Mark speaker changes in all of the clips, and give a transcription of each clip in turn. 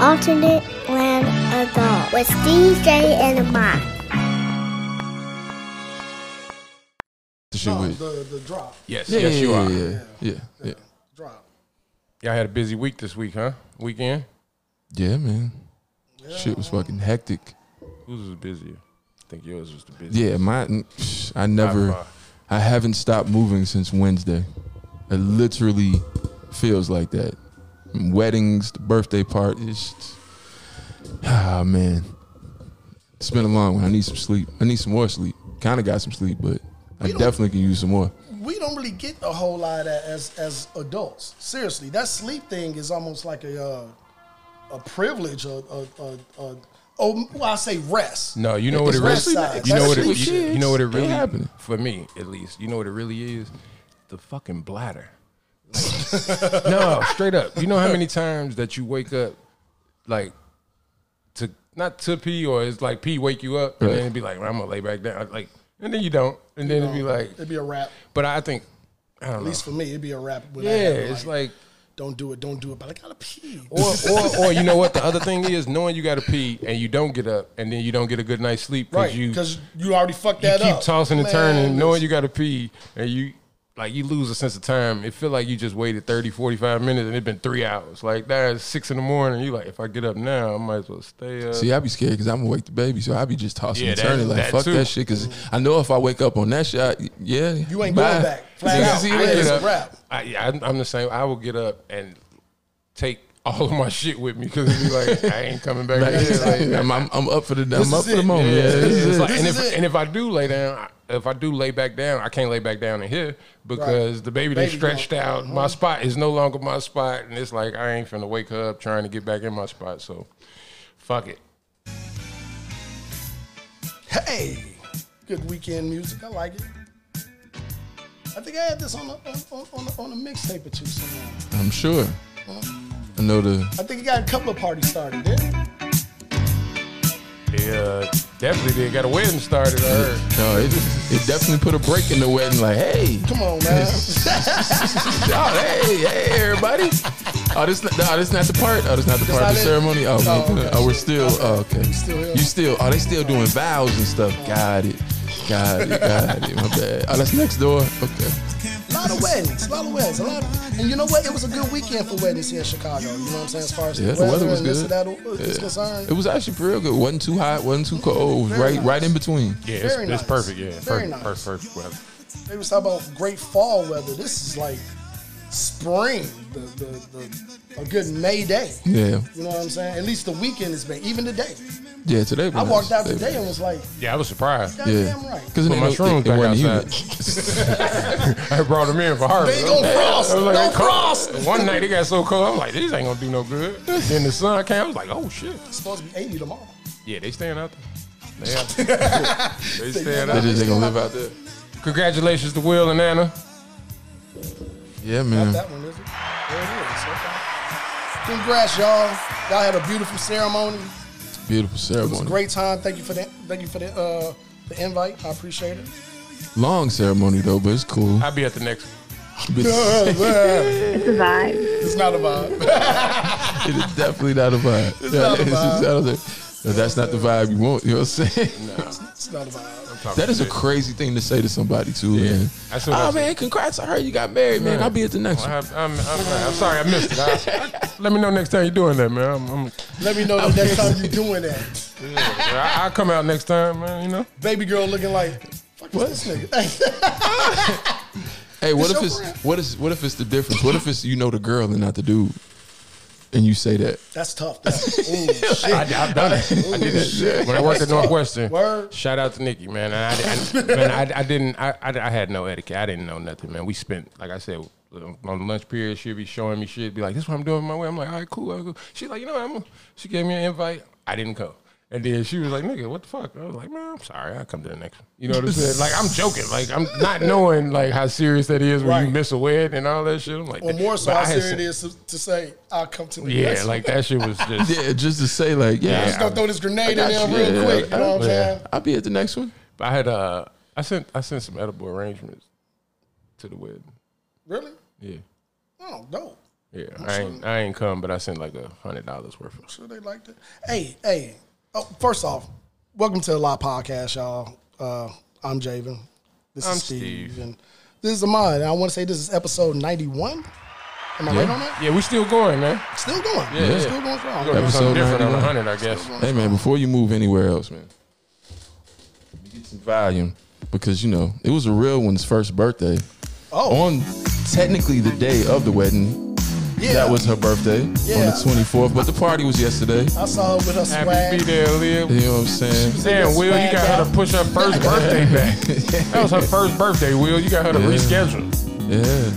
Speaker 1: alternate land ago with DJ and Mark.
Speaker 2: the shit with.
Speaker 3: The, the drop.
Speaker 4: Yes,
Speaker 2: Yeah,
Speaker 4: yes, you
Speaker 2: yeah,
Speaker 4: are.
Speaker 2: Yeah, yeah, yeah,
Speaker 3: Drop.
Speaker 4: Y'all had a busy week this week, huh? Weekend?
Speaker 2: yeah, man. Shit was fucking hectic.
Speaker 4: Whose was busier? I think yours was the busiest.
Speaker 2: Yeah, my I never,
Speaker 4: far.
Speaker 2: I haven't stopped moving since Wednesday. It literally feels like that. Weddings, the birthday parties. Ah man, it's been a long one. I need some sleep. I need some more sleep. Kind of got some sleep, but I
Speaker 3: don't-
Speaker 2: definitely can use some more.
Speaker 3: We don't really get a whole lot of that as as adults. Seriously, that sleep thing is almost like a uh, a privilege. A, a, a, a oh, well, I say rest.
Speaker 4: No, you know what it
Speaker 3: Especially-
Speaker 4: really, you know what it,
Speaker 2: especially
Speaker 4: you, you know what it
Speaker 2: kids. They
Speaker 4: really,
Speaker 2: happening.
Speaker 4: for me at least, you know what it really is, the fucking bladder. Like, no, straight up. You know how many times that you wake up, like, to not to pee or it's like pee wake you up and
Speaker 2: Right.
Speaker 4: then it'd be like, I'm gonna lay back down, like, and then you don't, and then it'd be like,
Speaker 3: it'd be a wrap.
Speaker 4: but I think, I don't
Speaker 3: At
Speaker 4: know.
Speaker 3: least for me, it'd be a wrap. When
Speaker 4: Yeah,
Speaker 3: I have to,
Speaker 4: it's like.
Speaker 3: don't do it, don't do it. But I gotta pee.
Speaker 4: Or, or, or you know what? The other thing is knowing you got to pee and you don't get up, and then you don't get a good night's sleep because
Speaker 3: right,
Speaker 4: you,
Speaker 3: because you, already fucked
Speaker 4: you
Speaker 3: that
Speaker 4: keep
Speaker 3: up.
Speaker 4: tossing and
Speaker 3: Man,
Speaker 4: turning, knowing
Speaker 3: it's-
Speaker 4: you got to pee, and you like you lose a sense of time. It feel like you just waited 30, 45 minutes, and it's been three hours. Like that's six in the morning. You like if I get up now, I might as well stay up.
Speaker 2: See, I be scared because I'm gonna wake the baby, so I be just tossing
Speaker 4: Yeah,
Speaker 2: and
Speaker 4: that-
Speaker 2: turning like
Speaker 4: that
Speaker 2: fuck
Speaker 4: too.
Speaker 2: that shit. Because I know if I wake up on that shit, I, yeah,
Speaker 3: You ain't
Speaker 2: bye.
Speaker 3: going back. Flat
Speaker 2: Niggas
Speaker 3: out.
Speaker 2: see
Speaker 3: I
Speaker 2: what
Speaker 3: get
Speaker 2: it
Speaker 3: a
Speaker 2: is.
Speaker 4: up-
Speaker 3: wrap.
Speaker 4: I, yeah, I'm I'm the same. I will get up and take all of my shit with me because be like I ain't coming back.
Speaker 2: Like,
Speaker 4: here. Like,
Speaker 2: I'm, I'm, I'm up for the I'm
Speaker 3: is
Speaker 2: up for the
Speaker 3: it.
Speaker 2: moment. Yeah,
Speaker 4: Yeah,
Speaker 2: this
Speaker 4: it's
Speaker 2: is
Speaker 4: like-
Speaker 2: it.
Speaker 4: and
Speaker 3: is
Speaker 4: if
Speaker 3: it.
Speaker 4: and if I do lay down, I- if I do lay back down, I can't lay back down in here because the baby, they
Speaker 3: Baby
Speaker 4: stretched
Speaker 3: gone. Mm-hmm.
Speaker 4: out. My spot is no longer my spot, and it's like I ain't finna wake her up trying to get back in my spot. So, fuck it.
Speaker 3: Hey, good weekend music. I like it. I think I had this on a, on, on, on a, on a mixtape or two somewhere.
Speaker 2: I'm sure. I know the
Speaker 3: I think it got a couple of parties started. Yeah?
Speaker 4: They uh, definitely did got a wedding started. I heard.
Speaker 2: no, it, it definitely put a break in the wedding. Like, hey,
Speaker 3: Come on, man.
Speaker 2: oh, hey, hey, everybody. Oh, this not- no, this not the part. Oh, this not the part.
Speaker 3: not
Speaker 2: of The
Speaker 3: it.
Speaker 2: ceremony. Oh,
Speaker 3: Oh,
Speaker 2: man.
Speaker 3: okay.
Speaker 2: oh, we're still. Oh, okay.
Speaker 3: still here.
Speaker 2: You still. Oh, they still doing vows and stuff. Got it. Got it. Got it. My bad. Oh, that's next door. Okay.
Speaker 3: A lot of weddings, a lot of weddings, a lot. Of, and you know what? It was a good weekend for weddings here in Chicago. You know what I'm saying? As far as
Speaker 2: Yeah,
Speaker 3: the,
Speaker 2: the weather was
Speaker 3: and this
Speaker 2: good.
Speaker 3: and that is concerned.
Speaker 2: It was actually pretty good. wasn't too hot. wasn't too cold. It was
Speaker 3: Very
Speaker 2: right,
Speaker 3: nice.
Speaker 2: right in between.
Speaker 4: Yeah, it's,
Speaker 3: Very
Speaker 4: it's
Speaker 3: nice.
Speaker 4: perfect. Yeah, perfect,
Speaker 3: Very nice.
Speaker 4: perfect, perfect weather.
Speaker 3: They was talking about great fall weather. This is like spring, the, the, the, a good May day.
Speaker 2: Yeah.
Speaker 3: You know what I'm saying? At least the weekend has been, even today.
Speaker 2: Yeah. Today.
Speaker 3: I walked out
Speaker 2: today.
Speaker 3: today and was like,
Speaker 4: Yeah, I was surprised.
Speaker 3: God
Speaker 2: Yeah,
Speaker 3: damn right.
Speaker 2: because
Speaker 4: Put my shrooms back I brought them in for harvest.
Speaker 3: They gonna frost.
Speaker 4: I was like,
Speaker 3: Don't
Speaker 4: they cold.
Speaker 3: frost.
Speaker 4: One night it got so cold, I'm like, these ain't gonna do no good. Then the sun came, I was like, oh shit.
Speaker 3: It's supposed to be 80 tomorrow.
Speaker 4: Yeah, they staying out there. They, out there. they staying
Speaker 2: They
Speaker 4: out there.
Speaker 2: just they gonna live out there.
Speaker 4: Congratulations to Will and Anna.
Speaker 2: Yeah, man.
Speaker 3: That one is it? There it is. Okay. Congrats, y'all. Y'all had a beautiful ceremony.
Speaker 2: Beautiful
Speaker 3: It was a
Speaker 2: ceremony.
Speaker 3: great time. Thank you for the thank you for the uh, the invite. I appreciate it.
Speaker 2: Long ceremony though, but it's cool.
Speaker 4: I'll be at the next one.
Speaker 2: it
Speaker 5: It's a vibe.
Speaker 3: It's not a vibe.
Speaker 2: is definitely not a vibe. It's
Speaker 3: not a
Speaker 2: just- I was like, no, that's not the vibe you want. You know what I'm saying?
Speaker 3: it's not a vibe.
Speaker 2: That is a crazy thing to say to somebody too.
Speaker 4: Yeah.
Speaker 2: Man.
Speaker 4: That's what I
Speaker 2: Oh
Speaker 4: said.
Speaker 2: man, congrats! I heard you got married, man. I'll be at the next
Speaker 4: I
Speaker 2: one.
Speaker 4: have, I'm, I'm, I'm sorry, I missed it. I- let me know next time you're doing that, man. I'm, I'm,
Speaker 3: Let me know the next time you're doing that.
Speaker 4: I, I'll come out next time, man. You know,
Speaker 3: Baby girl looking like, fuck is
Speaker 2: What?
Speaker 3: this nigga?
Speaker 2: Hey, what
Speaker 3: It's
Speaker 2: if
Speaker 3: your
Speaker 2: it's
Speaker 3: friend.
Speaker 2: what is what if it's the difference? What if it's you know the girl and not the dude, and you say that?
Speaker 3: That's tough. That. Ooh, shit.
Speaker 4: I, I've done it. I did that shit when I worked at Northwestern.
Speaker 3: Word.
Speaker 4: Shout out to Nikki, man. And I, I, man, I, I didn't. I, I, I had no etiquette. I didn't know nothing, man. We spent, like I said, on lunch period. She'd be showing me shit. Be like, "This is what I'm doing with my way." I'm like, "All right, cool." all right, cool." She's like, "You know what?" I'm gonna-" she gave me an invite. I didn't go. And then she was like, "Nigga, what the fuck?" I was like, "Man, I'm sorry. I'll come to the next one." You know what I'm saying? Like, I'm joking. Like, I'm not knowing like how serious that is when
Speaker 3: Right.
Speaker 4: you miss a wedding and all that shit. I'm like,
Speaker 3: Or more so,
Speaker 4: but
Speaker 3: how
Speaker 4: I had
Speaker 3: serious
Speaker 4: some-
Speaker 3: it is to, to say, I'll come to the
Speaker 4: Yeah,
Speaker 3: next
Speaker 4: like that shit was just.
Speaker 2: Yeah, just to say like, yeah,
Speaker 3: Just gonna throw this grenade in
Speaker 2: I
Speaker 3: there
Speaker 2: got you.
Speaker 3: real
Speaker 2: Yeah,
Speaker 3: quick. You know what I'm
Speaker 4: yeah.
Speaker 3: saying?
Speaker 2: I'll be at the next one.
Speaker 4: But I had uh, I sent I sent some edible arrangements to the wedding.
Speaker 3: Really?
Speaker 4: Yeah,
Speaker 3: Oh, dope.
Speaker 4: Yeah, I ain't, I ain't come, but I sent like a hundred dollars worth of.
Speaker 3: Sure, they liked it. Hey, hey. Oh, first off, welcome to the Live Podcast, y'all. Uh, I'm Javen. This
Speaker 4: I'm
Speaker 3: is Steve.
Speaker 4: Steve.
Speaker 3: And this is Amon. And I want to say this is episode 91. Am I right on that?
Speaker 4: Yeah, we still going, man.
Speaker 3: Still going.
Speaker 4: Yeah, yeah.
Speaker 3: Still going
Speaker 4: We're
Speaker 3: strong.
Speaker 4: gonna do something
Speaker 2: Episode
Speaker 4: different on
Speaker 2: 91.
Speaker 4: a hundred, I guess.
Speaker 2: Hey man, before you move anywhere else, man, let me get some volume because you know it was a real one's first birthday.
Speaker 3: Oh,
Speaker 2: On technically the day of the wedding,
Speaker 3: yeah.
Speaker 2: that was her birthday on
Speaker 3: Yeah.
Speaker 2: the 24th, but the party was yesterday.
Speaker 3: I saw her with her
Speaker 4: Happy
Speaker 3: swag.
Speaker 4: to be there, Leah.
Speaker 2: You know what I'm saying?
Speaker 4: Damn, Will, you got her to push her first birthday back. That was her first birthday, Will. You got her to
Speaker 2: Yeah.
Speaker 4: reschedule.
Speaker 2: Yeah,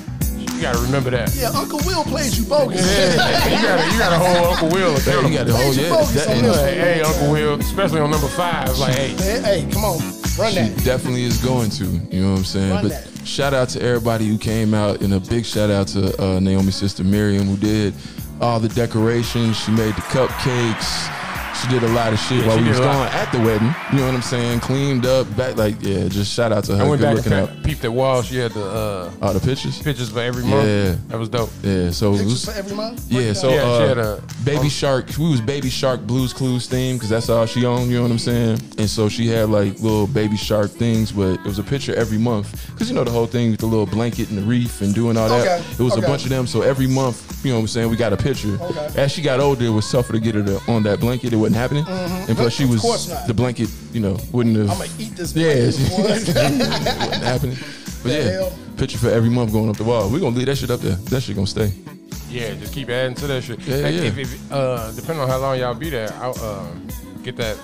Speaker 4: You gotta remember that.
Speaker 3: Yeah, Uncle Will played you bogus.
Speaker 4: Yeah, you got you got a whole Uncle Will accountable.
Speaker 2: you got the whole
Speaker 3: Major
Speaker 2: yeah.
Speaker 3: focus
Speaker 2: that-
Speaker 3: on
Speaker 2: and
Speaker 3: this
Speaker 4: Like, hey, Uncle Will, especially on number five. Like, hey,
Speaker 3: Hey, hey, come on. Run
Speaker 2: She
Speaker 3: that.
Speaker 2: definitely is going to. You know what I'm saying?
Speaker 3: Run
Speaker 2: but
Speaker 3: that.
Speaker 2: shout out to everybody who came out, and a big shout out to uh, Naomi's sister Miriam who did all the decorations. She made the cupcakes. She did a lot of shit
Speaker 4: Yeah,
Speaker 2: while
Speaker 4: she
Speaker 2: we
Speaker 4: did
Speaker 2: was
Speaker 4: a
Speaker 2: gone
Speaker 4: lot.
Speaker 2: at the wedding. You know what I'm saying? Cleaned up, back like yeah. Just shout out to her.
Speaker 4: I went
Speaker 2: Good
Speaker 4: back
Speaker 2: looking
Speaker 4: and
Speaker 2: up.
Speaker 4: pe- peeped at wall. She had the uh,
Speaker 2: All the pictures.
Speaker 4: pictures for every month.
Speaker 2: Yeah.
Speaker 4: that was dope.
Speaker 2: Yeah. So it
Speaker 3: Pictures
Speaker 2: was,
Speaker 3: for every month?
Speaker 2: yeah. So
Speaker 4: Yeah, she
Speaker 2: uh,
Speaker 4: had a- um,
Speaker 2: Baby Shark. We was Baby Shark Blues Clues theme because that's all she owned. You know what I'm saying? And so she had like little Baby Shark things, but it was a picture every month because you know the whole thing with the little blanket and the reef and doing all that.
Speaker 3: Okay,
Speaker 2: It was
Speaker 3: okay.
Speaker 2: a bunch of them. So every month, you know what I'm saying? We got a picture.
Speaker 3: Okay.
Speaker 2: As she got older, it was tougher to get her to, on that blanket. It wasn't happening. And plus, she
Speaker 3: Mm-hmm. Of
Speaker 2: was
Speaker 3: course not.
Speaker 2: the blanket. You know, wouldn't have.
Speaker 3: I'm going to eat this.
Speaker 2: Yeah, she-
Speaker 3: blanket, boy.
Speaker 2: it wasn't happening. But
Speaker 3: The
Speaker 2: yeah,
Speaker 3: hell?
Speaker 2: picture for every month going up the wall. We're gonna leave that shit up there. That shit gonna stay.
Speaker 4: Yeah, just keep adding to that shit.
Speaker 2: Yeah,
Speaker 4: Like,
Speaker 2: yeah.
Speaker 4: If, if, uh, depending on how long y'all be there, I'll uh, get that.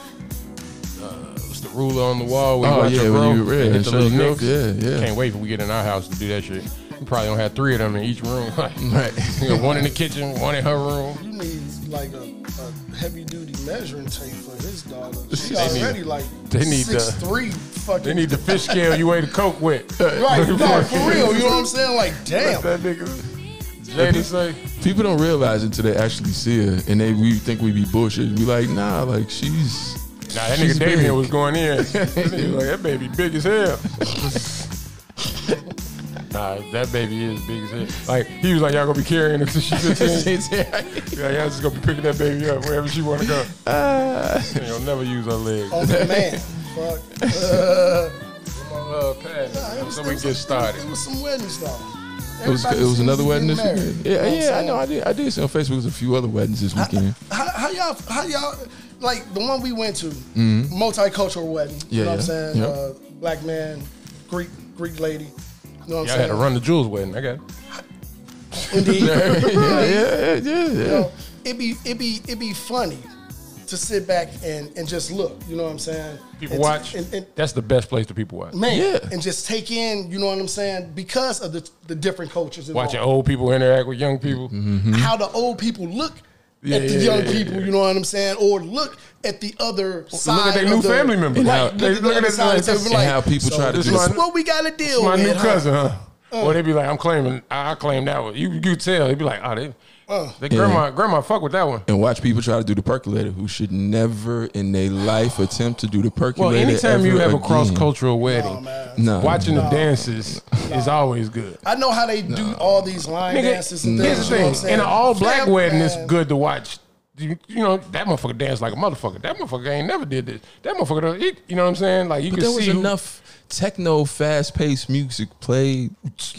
Speaker 4: Uh, what's the ruler on the wall? When
Speaker 2: Oh,
Speaker 4: you watch
Speaker 2: yeah,
Speaker 4: her
Speaker 2: when
Speaker 4: grow,
Speaker 2: you- yeah,
Speaker 4: and
Speaker 2: and
Speaker 4: hit the
Speaker 2: show
Speaker 4: little
Speaker 2: you
Speaker 4: nicks.
Speaker 2: growth. Yeah, yeah.
Speaker 4: Can't wait for we get in our house to do that shit. We probably gonna have three of them in each room. Like,
Speaker 2: Right.
Speaker 4: you know, one in the kitchen, one in her room.
Speaker 3: You need like a, a heavy duty measuring tape for his daughter. She
Speaker 4: They need-
Speaker 3: already like
Speaker 4: they need
Speaker 3: six
Speaker 4: the-
Speaker 3: three fucking.
Speaker 4: They need the fish scale you weigh the coke with.
Speaker 3: right, no, for real. You know what I'm saying? Like, damn.
Speaker 4: That nigga. Lady say.
Speaker 2: People don't realize it until they actually see her, and they we think we be bullshit. Be like, nah, like she's
Speaker 4: Nah, that
Speaker 2: she's
Speaker 4: nigga Damien
Speaker 2: big.
Speaker 4: was going in. That nigga like, that baby big as hell. nah, that baby is big as hell. Like, he was like, y'all gonna be carrying her till she's 15. yeah, y'all just gonna be picking that baby up wherever she wanna go.
Speaker 3: Uh.
Speaker 4: And you'll never use her legs.
Speaker 3: On command. Fuck.
Speaker 4: Come on, uh, pass.
Speaker 3: It was-
Speaker 4: so
Speaker 3: it
Speaker 4: we
Speaker 3: was-
Speaker 4: get
Speaker 3: It
Speaker 4: started.
Speaker 3: was some weddings though.
Speaker 2: it was it was another wedding this
Speaker 3: year.
Speaker 2: weekend. Yeah, yeah, I know. I did I did see on Facebook there's a few other weddings this weekend.
Speaker 3: How, how y'all? How y'all? Like the one we went to, multicultural wedding. you
Speaker 2: Mm-hmm. Yeah,
Speaker 3: know what I'm
Speaker 2: yeah,
Speaker 3: saying?
Speaker 2: yeah.
Speaker 3: Uh, black man, Greek Greek lady. You know what I'm
Speaker 4: Y'all
Speaker 3: saying?
Speaker 4: had to run the jewels wedding. I got it.
Speaker 3: Indeed.
Speaker 2: yeah, yeah, yeah, yeah.
Speaker 3: know, it be it be it be funny to sit back and and just look. You know what I'm saying?
Speaker 4: People
Speaker 3: And-
Speaker 4: watch.
Speaker 3: and, and-
Speaker 4: That's the best place to people watch.
Speaker 3: man,
Speaker 2: Yeah.
Speaker 3: and just take in. You know what I'm saying? Because of the the different cultures,
Speaker 4: Watching
Speaker 3: involved.
Speaker 4: old people interact with young people.
Speaker 3: how the old people look.
Speaker 4: Mm-hmm. Yeah,
Speaker 3: at the
Speaker 4: yeah,
Speaker 3: young
Speaker 4: yeah, yeah,
Speaker 3: people, you know what I'm saying, or look at the other side.
Speaker 4: Look at their
Speaker 3: of
Speaker 4: new
Speaker 3: the-
Speaker 4: family member.
Speaker 2: And how-
Speaker 4: Like, they- look at
Speaker 3: other
Speaker 4: this. Like,
Speaker 3: side of the
Speaker 4: this-
Speaker 3: table, like,
Speaker 2: and how people
Speaker 3: so
Speaker 2: try to
Speaker 4: this
Speaker 2: do
Speaker 4: is
Speaker 2: this.
Speaker 4: my-
Speaker 3: What we gotta deal
Speaker 4: my
Speaker 3: with?
Speaker 4: new
Speaker 3: huh?
Speaker 4: cousin, Oh, huh? Oh. Well, they be like, I'm claiming, I, I claim that one. You you tell, they be like, oh, they, they grandma grandma fuck with that one.
Speaker 2: And watch people try to do the percolator who should never in their life attempt to do the percolator.
Speaker 4: Well, anytime you
Speaker 2: ever
Speaker 4: have a
Speaker 2: again.
Speaker 4: cross cultural wedding,
Speaker 2: no,
Speaker 4: watching the dances is always good.
Speaker 3: I know how they do all these line dances and
Speaker 4: Nigga, here's
Speaker 3: things. you know what
Speaker 4: the thing:
Speaker 3: I'm saying?
Speaker 4: in an all black
Speaker 3: Yeah,
Speaker 4: wedding, it's
Speaker 3: man.
Speaker 4: good to watch. You, you know that motherfucker dance like a motherfucker. That motherfucker ain't never did this. That motherfucker, done- he, you know what I'm saying? Like you
Speaker 2: But
Speaker 4: can
Speaker 2: there was
Speaker 4: see who-
Speaker 2: enough techno, fast-paced music played.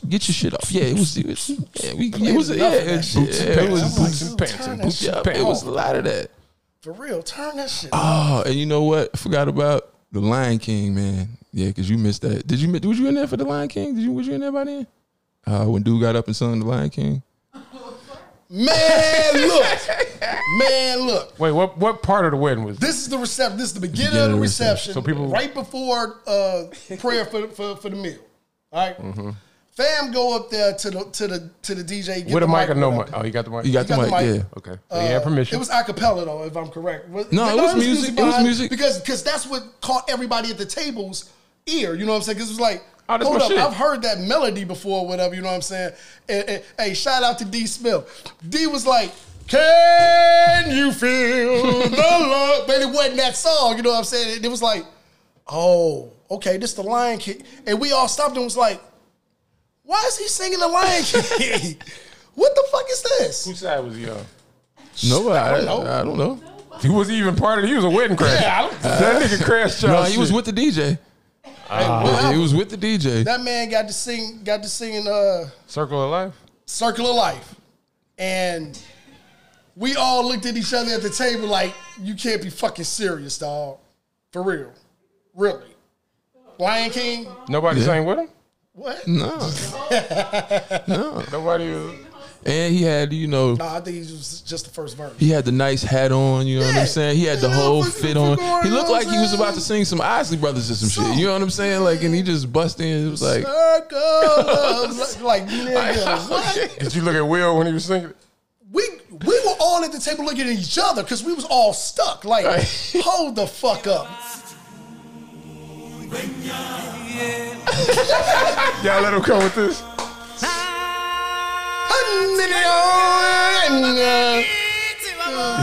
Speaker 2: Get your shit off. Yeah, it was. It was. Yeah, we, it was. Yeah, it,
Speaker 4: boots and
Speaker 2: yeah, it
Speaker 4: pants,
Speaker 2: was.
Speaker 4: boots and pants, and
Speaker 3: turn
Speaker 4: boots
Speaker 3: that
Speaker 4: and
Speaker 2: Yeah,
Speaker 4: pants.
Speaker 2: it was a lot of that.
Speaker 3: For real, turn that shit.
Speaker 2: Oh, and you know what? I forgot about the Lion King, man. Yeah, because you missed that. Did you? mi- Was you in there for the Lion King? Did you? Was you in there by then? Uh, when dude got up and sung the Lion King.
Speaker 3: Man, look. Man, look.
Speaker 4: Wait, what? What part of the wedding was?
Speaker 3: This is the reception. This is the beginning, of the reception.
Speaker 4: So people-
Speaker 3: right before uh, prayer for, for for the meal. All right?
Speaker 4: Mm-hmm.
Speaker 3: Fam go up there to the to the to the DJ. Get
Speaker 4: With
Speaker 3: the
Speaker 4: a mic Uh, or no
Speaker 3: up
Speaker 4: mic?
Speaker 3: there.
Speaker 4: Oh, you got the mic.
Speaker 2: You got,
Speaker 3: got
Speaker 2: the,
Speaker 3: the
Speaker 2: mic,
Speaker 3: mic.
Speaker 2: yeah.
Speaker 4: okay. So you had permission.
Speaker 3: Uh, It was acapella though, if I'm correct. Was-
Speaker 2: No, it was music. It was
Speaker 3: behind-
Speaker 2: music.
Speaker 3: because because that's what caught everybody at the tables ear. You know what I'm saying? Because it was like.
Speaker 4: Oh, that's
Speaker 3: Hold
Speaker 4: my
Speaker 3: up,
Speaker 4: shit.
Speaker 3: I've heard that melody before, or whatever, you know what I'm saying? And- and- hey, shout out to D Smith. D was like, Can you feel the love? But it wasn't that song, you know what I'm saying? It, it was like, Oh, okay, this the Lion King. And we all stopped and was like, why is he singing the Lion King? What the fuck is this?
Speaker 4: Whose side was he on?
Speaker 2: No, I,
Speaker 3: don't know.
Speaker 2: I, I don't know.
Speaker 4: He wasn't even part of. He was a wedding crash.
Speaker 3: Yeah, I don't-
Speaker 4: that nigga crashed. y'all
Speaker 2: No, he was
Speaker 4: shit.
Speaker 2: with the DJ.
Speaker 3: What
Speaker 2: he
Speaker 3: album?
Speaker 2: was with the DJ.
Speaker 3: That man got to sing, got to singing uh,
Speaker 4: Circle of Life.
Speaker 3: "Circle of Life," and we all looked at each other at the table like, "You can't be fucking serious, dog. For real, really." Lion King,
Speaker 4: Nobody sang with him.
Speaker 3: what?
Speaker 2: No,
Speaker 4: Nobody. uh, Was,
Speaker 2: and he had you know
Speaker 3: Nah, I think he was just the first verse.
Speaker 2: he had the nice hat on. You know what
Speaker 3: Yeah.
Speaker 2: I'm saying? He had the
Speaker 3: You know,
Speaker 2: whole
Speaker 3: fucking
Speaker 2: fit on.
Speaker 3: fucking
Speaker 2: He looked
Speaker 3: around,
Speaker 2: like he was
Speaker 3: man.
Speaker 2: about to sing some Isley Brothers or some shit.
Speaker 3: Song.
Speaker 2: You know what I'm saying? Like, and he just bust in. It was like,
Speaker 3: Circle of Life. like nigga, what?
Speaker 4: did you look at Will when he was singing?
Speaker 3: we we were all at the table looking at each other because we was all stuck. Like, hold the fuck up.
Speaker 4: Y'all let him come with this.
Speaker 3: If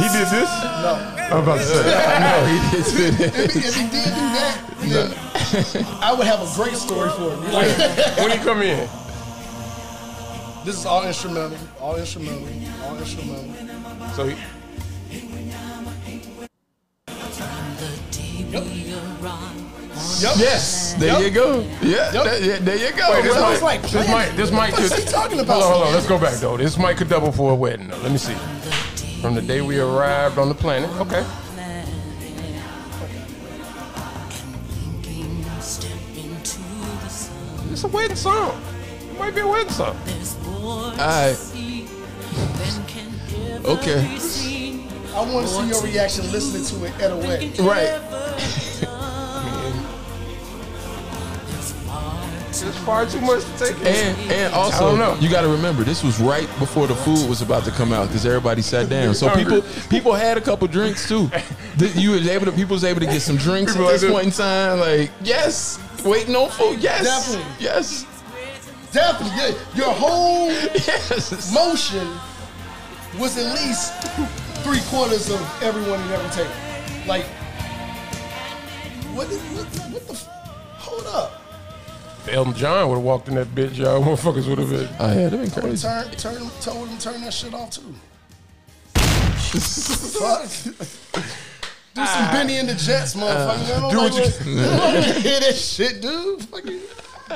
Speaker 4: He did this. No, I'm about to say.
Speaker 2: oh,
Speaker 3: he, if he did do that, then I would have a great story for him. Like,
Speaker 4: when he come in,
Speaker 3: this is all instrumental, all instrumental, all instrumental.
Speaker 4: so he,
Speaker 3: Yep.
Speaker 2: yes, there
Speaker 3: Yup.
Speaker 2: you go. Yeah,
Speaker 3: Yup.
Speaker 2: that- yeah, there you go.
Speaker 4: Wait, this
Speaker 2: bro.
Speaker 3: I was like,
Speaker 4: this mic, this mic
Speaker 3: what
Speaker 4: could.
Speaker 3: is he talking about?
Speaker 4: Hold on, hold on. Let's go back though. This mic could double for a wedding. Though. Let me see. From the day we arrived on the planet. Okay. It's a wedding song. It might be a wedding song.
Speaker 2: Alright. Okay.
Speaker 3: I want to see your reaction listening to it at a wedding.
Speaker 2: right.
Speaker 4: It's far too much to take. in.
Speaker 2: And and
Speaker 4: I
Speaker 2: also,
Speaker 4: don't know.
Speaker 2: you got to remember, this was right before the food was about to come out because everybody sat down. So
Speaker 4: Hungry.
Speaker 2: people people had a couple drinks too. Th- You was able to people was able to get some drinks
Speaker 4: People
Speaker 2: at this
Speaker 4: like this.
Speaker 2: point in time. Like yes, waiting on food. Yes,
Speaker 3: Definitely.
Speaker 2: yes,
Speaker 3: Definitely, yeah, your whole
Speaker 2: yes.
Speaker 3: motion was at least three quarters of everyone in every table. Like, what? Is, what, what the? f- Hold up!
Speaker 4: Elton John would have walked in that bitch, y'all. Motherfuckers would have been.
Speaker 2: Oh yeah, that'd been crazy.
Speaker 3: Turn, turn, told him to turn that shit off too. Fuck. Do some Benny and the Jets, motherfucker. I don't
Speaker 4: Ah. Uh, do
Speaker 3: like
Speaker 4: what you-
Speaker 3: that- I don't want to hear that shit, dude. Fucking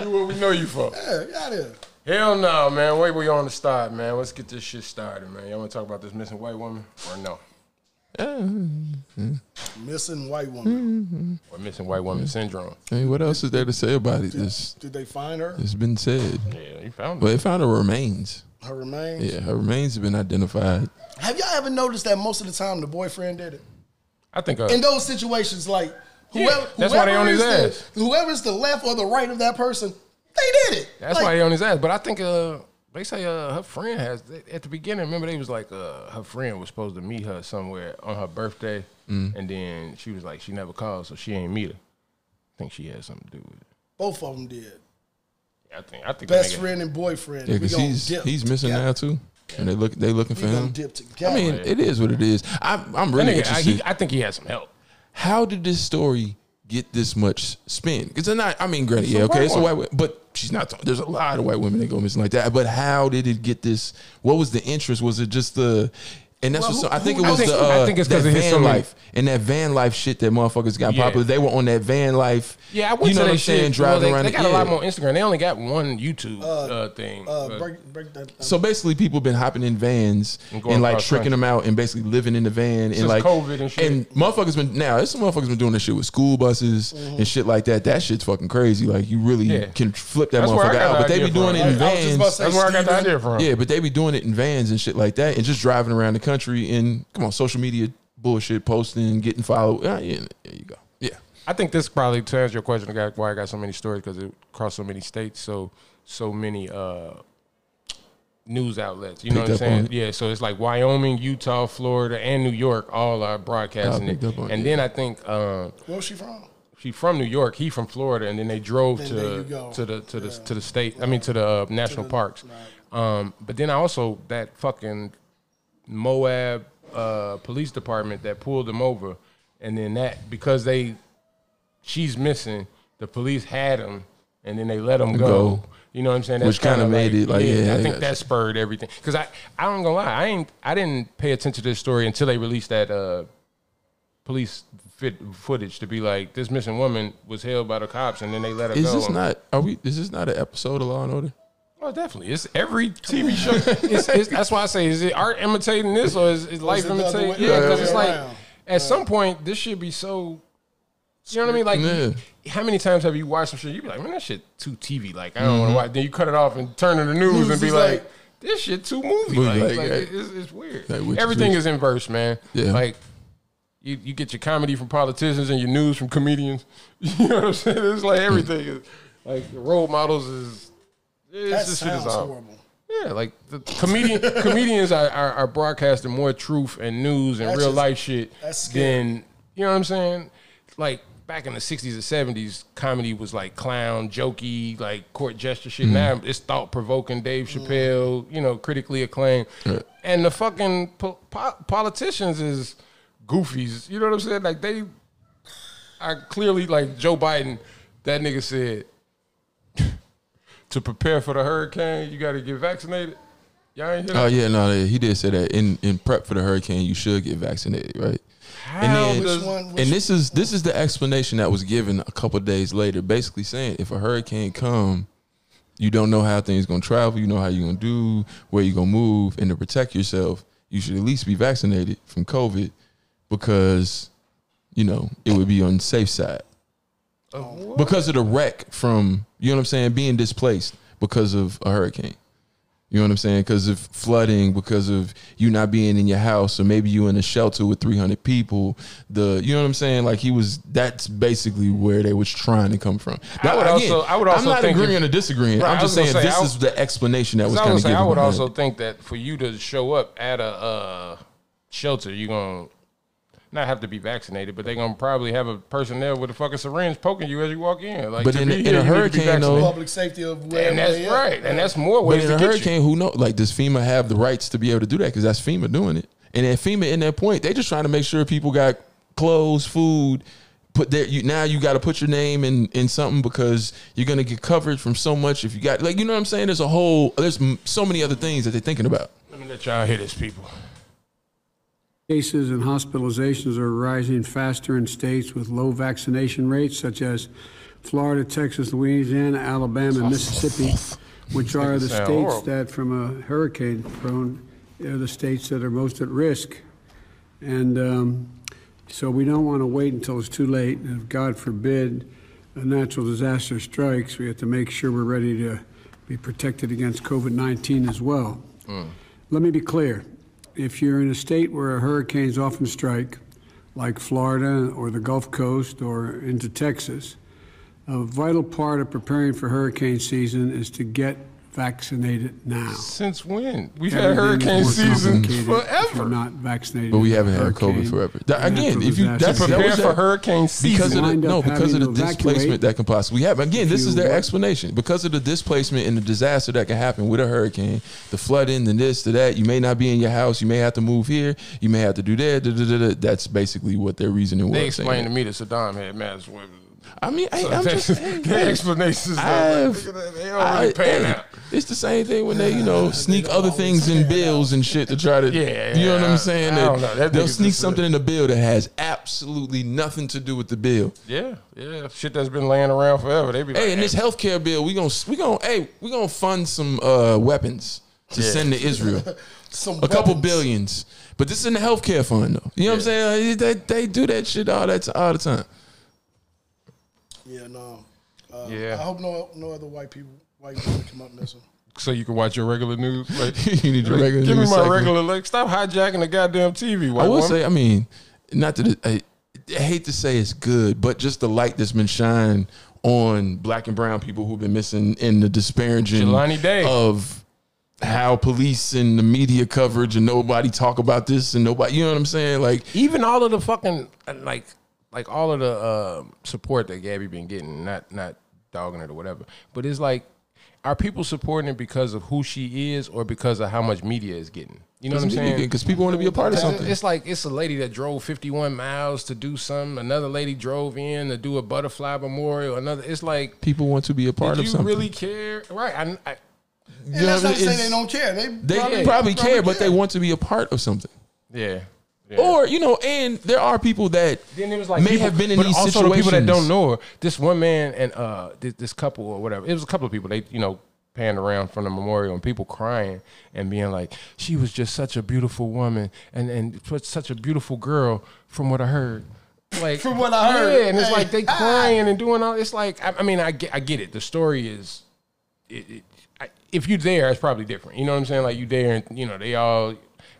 Speaker 4: Do what we know you for.
Speaker 3: yeah, get out of here.
Speaker 4: Hell no, man. Wait, we on the start, man. Let's get this shit started, man. Y'all want to talk about this missing white woman or no?
Speaker 3: Missing white woman.
Speaker 4: Mm-hmm. Or missing white woman syndrome?
Speaker 2: I mean, what else is there to say about it? It's
Speaker 3: Did they find her?
Speaker 2: it's been said.
Speaker 4: Yeah, you found
Speaker 2: Well,
Speaker 4: it.
Speaker 2: they found her remains.
Speaker 3: Her remains.
Speaker 2: Yeah, her remains have been identified.
Speaker 3: Have y'all ever noticed that most of the time the boyfriend did it?
Speaker 4: I think. Uh,
Speaker 3: in those situations, like whoever,
Speaker 4: Yeah, that's why they
Speaker 3: whoever
Speaker 4: on his
Speaker 3: is
Speaker 4: ass.
Speaker 3: the, whoever's the left or the right of that person, they did it.
Speaker 4: That's why
Speaker 3: like,
Speaker 4: he on his ass. But I think uh, they say uh, her friend has at the beginning. Remember, they was like uh, her friend was supposed to meet her somewhere on her birthday, and then she was like she never called, so she ain't meet her. I think she had something to do with it.
Speaker 3: both of them did.
Speaker 4: I think. I think. the
Speaker 3: Best
Speaker 4: nigga-
Speaker 3: friend and boyfriend.
Speaker 2: Yeah,
Speaker 3: we
Speaker 2: because
Speaker 3: gonna
Speaker 2: he's
Speaker 3: dip
Speaker 2: he's missing
Speaker 3: together.
Speaker 2: now too, and they look they looking for
Speaker 3: We gonna
Speaker 2: him.
Speaker 3: dip together.
Speaker 2: I mean, it is what it is. I, I'm
Speaker 4: That
Speaker 2: really
Speaker 4: nigga, I,
Speaker 2: interested.
Speaker 4: he, I think he had some help.
Speaker 2: how did this story get this much spin? Because not, I mean, granted, yeah,
Speaker 4: white
Speaker 2: okay, it's a
Speaker 4: woman.
Speaker 2: white, wo- but she's not. There's a lot of white women that go missing like that. But how did it get this? What was the interest? Was it just the? And that's
Speaker 3: Well,
Speaker 2: what
Speaker 3: who-
Speaker 2: some- I think it
Speaker 3: who- I
Speaker 2: was
Speaker 4: think-
Speaker 2: the uh,
Speaker 4: I think it's
Speaker 2: that
Speaker 4: 'cause it hit
Speaker 2: van
Speaker 4: so many-
Speaker 2: life and that van life shit that motherfuckers got
Speaker 4: Yeah.
Speaker 2: popular. They were on that van life.
Speaker 4: Yeah, I went
Speaker 2: you know
Speaker 4: to
Speaker 2: what I'm
Speaker 4: that shit.
Speaker 2: saying. Driving
Speaker 4: Well, they,
Speaker 2: around.
Speaker 4: they
Speaker 2: it,
Speaker 4: got a
Speaker 2: yeah.
Speaker 4: lot more Instagram. They only got one YouTube uh, thing.
Speaker 3: Uh,
Speaker 4: but-
Speaker 3: break, break that.
Speaker 2: So basically, people been hopping in vans
Speaker 4: And
Speaker 2: and,
Speaker 4: going
Speaker 2: like
Speaker 4: across
Speaker 2: tricking
Speaker 4: country.
Speaker 2: them out and basically living in the van and like
Speaker 4: COVID and shit.
Speaker 2: motherfuckers been now. There's some motherfuckers been doing this shit with school buses and shit like that. That shit's fucking crazy. Like you really
Speaker 4: Mm-hmm. Yeah.
Speaker 2: can flip that
Speaker 4: That's where I
Speaker 2: motherfucker
Speaker 4: got
Speaker 2: out.
Speaker 4: the
Speaker 2: But they
Speaker 4: idea
Speaker 2: be doing
Speaker 4: from.
Speaker 2: it in
Speaker 3: I was just about to
Speaker 2: vans.
Speaker 3: say,
Speaker 4: that's where I got the
Speaker 3: Steven-
Speaker 4: idea from.
Speaker 2: Yeah, but they be doing it in vans and shit like that, and just driving around the country and come on social media bullshit, posting, getting followed. Ah, yeah, there you go. Yeah,
Speaker 4: I think this probably to answer your question, I got- why I got so many stories because it crossed so many states, so so many uh, news outlets. You know
Speaker 2: Picked
Speaker 4: what I'm
Speaker 2: up on
Speaker 4: saying?
Speaker 2: it.
Speaker 4: Yeah. So it's like Wyoming, Utah, Florida, and New York all are broadcasting
Speaker 2: I
Speaker 4: it.
Speaker 2: picked up on
Speaker 4: And
Speaker 2: it.
Speaker 4: then I think um,
Speaker 3: Where's she from?
Speaker 4: she from New York, he from Florida, and then they drove
Speaker 3: Then there you
Speaker 4: to
Speaker 3: go.
Speaker 4: to the to the to the state. I mean to the uh, national parks. Um, but then I also that fucking Moab uh, police department that pulled them over, and then that because they she's missing, the police had him and then they let them go.
Speaker 2: Go.
Speaker 4: You know what I'm saying?
Speaker 2: Which kinda
Speaker 4: kinda
Speaker 2: made it like, yeah, I
Speaker 4: I think
Speaker 2: got you.
Speaker 4: that spurred everything. Because I, I don't gonna lie, I ain't, I didn't pay attention to this story until they released that uh, police fit, footage to be like, this missing woman was held by the cops, and then they let her
Speaker 2: Is
Speaker 4: go.
Speaker 2: this
Speaker 4: I'm
Speaker 2: not? Are we? Is this not an episode of Law and Order?
Speaker 4: Oh, definitely. It's every TV show. it's, it's, that's why I say, is it art imitating this or is, is life
Speaker 3: it the other
Speaker 4: imitating?
Speaker 3: way-
Speaker 4: Yeah, because
Speaker 3: Yeah.
Speaker 4: it's like
Speaker 3: Around.
Speaker 4: at some point this should be so. You know what I mean? Like,
Speaker 2: Yeah.
Speaker 4: how many times have you watched some shit? You be like, man, that shit too TV. Like, I don't
Speaker 2: Mm-hmm.
Speaker 4: want to watch. Then you cut it off and turn to the news,
Speaker 3: News
Speaker 4: and be
Speaker 3: is
Speaker 4: like,
Speaker 3: like-
Speaker 4: this shit too movie.
Speaker 2: Movie,
Speaker 4: Like,
Speaker 2: like,
Speaker 4: like,
Speaker 2: hey.
Speaker 4: it's, it's weird.
Speaker 2: Like, which-
Speaker 4: Everything
Speaker 2: which-
Speaker 4: is in verse, man.
Speaker 2: Yeah.
Speaker 4: Like, you, you get your comedy from politicians and your news from comedians. You know what I'm saying? It's like everything is like the role models is.
Speaker 3: That
Speaker 4: It's, this shit is
Speaker 3: sounds
Speaker 4: all-
Speaker 3: horrible.
Speaker 4: yeah, like the comedian comedians are, are, are broadcasting more truth and news and
Speaker 3: That's
Speaker 4: real
Speaker 3: just-
Speaker 4: life shit
Speaker 3: that's scary.
Speaker 4: than you know what I'm saying. Like back in the '60s and '70s, comedy was like clown, jokey, like court gesture shit. Now it's thought provoking. Dave
Speaker 3: Mm.
Speaker 4: Chappelle, you know, critically acclaimed, and the fucking po- po- politicians is goofies. You know what I'm saying? Like they are clearly like Joe Biden. That nigga said to prepare for the hurricane, you got to get vaccinated. Y'all ain't hear
Speaker 2: Oh
Speaker 4: that?
Speaker 2: yeah, no, yeah, he did say that in in prep for the hurricane, you should get vaccinated, right?
Speaker 4: How
Speaker 2: and,
Speaker 4: does- Which
Speaker 3: one- which-
Speaker 2: and this is this is the explanation that was given a couple of days later, basically saying if a hurricane come, you don't know how things gonna travel, you know how you gonna do, where you gonna move, and to protect yourself, you should at least be vaccinated from COVID because you know it would be on the safe side because of the wreck from you know what I'm saying being displaced because of a hurricane. You know what I'm saying? Because of flooding, because of you not being in your house, or maybe you in a shelter with 300 people. The you know what I'm saying? Like he was. That's basically where they was trying to come from.
Speaker 4: I would also- I would
Speaker 2: am
Speaker 4: also
Speaker 2: not
Speaker 4: think
Speaker 2: agreeing
Speaker 4: if-
Speaker 2: or disagreeing.
Speaker 4: Right,
Speaker 2: I'm
Speaker 4: I
Speaker 2: just
Speaker 4: was gonna
Speaker 2: saying
Speaker 4: say,
Speaker 2: this
Speaker 4: I w-
Speaker 2: is the explanation that was
Speaker 4: I
Speaker 2: kind
Speaker 4: would
Speaker 2: of
Speaker 4: say
Speaker 2: given.
Speaker 4: I would
Speaker 2: behind
Speaker 4: also
Speaker 2: it.
Speaker 4: think that for you to show up at a uh, shelter, you're gonna not have to be vaccinated, but they're gonna probably have a person there with a fucking syringe poking you as you walk in. Like,
Speaker 2: But
Speaker 4: to
Speaker 2: in
Speaker 4: be
Speaker 2: a- in
Speaker 4: here,
Speaker 2: a
Speaker 4: you need to be
Speaker 2: hurricane,
Speaker 4: vaccinated.
Speaker 2: though-
Speaker 3: Public safety of where
Speaker 4: and that's
Speaker 3: they at.
Speaker 4: right, and that's more
Speaker 2: But
Speaker 4: ways
Speaker 2: in
Speaker 4: to
Speaker 2: a
Speaker 4: get
Speaker 2: hurricane, who know? Like, does FEMA have the rights to be able to do that? Because that's FEMA doing it. And at FEMA, in that point, they just trying to make sure people got clothes, food. Put there you now you got to put your name in in something because you're gonna get covered from so much if you got like you know what I'm saying. There's a whole there's m- so many other things that they're thinking about.
Speaker 4: you. Let me let y'all hear this, people.
Speaker 6: Cases and hospitalizations are rising faster in states with low vaccination rates, such as Florida, Texas, Louisiana, Alabama, and Mississippi, which are the
Speaker 4: Sound
Speaker 6: states
Speaker 4: horrible.
Speaker 6: that, from a hurricane prone, are the states that are most at risk. And um, so we don't want to wait until it's too late. And if God forbid a natural disaster strikes, we have to make sure we're ready to be protected against COVID 19 as well. Let me be clear. If you're in a state where hurricanes often strike, like Florida or the Gulf Coast or into Texas, a vital part of preparing for hurricane season is to get vaccinated now.
Speaker 4: Since when we've had
Speaker 6: Everything is
Speaker 4: hurricane
Speaker 6: more
Speaker 4: season
Speaker 6: complicated If you're
Speaker 4: forever?
Speaker 6: not vaccinated,
Speaker 2: But we haven't had
Speaker 6: Hurricane,
Speaker 2: COVID forever. That-
Speaker 6: natural
Speaker 2: again, if you
Speaker 6: disaster.
Speaker 2: that's that
Speaker 4: Prepare
Speaker 2: was
Speaker 4: for
Speaker 2: that-
Speaker 4: hurricane
Speaker 2: because
Speaker 4: season.
Speaker 2: of the,
Speaker 6: Wind up
Speaker 2: no because of the
Speaker 6: having to
Speaker 2: displacement
Speaker 6: evacuate.
Speaker 2: that can possibly happen. Again, this
Speaker 6: If
Speaker 2: is
Speaker 6: you
Speaker 2: their
Speaker 6: wa-
Speaker 2: explanation because of the displacement and the disaster that can happen with a hurricane, the flooding, the this, the that. You may not be in your house. You may have to move here. You may have to do that. da, da, da, da. That's basically what their reasoning was.
Speaker 4: They
Speaker 2: saying.
Speaker 4: explained to me that Saddam had mass women.
Speaker 2: I mean, I, I'm
Speaker 4: That's-
Speaker 2: just saying,
Speaker 4: their explanations. are like,
Speaker 2: I've-
Speaker 4: look at that, they
Speaker 2: I-
Speaker 4: already paying
Speaker 2: hey,
Speaker 4: out.
Speaker 2: it's the same thing when they, you know, sneak other things in bills and shit to try to,
Speaker 4: Yeah,
Speaker 2: you know what
Speaker 4: yeah,
Speaker 2: I'm saying?
Speaker 4: I
Speaker 2: They-
Speaker 4: don't know. That
Speaker 2: They'll
Speaker 4: nigga's
Speaker 2: sneak
Speaker 4: just a-
Speaker 2: something in the bill that has absolutely nothing to do with the bill.
Speaker 4: Yeah, yeah, shit that's been laying around forever. They be like,
Speaker 2: Hey, in this healthcare bill, we gonna we gonna hey we gonna fund some uh, weapons to
Speaker 4: Yeah.
Speaker 2: send to Israel,
Speaker 3: Some
Speaker 2: a couple
Speaker 3: weapons.
Speaker 2: billions. But this is in the healthcare fund though. You know what I'm saying? Like, They, they do that shit all that all the time.
Speaker 3: Yeah, no. Uh,
Speaker 4: Yeah.
Speaker 3: I hope no no other white people white people come up missing.
Speaker 4: so you can watch your regular news. Like,
Speaker 2: you need your regular.
Speaker 4: give me my
Speaker 2: news segment.
Speaker 4: regular. Like, stop hijacking the goddamn TV. White
Speaker 2: I will
Speaker 4: woman.
Speaker 2: say, I mean, not that it, I, I hate to say it's good, but just the light that's been shined on black and brown people who've been missing in the disparaging
Speaker 4: Jelani Day.
Speaker 2: of how police and the media coverage and nobody talk about this and nobody, you know what I'm saying? Like,
Speaker 4: even all of the fucking uh, like like all of the um support that Gabby been getting, not not dogging it or whatever, but it's like, are people supporting it because of who she is or because of how much media is getting? You You know what I'm saying?
Speaker 2: Because people want to be a part of
Speaker 4: It's-
Speaker 2: something.
Speaker 4: It's like it's a lady that drove 51 miles to do something. Another lady drove in to do a butterfly memorial. Another, it's like,
Speaker 2: People want to be a part
Speaker 4: do
Speaker 2: of
Speaker 4: you
Speaker 2: something.
Speaker 4: really care? Right? I, I,
Speaker 2: You know
Speaker 3: And that's
Speaker 2: what
Speaker 3: not
Speaker 2: I'm
Speaker 3: to
Speaker 2: saying?
Speaker 3: say they don't care. They,
Speaker 2: They
Speaker 3: probably,
Speaker 2: probably, care, but they want to be a part of something.
Speaker 4: yeah. yeah.
Speaker 2: Or you know, and there are people that
Speaker 4: Then it was like
Speaker 2: may
Speaker 4: people-
Speaker 2: have been in
Speaker 4: but
Speaker 2: these
Speaker 4: also
Speaker 2: situations.
Speaker 4: The people that don't know her. This one man and uh, this, this couple or whatever. It was a couple of people. They you know panned around from the memorial and people crying and being like, she was just such a beautiful woman and and was such a beautiful girl from what I heard. Like
Speaker 3: From what I heard.
Speaker 4: yeah, and it's
Speaker 3: Hey.
Speaker 4: like they crying and doing all. It's like I, I mean, I get, I get it. The story is, it, it, I, if you there, it's probably different. You know what I'm saying? Like you there, and you know they all.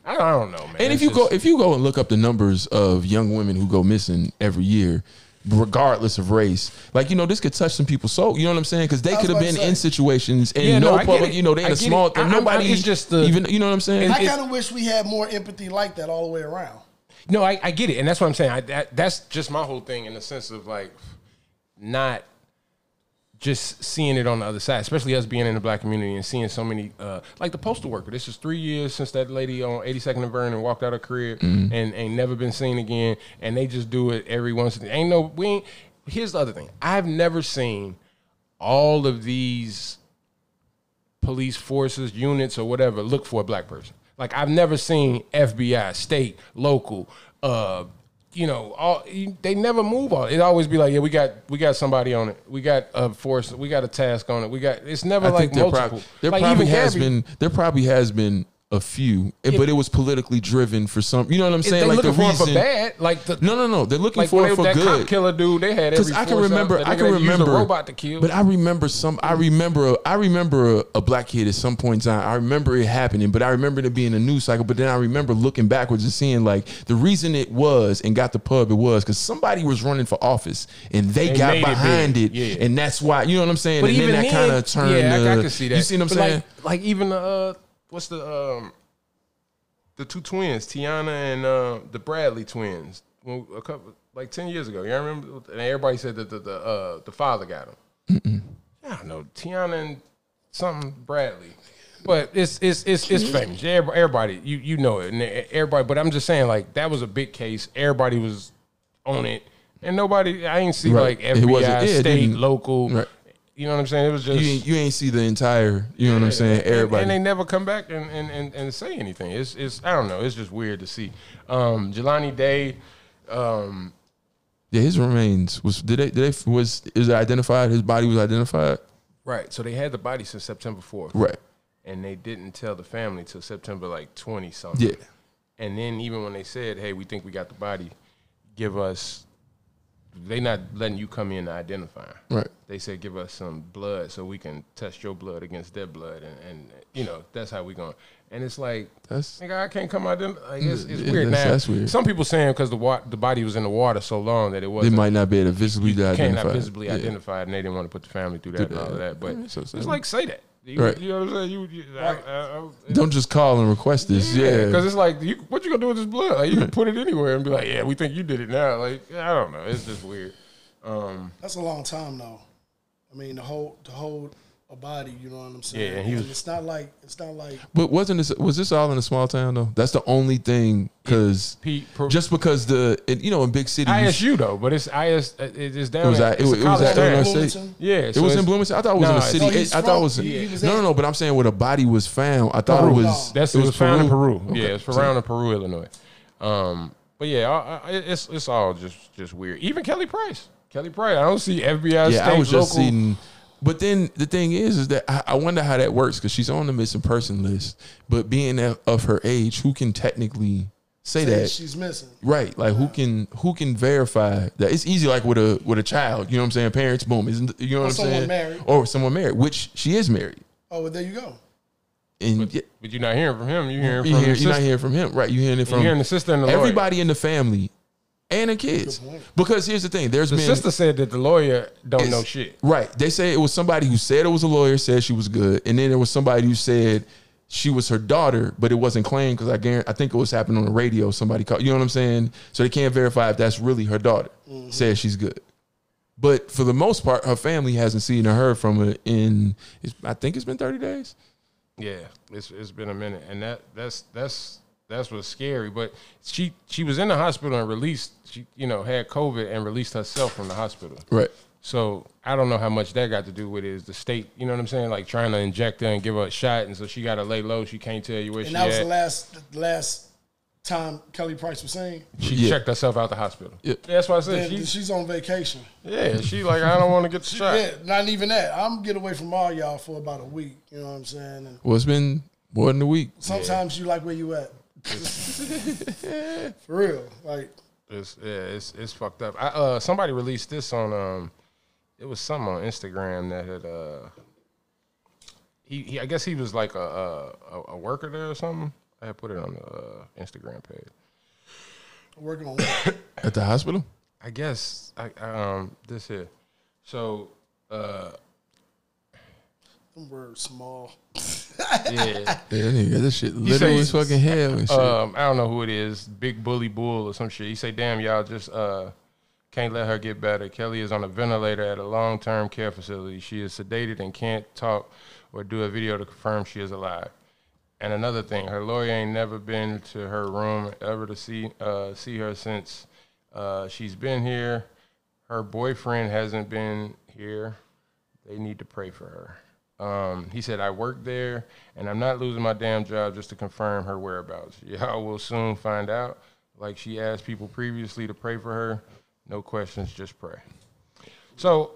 Speaker 4: I, I don't know, man.
Speaker 2: And if
Speaker 4: It's
Speaker 2: you go
Speaker 4: just-
Speaker 2: if you go and look up the numbers of young women who go missing every year, regardless of race, like you know, this could touch some people's soul. You know what I'm saying? Because they
Speaker 3: was
Speaker 2: could have
Speaker 3: about
Speaker 2: been
Speaker 3: to say.
Speaker 2: in situations and
Speaker 4: Yeah, no,
Speaker 2: no,
Speaker 4: I get
Speaker 2: public.
Speaker 4: it.
Speaker 2: You know, they in
Speaker 4: I
Speaker 2: a
Speaker 4: get
Speaker 2: small.
Speaker 4: it. I- I'm-
Speaker 2: nobody.
Speaker 4: I'm- it's just the-
Speaker 2: even. You know what I'm saying?
Speaker 3: I
Speaker 2: It-
Speaker 3: kind of wish we had more empathy like that all the way around.
Speaker 4: No, I, I get it, and that's what I'm saying. I, that, that's just my whole thing in the sense of like not just seeing it on the other side, especially us being in the black community and seeing so many uh, like the postal worker. This is three years since that lady on 82nd and Vernon walked out her career and ain't never been seen again. And they just do it every once. In, ain't no we. Ain't, here's the other thing. I've never seen all of these police forces, units, or whatever look for a black person. Like I've never seen FBI, state, local, uh, you know, all they never move on. It always be like, yeah, we got we got somebody on it. We got a force. We got a task on it. We got. It's never
Speaker 2: I
Speaker 4: like
Speaker 2: think there,
Speaker 4: multiple.
Speaker 2: prob- there
Speaker 4: like
Speaker 2: probably has
Speaker 4: Gabby-
Speaker 2: been there probably has been a few, and- but it was politically driven for some. You know what I'm
Speaker 4: If
Speaker 2: saying?
Speaker 4: they
Speaker 2: like the
Speaker 4: looking for him
Speaker 2: reason.
Speaker 4: for bad. Like the
Speaker 2: No, no, no. They're looking
Speaker 4: like
Speaker 2: for
Speaker 4: when
Speaker 2: it
Speaker 4: they-
Speaker 2: for
Speaker 4: that
Speaker 2: good.
Speaker 4: cop killer dude. They had
Speaker 2: Because
Speaker 4: every.
Speaker 2: I can
Speaker 4: force out.
Speaker 2: remember,
Speaker 4: The
Speaker 2: I can
Speaker 4: nigga that used
Speaker 2: remember
Speaker 4: a robot to kill.
Speaker 2: But I remember some. I remember, I remember a, a black kid at some point in time. I remember it happening, but I remember it being a news cycle. But then I remember looking backwards and seeing like the reason it was and got the pub it was because somebody was running for office and they,
Speaker 4: They
Speaker 2: got
Speaker 4: made it
Speaker 2: behind it,
Speaker 4: big. Yeah.
Speaker 2: and that's why you know what I'm saying. and then that kind of turned.
Speaker 4: Yeah, I, I
Speaker 2: uh,
Speaker 4: can see that.
Speaker 2: You see what I'm
Speaker 4: But
Speaker 2: saying?
Speaker 4: Like, like even the uh, what's the um, the two twins, Tiana and uh, the Bradley twins, when, a couple like ten years ago. You remember? And everybody said that the the, uh, the father got them. I don't know Tiana and something Bradley. But it's it's it's it's famous. Everyb- Everybody, you you know it, and e- everybody. But I'm just saying, like that was a big case. Everybody was on it, and nobody. I ain't see
Speaker 2: Right.
Speaker 4: like
Speaker 2: It
Speaker 4: FBI,
Speaker 2: wasn't- yeah, it
Speaker 4: state,
Speaker 2: didn't-
Speaker 4: local.
Speaker 2: Right.
Speaker 4: You know what I'm saying? It was just
Speaker 2: you ain't, you ain't see the entire. You know what I'm saying? Everybody.
Speaker 4: and, and they never come back and, and, and, and say anything. It's it's I don't know. It's just weird to see. Um, Jelani Day, um,
Speaker 2: yeah, his remains was did they did they was is it identified? His body was identified.
Speaker 4: right? So they had the body since September fourth,
Speaker 2: Right.
Speaker 4: And they didn't tell the family till September like twenty something.
Speaker 2: Yeah.
Speaker 4: And then even when they said, "Hey, we think we got the body, give us," they not letting you come in to identify.
Speaker 2: Right.
Speaker 4: They said, "Give us some blood so we can test your blood against their blood," and, and you know that's how we going. And it's like
Speaker 2: That's
Speaker 4: Nigga, I can't come out. Them. Like, it's, it's
Speaker 2: Yeah,
Speaker 4: weird
Speaker 2: that's-
Speaker 4: now.
Speaker 2: that's weird.
Speaker 4: Some people saying because the wa- the body was in the water so long that it
Speaker 2: they
Speaker 4: wasn't
Speaker 2: might not be able to visibly
Speaker 4: can't
Speaker 2: identify.
Speaker 4: not visibly
Speaker 2: Yeah.
Speaker 4: identify, and they didn't want to put the family through that and all of that. But
Speaker 2: Yeah, so sad.
Speaker 4: it's like say that. You,
Speaker 2: Right.
Speaker 4: you know what I'm saying? You, you I, I, I,
Speaker 2: Don't just call and request this. Yeah,
Speaker 4: because it's like you, what you gonna do with this blood? Like you can put it anywhere and be like, yeah, we think you did it now. Like I don't know, it's just weird. Um,
Speaker 3: That's a long time though. I mean, to hold to hold a body, you know what I'm saying?
Speaker 4: Yeah, and he was-
Speaker 3: And it's not like it's not like
Speaker 2: but wasn't this was this all in a small town though? That's the only thing because
Speaker 4: Pete, pro-
Speaker 2: just because the it, you know in big cities
Speaker 4: ISU though, but it's IS. It, it's down.
Speaker 2: it was
Speaker 4: there.
Speaker 2: at it,
Speaker 4: It's a
Speaker 2: was- it was
Speaker 4: college
Speaker 2: at
Speaker 4: town.
Speaker 2: Illinois
Speaker 3: Bloomington?
Speaker 2: State.
Speaker 4: Yeah,
Speaker 2: it
Speaker 4: so
Speaker 2: was
Speaker 4: it's-
Speaker 2: in Bloomington. I thought it was in
Speaker 4: Nah,
Speaker 2: a
Speaker 4: it's-
Speaker 2: city.
Speaker 4: Oh,
Speaker 3: he
Speaker 2: It-
Speaker 3: was
Speaker 2: I thought it
Speaker 3: from-
Speaker 2: was,
Speaker 3: he- he was
Speaker 2: no,
Speaker 3: at-
Speaker 2: no, no. But I'm saying where the body was found. I thought it was
Speaker 4: That's
Speaker 2: it
Speaker 4: it was, found in Peru. Yeah, it's
Speaker 2: Okay.
Speaker 4: found in Peru, Illinois. Um, but yeah, I, I, it's it's all just just weird. Even Kelly Price, Kelly Price. I don't see FBI.
Speaker 2: yeah,
Speaker 4: state,
Speaker 2: I was just
Speaker 4: local.
Speaker 2: seeing. But then the thing is, is that I, I wonder how that works because she's on the missing person list. But being of of her age, who can technically say that
Speaker 3: she's missing.
Speaker 2: Right, like who can who can verify that? It's easy, like with a with a child. You know what I'm saying? Parents, boom, isn't you know what I'm
Speaker 3: someone
Speaker 2: saying?
Speaker 3: married.
Speaker 2: Or someone married, which she is married,
Speaker 3: Oh, well, there you go.
Speaker 2: and yeah,
Speaker 4: But you're not hearing from him. You're hearing
Speaker 2: you
Speaker 4: from
Speaker 2: hear,
Speaker 4: your
Speaker 2: you're not
Speaker 4: sister.
Speaker 2: hearing from him, right? You're hearing it from
Speaker 4: hearing the sister and the lawyer.
Speaker 2: everybody in the family and the kids. Because here's the thing: there's
Speaker 4: The
Speaker 2: been
Speaker 4: sister said that the lawyer don't know
Speaker 2: It's-
Speaker 4: shit.
Speaker 2: Right. They say it was somebody who said it was a lawyer, said she was good, and then there was somebody who said she was her daughter, but it wasn't claimed because I guarantee I think it was happening on the radio. Somebody called, you know what I'm saying? So they can't verify if that's really her daughter. Says she's good, but for the most part, her family hasn't seen or heard from her in. It's, I think it's been 30 days.
Speaker 4: Yeah, it's it's been a minute, and that that's that's that's what's scary. But she she was in the hospital and released. She you know had COVID and released herself from the hospital.
Speaker 2: Right.
Speaker 4: So I don't know how much that got to do with it. Is the state, you know what I'm saying, like trying to inject her and give her a shot, and so she got to lay low. She can't tell you where she
Speaker 3: And that was
Speaker 4: at.
Speaker 3: the last the last time Kelly Price was saying.
Speaker 4: she
Speaker 2: Yeah.
Speaker 4: checked herself out the hospital.
Speaker 2: Yeah.
Speaker 4: That's why I said
Speaker 3: Then
Speaker 4: she.
Speaker 3: she's on vacation.
Speaker 4: yeah, she like I don't want to get the shot.
Speaker 3: Yeah, not even that. I'm get away from all y'all for about a week. You know what I'm saying? And
Speaker 2: Well, it's been more than a week.
Speaker 3: sometimes you like where you at. for real, like
Speaker 4: It's yeah, it's it's fucked up. I, uh, somebody released this on um, it was something on Instagram that had uh, he, he I guess he was like a a, a- a worker there or something. I had put it on the uh, Instagram page.
Speaker 3: working on what?
Speaker 2: At the hospital?
Speaker 4: I guess I I, um this here. So uh
Speaker 3: them words small.
Speaker 4: yeah
Speaker 2: Yeah, that nigga got this shit
Speaker 4: He say-
Speaker 2: literally as fucking hell and shit.
Speaker 4: um I don't know who it is, Big Bully Bull or some shit. He say, "Damn y'all, just uh." Can't let her get better. Kelly is on a ventilator at a long term care facility. She is sedated and can't talk or do a video to confirm she is alive. And another thing, her lawyer ain't never been to her room ever to see uh, see her since uh, she's been here. Her boyfriend hasn't been here. They need to pray for her. Um, he said, I work there and I'm not losing my damn job just to confirm her whereabouts. Y'all will soon find out. Like she asked people previously to pray for her. No questions, just pray. So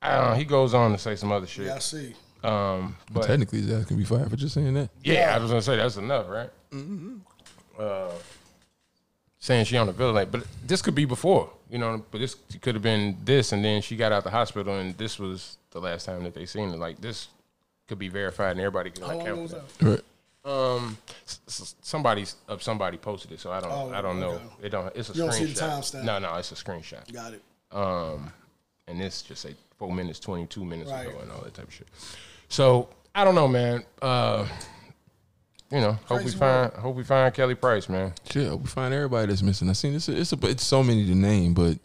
Speaker 4: I don't know, he goes on to say some other shit.
Speaker 3: Yeah, I see.
Speaker 4: Um, but
Speaker 2: Technically, his ass can be fired for just saying that.
Speaker 4: yeah, I was gonna say that's enough, right? Mm-hmm. Uh, saying she on the ventilator, but this could be before, you know. But this could have been this, and then she got out the hospital, and this was the last time that they seen her. Like this could be verified, and everybody could
Speaker 3: How
Speaker 4: like
Speaker 3: long ago was
Speaker 4: count.
Speaker 3: that?
Speaker 2: Right.
Speaker 4: Um, s- s- somebody's of somebody posted it, so I don't,
Speaker 3: Oh,
Speaker 4: I don't know.
Speaker 3: okay.
Speaker 4: It don't. It's a screenshot.
Speaker 3: You don't see the timestamp.
Speaker 4: No, no, it's a screenshot
Speaker 3: Got it.
Speaker 4: um, and this just say four minutes, twenty two minutes
Speaker 3: Right.
Speaker 4: ago, and all that type of shit. So I don't know, man. Uh, you know, hope we
Speaker 3: Crazy
Speaker 4: find hope we find Kelly Price, man.
Speaker 2: Shit, we find everybody that's missing. I seen this. It's a, it's so many to name, but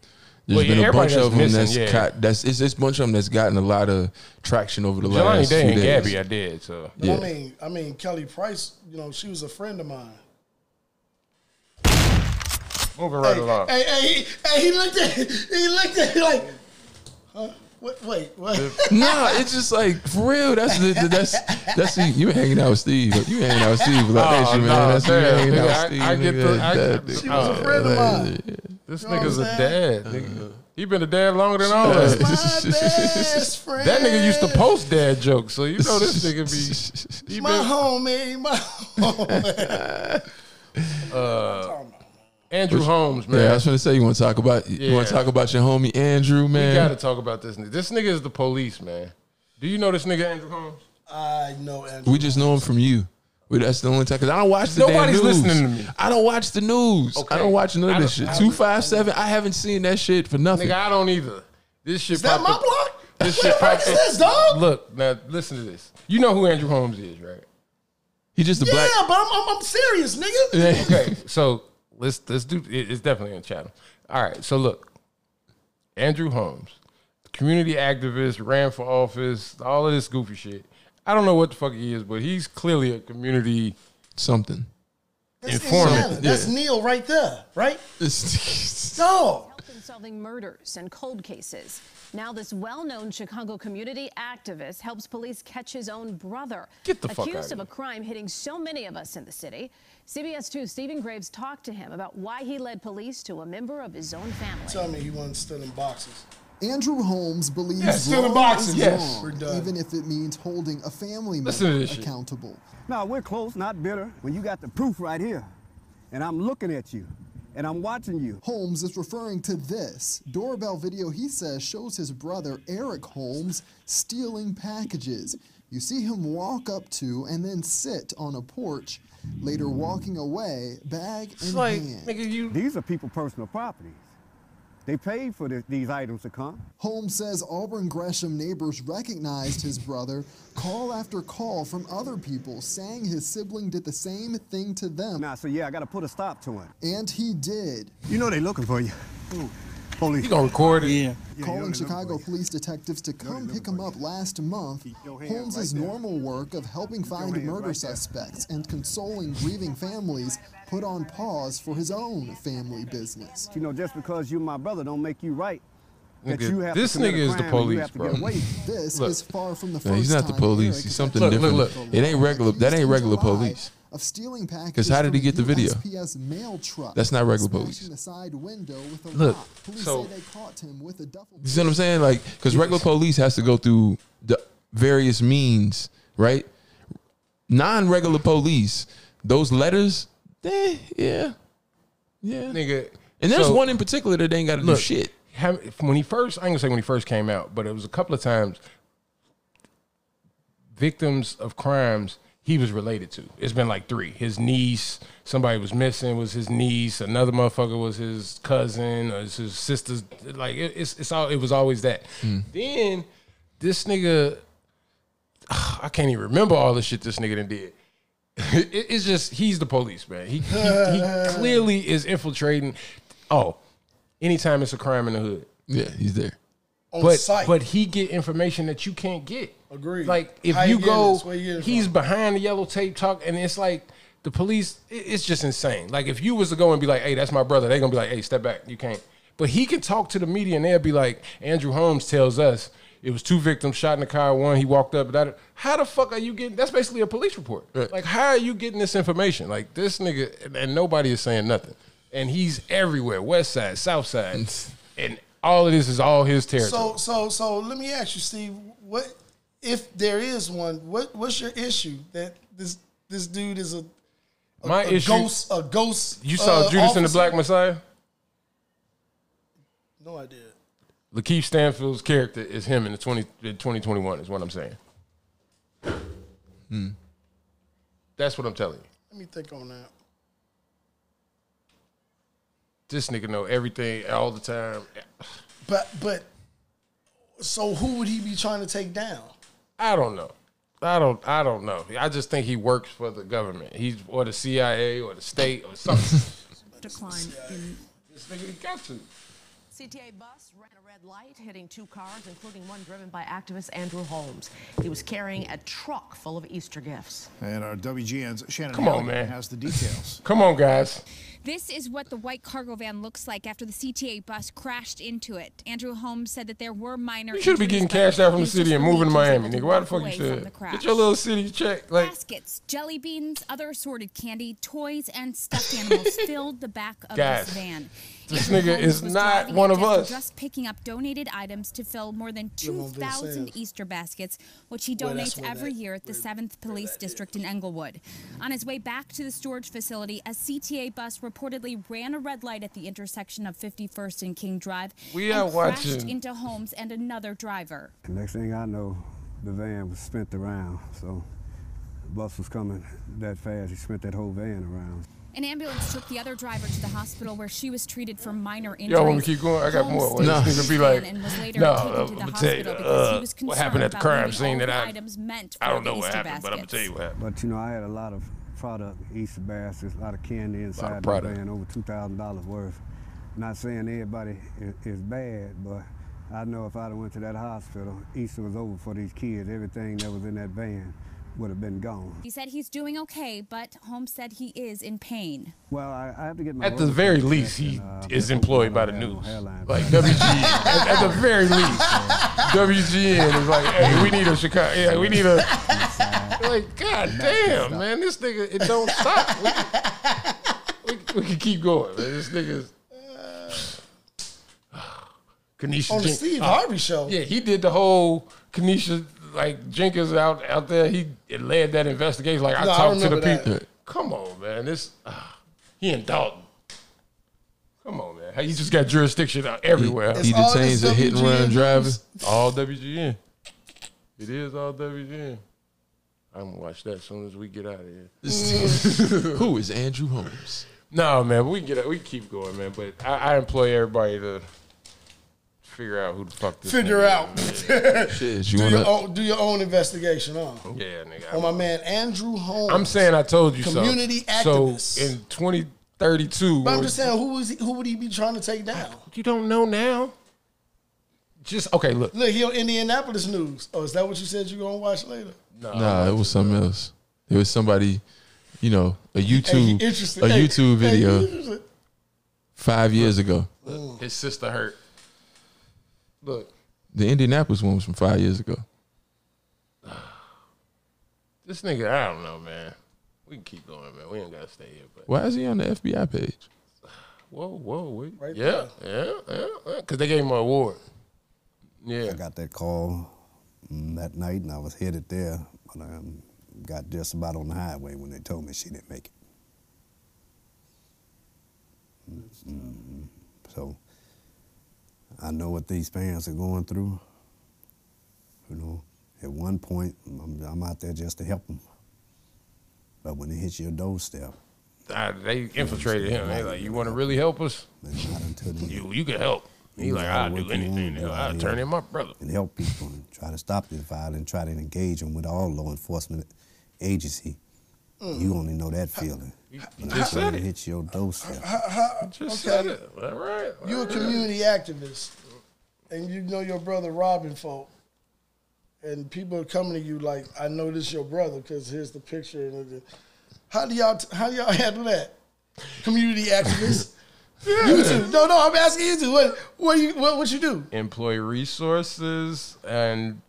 Speaker 2: there's
Speaker 4: Well, yeah,
Speaker 2: been a
Speaker 4: everybody
Speaker 2: bunch of them
Speaker 4: that's
Speaker 2: that's
Speaker 4: missing, yeah.
Speaker 2: got that's it's this bunch of them that's gotten a lot of traction over the
Speaker 4: Jelani
Speaker 2: last few
Speaker 4: Day and
Speaker 2: days.
Speaker 4: Gabby are dead, so
Speaker 3: But
Speaker 2: Yeah.
Speaker 3: I mean, I mean Kelly Price. You know, she was a friend of mine.
Speaker 4: moving right along.
Speaker 3: Hey, hey, he, hey, he looked at, he looked at, me like, huh? What, wait, what?
Speaker 2: No, it's just like for real. That's the, the- that's that's the, you hanging out with Steve. You hanging out with Steve. Like,
Speaker 4: Oh,
Speaker 2: that shit, man.
Speaker 4: nah,
Speaker 2: that's you
Speaker 4: damn,
Speaker 2: hanging out with
Speaker 4: nigga, I-
Speaker 2: Steve.
Speaker 4: I get the- I
Speaker 2: that
Speaker 4: get-
Speaker 2: nigga.
Speaker 4: She was a
Speaker 3: friend of
Speaker 2: Like,
Speaker 3: mine.
Speaker 2: yeah.
Speaker 4: This
Speaker 3: what
Speaker 4: nigga's a
Speaker 3: I'm
Speaker 4: dad.
Speaker 2: Uh-huh.
Speaker 4: Nigga. He been a dad longer than all of us.
Speaker 3: My best friend.
Speaker 4: That nigga used to post dad jokes, so you know this nigga be. He
Speaker 3: My
Speaker 4: been-
Speaker 3: homie, my homie. uh,
Speaker 4: Andrew Holmes, man.
Speaker 2: Yeah, I was gonna say you want to talk about you want
Speaker 4: Yeah.
Speaker 2: to talk about your homie Andrew,
Speaker 4: we
Speaker 2: man.
Speaker 4: gotta talk about this nigga. This nigga is the police, man. Do you know this nigga Andrew Holmes?
Speaker 3: I know Andrew.
Speaker 2: We just know him from you. We, that's the only time. Cause I don't watch the damn
Speaker 4: Nobody's
Speaker 2: news.
Speaker 4: listening to me.
Speaker 2: I don't watch the news.
Speaker 4: Okay.
Speaker 2: I don't watch none
Speaker 4: I
Speaker 2: of this
Speaker 4: don't-
Speaker 2: shit. Two five seven. I haven't seen that shit for nothing.
Speaker 4: Nigga, I don't either. This shit
Speaker 3: Is that
Speaker 4: popped
Speaker 3: my
Speaker 4: up-
Speaker 3: block?
Speaker 4: This
Speaker 3: What
Speaker 4: shit
Speaker 3: the fuck
Speaker 4: popped
Speaker 3: is
Speaker 4: up.
Speaker 3: this, dog?
Speaker 4: Look, now listen to this. You know who Andrew Holmes is, right?
Speaker 2: he just a
Speaker 3: yeah,
Speaker 2: black.
Speaker 3: but I'm, I'm, I'm serious, nigga.
Speaker 4: Okay, so let's let's do. it- It's definitely in the channel. All right, so look, Andrew Holmes, community activist, ran for office, all of this goofy shit. I don't know what the fuck he is, but he's clearly a community.
Speaker 2: Something.
Speaker 3: That's
Speaker 4: Informant,
Speaker 3: Indiana. That's Neil right there, right?
Speaker 2: It's-
Speaker 3: No.
Speaker 7: help in solving murders and cold cases. Now, this well known Chicago community activist helps police catch his own brother,
Speaker 4: Get the fuck
Speaker 7: accused
Speaker 4: outta
Speaker 7: of a crime hitting so many of us in the city. CBS 2 Stephen Graves talked to him about why he led police to a member of his own family.
Speaker 3: Tell me he wasn't still in boxes.
Speaker 8: Andrew Holmes believes
Speaker 4: Yes, still in
Speaker 8: wrong
Speaker 4: boxes,
Speaker 8: is
Speaker 4: yes.
Speaker 8: wrong,
Speaker 3: We're done.
Speaker 8: even if it means holding a family
Speaker 4: Listen to
Speaker 8: member
Speaker 4: this shit.
Speaker 8: accountable.
Speaker 9: No, we're close, not bitter. When you got the proof right here, and I'm looking at you, and I'm watching you.
Speaker 8: Holmes is referring to this doorbell video he says shows his brother Eric Holmes stealing packages. You see him walk up to and then sit on a porch, later walking away, bag
Speaker 4: It's
Speaker 8: in
Speaker 4: like,
Speaker 8: hand.
Speaker 4: nigga, you.
Speaker 9: These are people personal properties. They paid for the, these items to come.
Speaker 8: Holmes says Auburn Gresham neighbors recognized his brother, call after call from other people saying his sibling did the same thing to them.
Speaker 9: Now, so yeah, I got to put a stop to it.
Speaker 8: And he did.
Speaker 9: You know they looking for you.
Speaker 4: He gonna record it.
Speaker 10: Yeah.
Speaker 8: Calling Chicago police detectives to come pick him up last month, Holmes's normal work of helping find murder suspects and consoling grieving families put on pause for his own family business.
Speaker 9: You know, just because you're my brother don't make you right. That
Speaker 4: Nigga,
Speaker 9: you have
Speaker 4: this
Speaker 9: to commit a
Speaker 4: nigga is the
Speaker 9: crime and you
Speaker 4: police,
Speaker 9: have to
Speaker 4: bro.
Speaker 9: get away.
Speaker 8: This
Speaker 4: Look.
Speaker 8: is far from the first
Speaker 2: No, he's not the
Speaker 8: time
Speaker 2: police.
Speaker 8: Eric
Speaker 2: He's
Speaker 8: has
Speaker 2: something
Speaker 4: Look, look,
Speaker 2: different.
Speaker 4: look.
Speaker 2: It ain't regular. That
Speaker 8: accused
Speaker 2: ain't
Speaker 8: in
Speaker 2: regular
Speaker 8: July
Speaker 2: police.
Speaker 8: Of stealing packages.
Speaker 2: 'Cause how did
Speaker 8: from
Speaker 2: he
Speaker 8: a
Speaker 2: get the video?
Speaker 8: USPS mail truck
Speaker 2: That's not regular
Speaker 8: and
Speaker 2: police.
Speaker 8: smashing The side window with a
Speaker 2: Look,
Speaker 8: lock. Police
Speaker 4: so-
Speaker 8: say they caught him with a duffel.
Speaker 2: You see what I'm saying? Like, because regular police has to go through the various means, right? Non-regular police, those letters, eh, yeah, yeah.
Speaker 4: Nigga.
Speaker 2: And there's
Speaker 4: so-
Speaker 2: one in particular that ain't got to do
Speaker 4: Look,
Speaker 2: shit.
Speaker 4: How, when he first, I ain't gonna say when he first came out, but it was a couple of times. Victims of crimes he was related to. It's been like three. His niece, somebody was missing, was his niece. Another motherfucker was his cousin or it's his sister's. Like it, it's it's all. It was always that. Then this nigga, I can't even remember all the shit this nigga done did. It- it's just he's the police man. He, he he clearly is infiltrating. Oh, anytime it's a crime in the hood,
Speaker 2: Yeah, he's there.
Speaker 3: On
Speaker 4: but
Speaker 3: site.
Speaker 4: but he get information that you can't get.
Speaker 3: Agreed.
Speaker 4: Like if
Speaker 3: How you
Speaker 4: you
Speaker 3: getting
Speaker 4: go,
Speaker 3: this? Where you getting it
Speaker 4: he's
Speaker 3: from?
Speaker 4: behind the yellow tape talk, and it's like the police. it- It's just insane. Like if you was to go and be like, "Hey, that's my brother," they gonna be like, "Hey, step back, you can't." But he can talk to the media, and they'll be like, "Andrew Holmes tells us." It was two victims shot in the car. One, he walked up. That, how the fuck are you getting? That's basically a police report.
Speaker 2: Right.
Speaker 4: Like, how are you getting this information? Like this nigga, and- and nobody is saying nothing. And he's everywhere, West Side, South Side, and all of this is all his territory.
Speaker 3: So so so let me ask you, Steve, what if there is one, what what's your issue that this this dude is a,
Speaker 4: My
Speaker 3: a
Speaker 4: issue.
Speaker 3: ghost a ghost
Speaker 4: You saw
Speaker 3: uh,
Speaker 4: Judas and the
Speaker 3: officer?
Speaker 4: Black Messiah.
Speaker 3: No idea.
Speaker 4: Lakeith Stanfield's character is him in the 20, in 2021 is what I'm saying.
Speaker 3: Hmm.
Speaker 4: That's what I'm telling you.
Speaker 3: Let me think on that.
Speaker 4: This nigga know everything all the time.
Speaker 3: But but so who would he be trying to take down?
Speaker 4: I don't know. I don't. I don't know. I just think he works for the government. He's or the CIA or the state or something.
Speaker 11: Decline in
Speaker 4: this nigga he got to.
Speaker 7: CTA bus ran a red light, hitting two cars, including one driven by activist Andrew Holmes. He was carrying a truck full of Easter gifts.
Speaker 10: And our WGN's Shannon
Speaker 4: Come on,
Speaker 10: Halligan
Speaker 4: man.
Speaker 10: has the details.
Speaker 4: Come on, guys.
Speaker 11: This is what the white cargo van looks like after the CTA bus crashed into it. Andrew Holmes said that there were minor.
Speaker 4: You should be
Speaker 11: injuries,
Speaker 4: getting
Speaker 11: but
Speaker 4: cashed out
Speaker 11: he
Speaker 4: from the
Speaker 11: was
Speaker 4: city
Speaker 11: just
Speaker 4: and moving to
Speaker 11: relieved he was
Speaker 4: Miami,
Speaker 11: able to
Speaker 4: nigga. Why the
Speaker 11: walk
Speaker 4: fuck you
Speaker 11: away from the
Speaker 4: should
Speaker 11: crash.
Speaker 4: get your little city check? Like
Speaker 11: Baskets, jelly beans, other assorted candy, toys, and stuffed animals filled the back of
Speaker 4: Guys,
Speaker 11: this van.
Speaker 4: this
Speaker 11: Andrew
Speaker 4: nigga
Speaker 11: Holmes
Speaker 4: is
Speaker 11: was
Speaker 4: not
Speaker 11: driving
Speaker 4: one
Speaker 11: a
Speaker 4: of
Speaker 11: diesel
Speaker 4: us.
Speaker 11: Just picking up donated items to fill more than
Speaker 3: Them on Bill
Speaker 11: 2,000
Speaker 3: Sands.
Speaker 11: Easter baskets, which he
Speaker 3: Well, that's
Speaker 11: donates
Speaker 3: where
Speaker 11: every
Speaker 3: that-
Speaker 11: year at the 7th Police District in Englewood. On his way back to the storage facility, a CTA bus reportedly ran a red light at the intersection of 51st and King Drive
Speaker 4: We
Speaker 11: and
Speaker 4: are
Speaker 11: crashed
Speaker 4: watching.
Speaker 11: into Holmes and another driver.
Speaker 9: The next thing I know, the van was spent around. So the bus was coming that fast. He spent that whole van around.
Speaker 11: An ambulance took the other driver to the hospital where she was treated for minor injuries.
Speaker 4: Y'all want me to keep going? I got more.
Speaker 11: Holmes
Speaker 4: Well,
Speaker 11: stayed
Speaker 4: This nigga be
Speaker 11: in
Speaker 4: like,
Speaker 11: and was later
Speaker 4: no,
Speaker 11: taken
Speaker 4: I'm
Speaker 11: to the
Speaker 4: gonna tell you,
Speaker 11: hospital because he
Speaker 4: uh,
Speaker 11: was
Speaker 4: what
Speaker 11: concerned
Speaker 4: happened at the
Speaker 11: about
Speaker 4: crime
Speaker 11: leaving
Speaker 4: scene
Speaker 11: all
Speaker 4: that
Speaker 11: the
Speaker 4: I,
Speaker 11: items meant
Speaker 4: I don't
Speaker 11: for the
Speaker 4: know what
Speaker 11: Easter
Speaker 4: happened, but I'm gonna
Speaker 11: baskets.
Speaker 4: tell you what happened.
Speaker 9: But you know, I had a lot of product, Easter baskets, a lot of candy inside the
Speaker 4: product.
Speaker 9: van, over two thousand dollars worth. Not saying everybody is, is bad, but I know if I'd have went to that hospital, Easter was over for these kids. Everything that was in that van would have been gone.
Speaker 11: He said he's doing okay, but Holmes said he is in pain.
Speaker 9: Well, I, I have to get my
Speaker 4: At the
Speaker 9: road
Speaker 4: very
Speaker 9: checked
Speaker 4: least,
Speaker 9: and,
Speaker 4: he
Speaker 9: uh,
Speaker 4: is
Speaker 9: hope
Speaker 4: employed by
Speaker 9: I
Speaker 4: the
Speaker 9: have no
Speaker 4: news.
Speaker 9: hairline
Speaker 4: Like
Speaker 9: problems.
Speaker 4: WGN, at, at the very least, WGN is like, hey, we need a Chicago. Yeah, we need a. Like, god damn, man, this nigga, it don't stop. We, we, we can keep going, man. This nigga's. Kanisha
Speaker 3: On the
Speaker 4: Jen-
Speaker 3: Steve
Speaker 4: oh,
Speaker 3: Harvey show.
Speaker 4: Yeah, he did the whole Kanisha like Jenkins out out there. He it led that investigation. Like I
Speaker 3: No, I
Speaker 4: talked to the
Speaker 3: remember that.
Speaker 4: people. Come on, man. This ah, he in Dalton. Come on, man. How You just got jurisdiction out everywhere.
Speaker 2: He
Speaker 3: all this
Speaker 2: detains a hit and
Speaker 3: WGN
Speaker 2: run driver.
Speaker 3: news.
Speaker 4: all WGN. It is all WGN. I'm gonna watch that as soon as we get out of here.
Speaker 3: Mm.
Speaker 2: Who is Andrew Holmes?
Speaker 4: No, man, we can get we can keep going, man. But I, I employ everybody to figure out who the fuck this
Speaker 3: Figure
Speaker 4: nigga
Speaker 3: out.
Speaker 4: is.
Speaker 2: Shit,
Speaker 3: do oh.
Speaker 2: you
Speaker 3: your
Speaker 2: want
Speaker 3: own, do your own investigation, huh?
Speaker 4: Yeah, nigga.
Speaker 3: Oh On my man Andrew Holmes.
Speaker 4: I'm saying I told you so.
Speaker 3: Community
Speaker 4: so.
Speaker 3: activists.
Speaker 4: in 20,
Speaker 2: 32.
Speaker 3: But I'm just saying, who was he, who would he be trying to take down?
Speaker 4: You don't know now. Just okay. Look,
Speaker 3: Look, he on Indianapolis news. Oh, is that what you said you're gonna watch later?
Speaker 2: Nah, it was something else. It was somebody, you know, a YouTube,
Speaker 3: Hey, interesting.
Speaker 2: a
Speaker 3: Hey,
Speaker 2: YouTube
Speaker 3: hey,
Speaker 2: video
Speaker 3: interesting.
Speaker 2: five years ago.
Speaker 4: his sister hurt. Look,
Speaker 2: The Indianapolis one was from five years ago.
Speaker 4: this nigga. I don't know, man. We can keep going, man. We ain't gotta stay here. But
Speaker 2: Why is he on the FBI page?
Speaker 4: whoa, whoa, wait. yeah, yeah, yeah, yeah. Cause they gave him an award. Yeah.
Speaker 12: I got that call mm, that night, and I was headed there, but I um, got just about on the highway when they told me she didn't make it. Mm, So I know what these parents are going through. You know, at one point, I'm, I'm out there just to help them. But when it hits your doorstep,
Speaker 4: Ah, they infiltrated him. They like, you want to really help us? You you can help. He like, I'll do anything. to help. I'll turn in my brother.
Speaker 12: and help people and try to stop this violence and try to engage them with all law enforcement agency. You only know that feeling. When
Speaker 3: Mm. you just
Speaker 12: that
Speaker 3: said
Speaker 12: feeling hits your doorstep.
Speaker 3: How- how-
Speaker 4: Just
Speaker 3: okay.
Speaker 4: said it. All right. all
Speaker 3: You a
Speaker 4: right.
Speaker 3: community activist, and you know your brother robbing folk, and people are coming to you like, "I know this your brother because here's the picture." and it- How do y'all how do y'all handle that? Community activists. You two. No, no, I'm asking you two. What what you what, what you do?
Speaker 4: Employee resources, and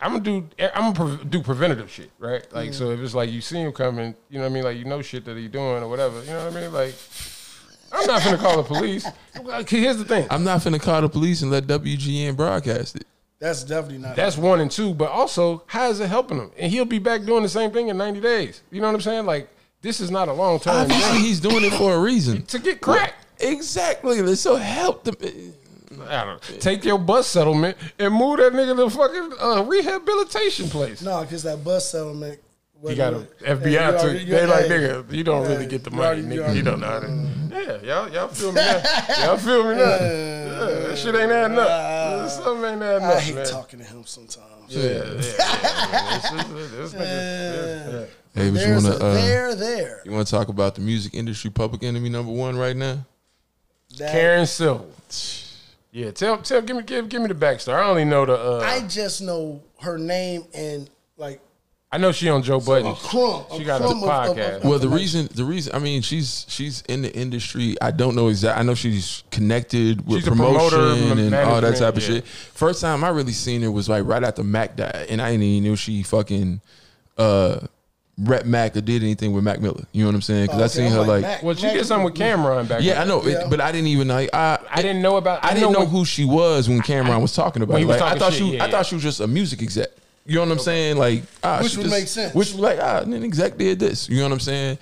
Speaker 4: I'm gonna do I'm gonna pre- do preventative shit, right? Like, so if it's like you see him coming, you know what I mean? Like, you know shit that he doing or whatever. You know what I mean? Like, I'm not gonna call the police. Like, Here's the thing.
Speaker 2: I'm not finna call the police and let WGN broadcast it.
Speaker 3: That's definitely not.
Speaker 4: That's one and two, but also, how is it helping him? And he'll be back doing the same thing in 90 days. You know what I'm saying? Like, this is not a long
Speaker 3: Oh,
Speaker 4: term.
Speaker 2: Obviously, he's doing it for a reason.
Speaker 4: to get cracked.
Speaker 2: Exactly. So help them.
Speaker 4: I don't Take your bus settlement and move that nigga to fucking uh, rehabilitation place.
Speaker 3: no, because that bus settlement.
Speaker 4: You
Speaker 3: wasn't
Speaker 4: got
Speaker 3: really-
Speaker 4: a
Speaker 3: Yeah,
Speaker 4: FBI
Speaker 3: you
Speaker 4: took.
Speaker 3: already- you
Speaker 4: They like,
Speaker 3: already-
Speaker 4: nigga, you don't
Speaker 3: yeah,
Speaker 4: really get the
Speaker 3: you
Speaker 4: money,
Speaker 3: already-
Speaker 4: nigga. You,
Speaker 3: already-
Speaker 4: don't know how to. Yeah, y'all, y'all feel me now. Y'all feel me now. Yeah, that shit ain't adding up. Something ain't adding up.
Speaker 3: Ah. I hate
Speaker 4: man.
Speaker 3: talking to him sometimes.
Speaker 4: Yeah, yeah, yeah. yeah. This is- this nigga- yeah,
Speaker 2: Hey,
Speaker 4: yeah.
Speaker 2: but you
Speaker 3: There's
Speaker 2: wanna,
Speaker 3: a
Speaker 2: uh,
Speaker 3: there there.
Speaker 2: You want to talk about the music industry public enemy number one right now?
Speaker 3: That-
Speaker 4: Karen Silver. Yeah, tell tell give me give, give me the backstory. I only know the uh,
Speaker 3: I
Speaker 4: I,
Speaker 3: just know her name and like
Speaker 4: know she on Joe Budden.
Speaker 3: a crumb.
Speaker 4: she
Speaker 3: a
Speaker 4: got a
Speaker 3: crumb of- of-
Speaker 4: podcast.
Speaker 3: of-
Speaker 2: Well, the reason, the reason, I mean, she's she's in the industry. I don't know exactly. I know she's connected with
Speaker 4: She's a promoter,
Speaker 2: promotion and all that
Speaker 4: management,
Speaker 2: type of
Speaker 4: yeah.
Speaker 2: shit. First time I really seen her was like right after Mac died, and I didn't even know she fucking uh rep Mac or did anything with Mac Miller. You know what I'm saying? Because
Speaker 3: Oh,
Speaker 2: I
Speaker 3: okay.
Speaker 2: seen
Speaker 3: I'm
Speaker 2: her
Speaker 3: like,
Speaker 2: like,
Speaker 3: Mac-
Speaker 4: well, she did something with Cameron back.
Speaker 2: yeah, I
Speaker 4: then.
Speaker 2: know, it,
Speaker 3: Yeah.
Speaker 2: but I didn't even like I
Speaker 4: I didn't know about.
Speaker 2: I, didn't know,
Speaker 4: when-
Speaker 2: who she was when Cameron was talking about
Speaker 4: When
Speaker 2: it.
Speaker 4: he was
Speaker 2: Like, I
Speaker 4: talking
Speaker 2: thought
Speaker 4: shit,
Speaker 2: she,
Speaker 4: yeah,
Speaker 2: I
Speaker 4: yeah.
Speaker 2: thought she was just a music exec. You know what I'm saying? Like, ah,
Speaker 3: Which
Speaker 2: she
Speaker 3: would
Speaker 2: just-
Speaker 3: make sense.
Speaker 2: Which was like, ah, an exec did this. You know what I'm saying?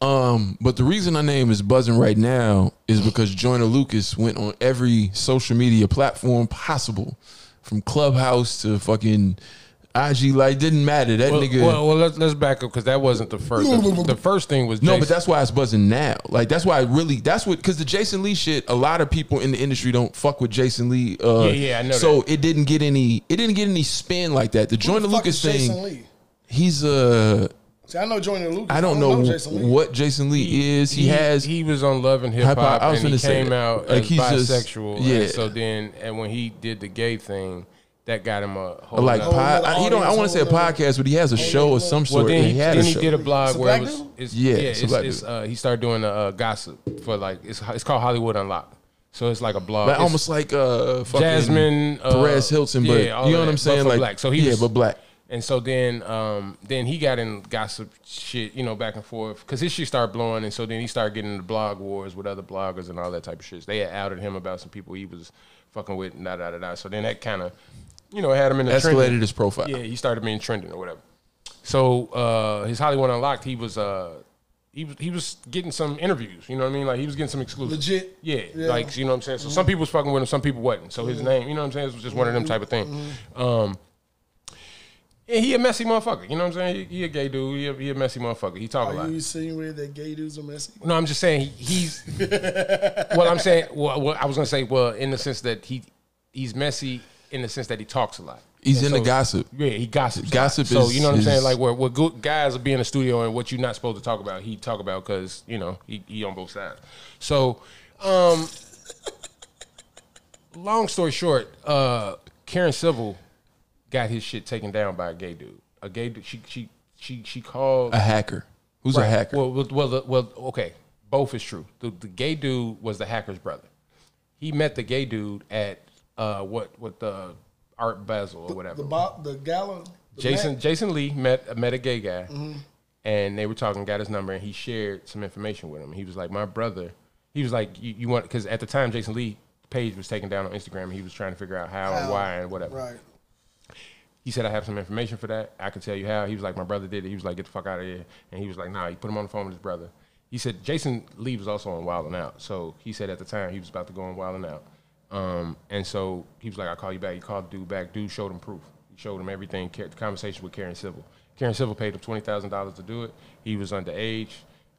Speaker 2: Um, but the reason her name is buzzing right now is because Joyner Lucas went on every social media platform possible, from Clubhouse to fucking IG. Like, didn't matter. That
Speaker 4: Well,
Speaker 2: nigga.
Speaker 4: well, well, let's let's back up because that wasn't the first. The, the first thing was
Speaker 2: No,
Speaker 4: Jason.
Speaker 2: but that's why it's buzzing now. Like that's why it really that's what because the Jason Lee shit. A lot of people in the industry don't fuck with Jason Lee. Uh,
Speaker 4: Yeah, yeah, I know
Speaker 2: So it didn't get any. It didn't get any spin like that. The Joyner
Speaker 3: fuck
Speaker 2: Lucas
Speaker 3: is
Speaker 2: thing.
Speaker 3: Jason Lee?
Speaker 2: He's uh,
Speaker 3: See, I know Joyner Lucas.
Speaker 2: I don't know
Speaker 3: Jason Lee.
Speaker 2: what Jason Lee is. He, has.
Speaker 4: he was on Love and Hip
Speaker 2: Hip Hop,
Speaker 4: Hop
Speaker 2: I was
Speaker 4: and he
Speaker 2: finna say
Speaker 4: came
Speaker 2: that.
Speaker 4: out
Speaker 2: Like,
Speaker 4: as
Speaker 2: he's just-
Speaker 4: bisexual.
Speaker 2: yeah.
Speaker 4: and so then and when he did the gay thing, that got him a
Speaker 2: a,
Speaker 4: whole
Speaker 2: uh, like
Speaker 4: nother-
Speaker 2: pod, I, he don't. I want to say a podcast, but he has a show or some
Speaker 4: Well,
Speaker 2: sort.
Speaker 4: then he,
Speaker 2: he had a
Speaker 4: then he
Speaker 2: show.
Speaker 4: did a blog
Speaker 3: It's a
Speaker 4: where it
Speaker 3: black
Speaker 4: was,
Speaker 3: dude?
Speaker 4: it's,
Speaker 2: Yeah,
Speaker 4: yeah,
Speaker 2: it's a
Speaker 4: it's,
Speaker 2: black
Speaker 4: it's,
Speaker 2: dude.
Speaker 4: uh, he started doing a uh, gossip for like it's it's called Hollywood Unlocked. So it's like a blog,
Speaker 2: Like,
Speaker 4: It's
Speaker 2: almost like uh, fucking
Speaker 4: Jasmine uh,
Speaker 2: Perez Hilton, but
Speaker 4: yeah, all
Speaker 2: you know
Speaker 4: of
Speaker 2: what I'm
Speaker 4: that, but
Speaker 2: saying?
Speaker 4: for
Speaker 2: Like
Speaker 4: black. So he
Speaker 2: yeah,
Speaker 4: was-
Speaker 2: but black.
Speaker 4: And so then, um, then he got in gossip shit, you know, back and forth because his shit started blowing, and so then he started getting into blog wars with other bloggers and all that type of shit. They had outed him about some people he was fucking with, and da da da da. So then that kind of, you know, had him in the
Speaker 2: Escalated
Speaker 4: trending.
Speaker 2: his profile.
Speaker 4: Yeah, he started being trending or whatever. So uh, his Hollywood Unlocked, he was uh, he was he was getting some interviews. You know what I mean? Like he was getting some exclusive.
Speaker 3: Legit.
Speaker 4: Yeah,
Speaker 3: Yeah. Mm-hmm.
Speaker 4: like you know what I'm saying. So some people was fucking with him, some people wasn't. So his name, you know what I'm saying, it was just one of them type of thing.
Speaker 3: Mm-hmm.
Speaker 4: Um, and he a messy motherfucker. You know what I'm saying? He, he a gay dude. He a, he a messy motherfucker. He talk a
Speaker 3: Are
Speaker 4: lot.
Speaker 3: you seeing where that gay dudes are messy?
Speaker 4: No, I'm just saying he, he's. well, I'm saying. Well, well, I was gonna say. Well, in the sense that he he's messy in the sense that he talks a lot.
Speaker 2: He's
Speaker 4: And
Speaker 2: in the gossip.
Speaker 4: Yeah, he gossips.
Speaker 2: Gossip
Speaker 4: So
Speaker 2: is-
Speaker 4: you know what I'm
Speaker 2: is-
Speaker 4: saying? Like where what good guys be in the studio and what you're not supposed to talk about, he talk about because you know he, he on both sides. So, um, long story short, uh, Karen Civil got his shit taken down by a gay dude. A gay dude. She she she she called
Speaker 2: A hacker. Ah, Who's a hacker?
Speaker 4: Well, well, well, the- well, okay, both is true. The, the gay dude was the hacker's brother. He met the gay dude at uh, what what the Art Basel or whatever.
Speaker 3: The bo- the gala. the
Speaker 4: Jason
Speaker 3: mat-
Speaker 4: Jason Lee met met a gay guy,
Speaker 3: Mhm.
Speaker 4: and they were talking, got his number, and he shared some information with him. He was like, "My brother," he was like, "You, you want?" Because at the time, Jason Lee page was taken down on Instagram. and He was trying to figure out how, and
Speaker 3: How,
Speaker 4: why and whatever.
Speaker 3: Right.
Speaker 4: He said, "I have some information for that. I can tell you how." He was like, "My brother did it." He was like, "Get the fuck out of here!" And he was like, "Nah." He put him on the phone with his brother. He said Jason Lee was also on Wild and Out, so he said at the time he was about to go on Wild and Out, um, and so he was like, "I'll call you back." He called the dude back. Dude showed him proof. He showed him everything. Ca- The conversation with Karen Civil. Karen Civil paid him twenty thousand dollars to do it. He was underage,